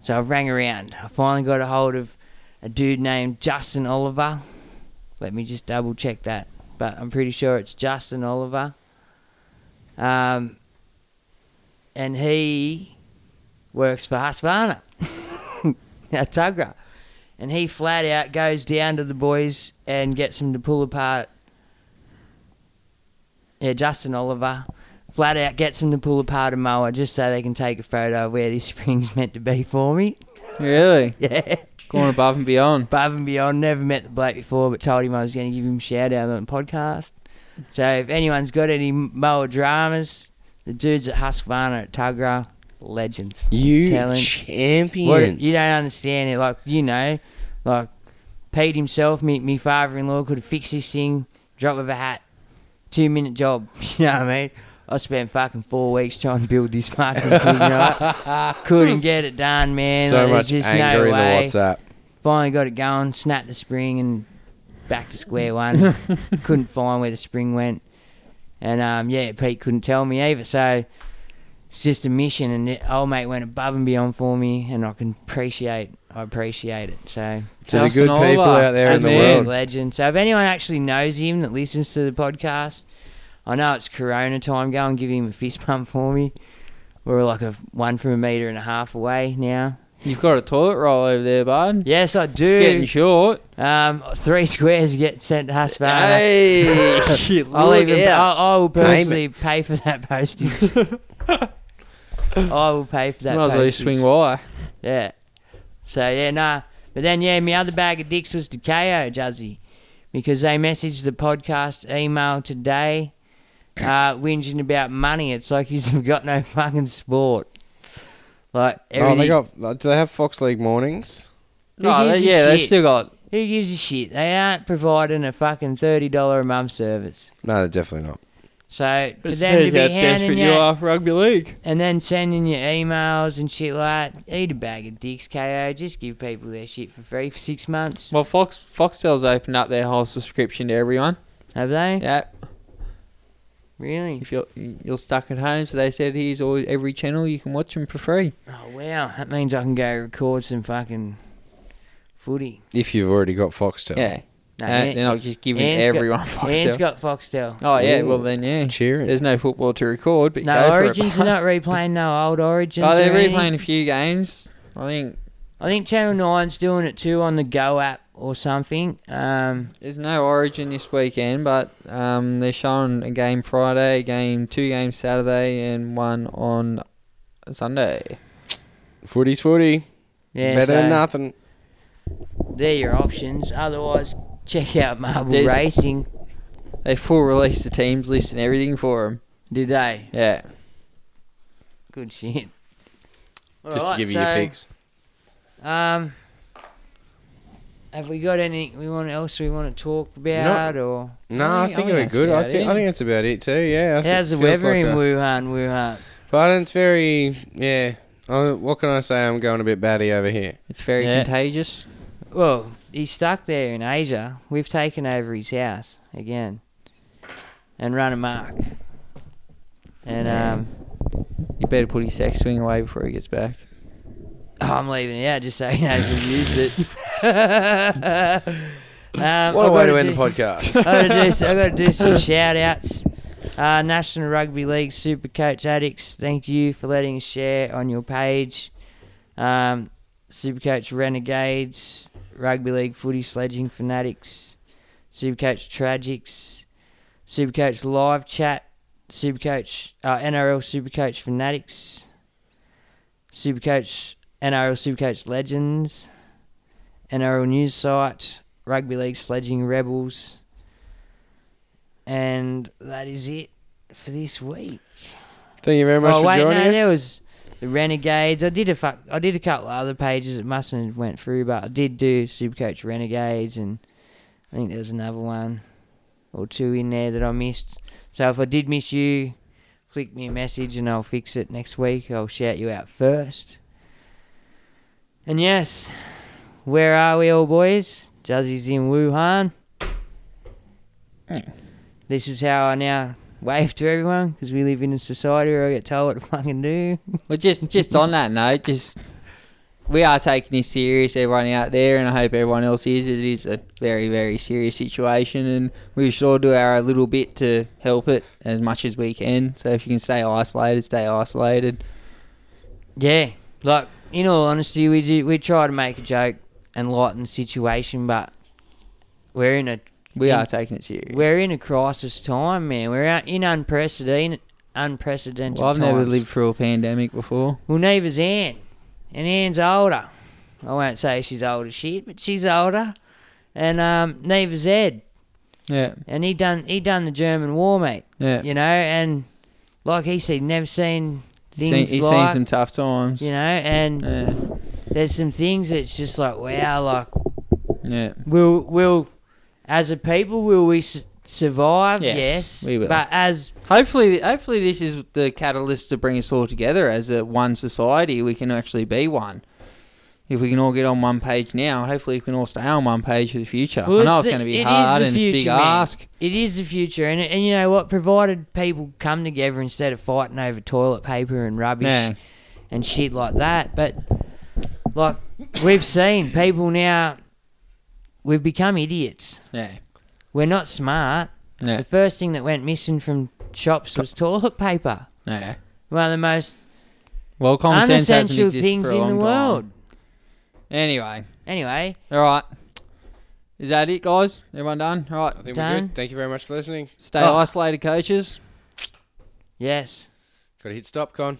Speaker 7: So I rang around. I finally got a hold of a dude named Justin Oliver. Let me just double check that. But I'm pretty sure it's Justin Oliver. Um, and he works for Husqvarna at Tugra. And he flat out goes down to the boys and gets them to pull apart yeah, Justin Oliver flat out gets them to pull apart a mower just so they can take a photo of where this spring's meant to be for me.
Speaker 3: Really?
Speaker 7: Yeah.
Speaker 3: Going above and beyond.
Speaker 7: Above and beyond, never met the bloke before, but told him I was going to give him a shout out on the podcast. So if anyone's got any mower dramas, the dudes at Husqvarna at Tugra, legends.
Speaker 2: You
Speaker 7: Talent.
Speaker 2: champions.
Speaker 7: What, you don't understand it. Like, you know, like Pete himself, me, me father in law, could have fixed this thing, drop of a hat, two minute job. You know what I mean? I spent fucking four weeks trying to build this fucking thing, right? Couldn't get it done, man.
Speaker 2: so
Speaker 7: Like, there's
Speaker 2: much
Speaker 7: just
Speaker 2: anger
Speaker 7: no
Speaker 2: in the
Speaker 7: way.
Speaker 2: WhatsApp.
Speaker 7: Finally got it going, snapped the spring, and back to square one. couldn't find where the spring went, and um, yeah, Pete couldn't tell me either. So it's just a mission, and it, old mate went above and beyond for me, and I can appreciate, I appreciate it. So
Speaker 2: To the
Speaker 3: Justin
Speaker 2: good people
Speaker 3: Oliver.
Speaker 2: out there in the
Speaker 7: Absolute
Speaker 2: world.
Speaker 7: legend. So if anyone actually knows him that listens to the podcast, I know it's Corona time. Go and give him a fist bump for me. We're like a one from a meter and a half away now.
Speaker 3: You've got a toilet roll over there, bud.
Speaker 7: Yes, I
Speaker 3: It's getting
Speaker 7: do.
Speaker 3: short.
Speaker 7: Um, three squares get sent to Husband.
Speaker 3: Hey,
Speaker 7: I'll
Speaker 3: look
Speaker 7: even.
Speaker 3: out.
Speaker 7: I'll, I will
Speaker 2: Name
Speaker 7: personally pay for that postage. I will pay for that.
Speaker 3: Might as well just
Speaker 7: postage.
Speaker 3: swing wire.
Speaker 7: Yeah. So yeah, nah. But then yeah, my other bag of dicks was to KO Juzzy because they messaged the podcast email today, uh, whinging about money. It's like you've got no fucking sport. Like
Speaker 2: Oh, they
Speaker 7: everything,
Speaker 2: got. Do they have Fox League mornings?
Speaker 3: No,
Speaker 7: gives
Speaker 3: Oh, they-
Speaker 7: a
Speaker 3: yeah, they've
Speaker 7: shit?
Speaker 3: still got.
Speaker 7: who gives a shit? They aren't providing a fucking thirty dollar a month service.
Speaker 2: No, they're definitely not.
Speaker 7: So for
Speaker 3: It's
Speaker 7: them to be
Speaker 3: how
Speaker 7: hounding
Speaker 3: desperate you
Speaker 7: you
Speaker 3: are for rugby league.
Speaker 7: and then sending you emails and shit like that, eat a bag of dicks, KO. Just give people their shit for free for six months.
Speaker 3: Well, Fox Foxtel's opened up their whole subscription to everyone.
Speaker 7: Have they?
Speaker 3: Yeah,
Speaker 7: Really?
Speaker 3: if you're you're stuck at home, so they said here's all every channel you can watch them for free.
Speaker 7: Oh wow, that means I can go record some fucking footy.
Speaker 2: If you've already got Foxtel.
Speaker 3: Yeah,
Speaker 7: No,
Speaker 3: And
Speaker 7: Ian-
Speaker 3: they're not just giving
Speaker 7: Ian's
Speaker 3: everyone
Speaker 7: got, Ian's
Speaker 3: Foxtel.
Speaker 7: got Foxtel.
Speaker 3: oh yeah,
Speaker 2: Ooh.
Speaker 3: well then yeah.
Speaker 2: Cheering.
Speaker 3: There's no football to record, but
Speaker 7: No
Speaker 3: go for it,
Speaker 7: Origins,
Speaker 3: bud.
Speaker 7: are not replaying no old Origins.
Speaker 3: Oh,
Speaker 7: or
Speaker 3: they're
Speaker 7: anything.
Speaker 3: replaying a few games. I think
Speaker 7: I think Channel 9's doing it too on the Go app or something. Um,
Speaker 3: there's no Origin this weekend, but um, they're showing a game Friday, a game two games Saturday, and one on Sunday.
Speaker 2: Footy's footy.
Speaker 7: yeah,
Speaker 2: Better
Speaker 7: so
Speaker 2: than nothing.
Speaker 7: They're your options. Otherwise, check out Marble
Speaker 3: There's-
Speaker 7: Racing.
Speaker 3: They full release the teams list and everything for them.
Speaker 7: Do they?
Speaker 3: Yeah,
Speaker 7: Good shit.
Speaker 2: Just to
Speaker 7: Alright,
Speaker 2: give you your
Speaker 7: so,
Speaker 2: fix.
Speaker 7: Um, have we got anything we want else we want to talk about or?
Speaker 2: No,
Speaker 3: I
Speaker 2: I
Speaker 3: think-
Speaker 2: think
Speaker 3: I think
Speaker 2: we're
Speaker 3: that's
Speaker 2: good. I
Speaker 3: about
Speaker 2: think
Speaker 3: it.
Speaker 2: I think that's about it too. Yeah. I thi-
Speaker 7: How's the
Speaker 2: feels
Speaker 7: weather
Speaker 2: like
Speaker 7: in
Speaker 2: a-
Speaker 7: Wuhan, Wuhan?
Speaker 2: But it's very yeah. Uh, what can I say? I'm going a bit batty over here.
Speaker 3: it's very
Speaker 7: Yeah.
Speaker 3: contagious.
Speaker 7: Well, he's stuck there in Asia. We've taken over his house again and run a mark. And um,
Speaker 3: You better put his sex swing away before he gets back.
Speaker 7: oh, I'm leaving it out just so he knows we've used it. um,
Speaker 2: What a
Speaker 7: I've
Speaker 2: way
Speaker 7: gotta
Speaker 2: to end the
Speaker 7: do-
Speaker 2: podcast.
Speaker 7: I gotta do, s- I gotta do some shout outs. Uh, National Rugby League Super Coach Addicts, thank you for letting us share on your page. Um, Supercoach Renegades, Rugby League Footy Sledging Fanatics, Supercoach Tragics, Supercoach Live Chat, Supercoach, uh, NRL Supercoach Fanatics, Supercoach, NRL Supercoach Legends, NRL News Site, Rugby League Sledging Rebels, and that is it for this week.
Speaker 2: Thank you very much
Speaker 7: oh
Speaker 2: for
Speaker 7: wait,
Speaker 2: joining
Speaker 7: no,
Speaker 2: us.
Speaker 7: there was the Renegades. I did a fuck. I did a couple of other pages. It mustn't have went through, but I did do Supercoach Renegades, and I think there was another one or two in there that I missed. So if I did miss you, flick me a message and I'll fix it next week. I'll shout you out first. And yes, where are we all, boys? Juzzy's in Wuhan. This is how I now wave to everyone because we live in a society where I get told what to fucking do.
Speaker 3: Well, just just on that note, just we are taking this serious, everyone out there, and I hope everyone else is. It is a very very serious situation, and we should all do our little bit to help it as much as we can. So if you can stay isolated, stay isolated.
Speaker 7: Yeah, like in all honesty, we do, we try to make a joke and lighten the situation, but we're in a
Speaker 3: We are taking it serious.
Speaker 7: we're in a crisis time, man. We're out in unprecedented unprecedented.
Speaker 3: Well, I've never
Speaker 7: times.
Speaker 3: lived through a pandemic before.
Speaker 7: Well, neither's Anne, and Anne's older. I won't say she's old as shit, but she's older. And um, neither's Ed,
Speaker 3: Yeah,
Speaker 7: and he done he done the German War, mate.
Speaker 3: yeah.
Speaker 7: You know, and like he said, never seen
Speaker 3: Seen-
Speaker 7: things
Speaker 3: he's
Speaker 7: like
Speaker 3: seen some tough times.
Speaker 7: you know, and
Speaker 3: Yeah,
Speaker 7: there's some things that's just like wow, like
Speaker 3: yeah.
Speaker 7: will will as a people will we su- survive?
Speaker 3: Yes,
Speaker 7: Yes,
Speaker 3: we will.
Speaker 7: But as
Speaker 3: Hopefully, hopefully this is the catalyst to bring us all together as a one society. We can actually be one. If we can all get on one page now, hopefully we can all stay on one page for the future.
Speaker 7: Well,
Speaker 3: I know it's
Speaker 7: the-
Speaker 3: going to be
Speaker 7: it is
Speaker 3: hard
Speaker 7: the
Speaker 3: and it's a big
Speaker 7: future, man.
Speaker 3: ask.
Speaker 7: It is the future, and and you know what? Provided people come together instead of fighting over toilet paper and rubbish
Speaker 3: Yeah.
Speaker 7: and shit like that. But like we've seen, people now we've become idiots.
Speaker 3: Yeah,
Speaker 7: We're not smart.
Speaker 3: yeah,
Speaker 7: The first thing that went missing from shops was toilet paper.
Speaker 3: yeah.
Speaker 7: One of the most
Speaker 3: Well, common sense hasn't
Speaker 7: unessential
Speaker 3: existed
Speaker 7: things
Speaker 3: for a
Speaker 7: in the
Speaker 3: long time.
Speaker 7: world.
Speaker 3: Anyway,
Speaker 7: Anyway,
Speaker 3: all right. Is that it, guys? Everyone done? All right.
Speaker 2: I think we're
Speaker 7: Dan?
Speaker 2: good. Thank you very much for listening.
Speaker 3: Stay
Speaker 7: Oh.
Speaker 3: isolated, coaches.
Speaker 7: yes.
Speaker 2: Got to hit stop, con.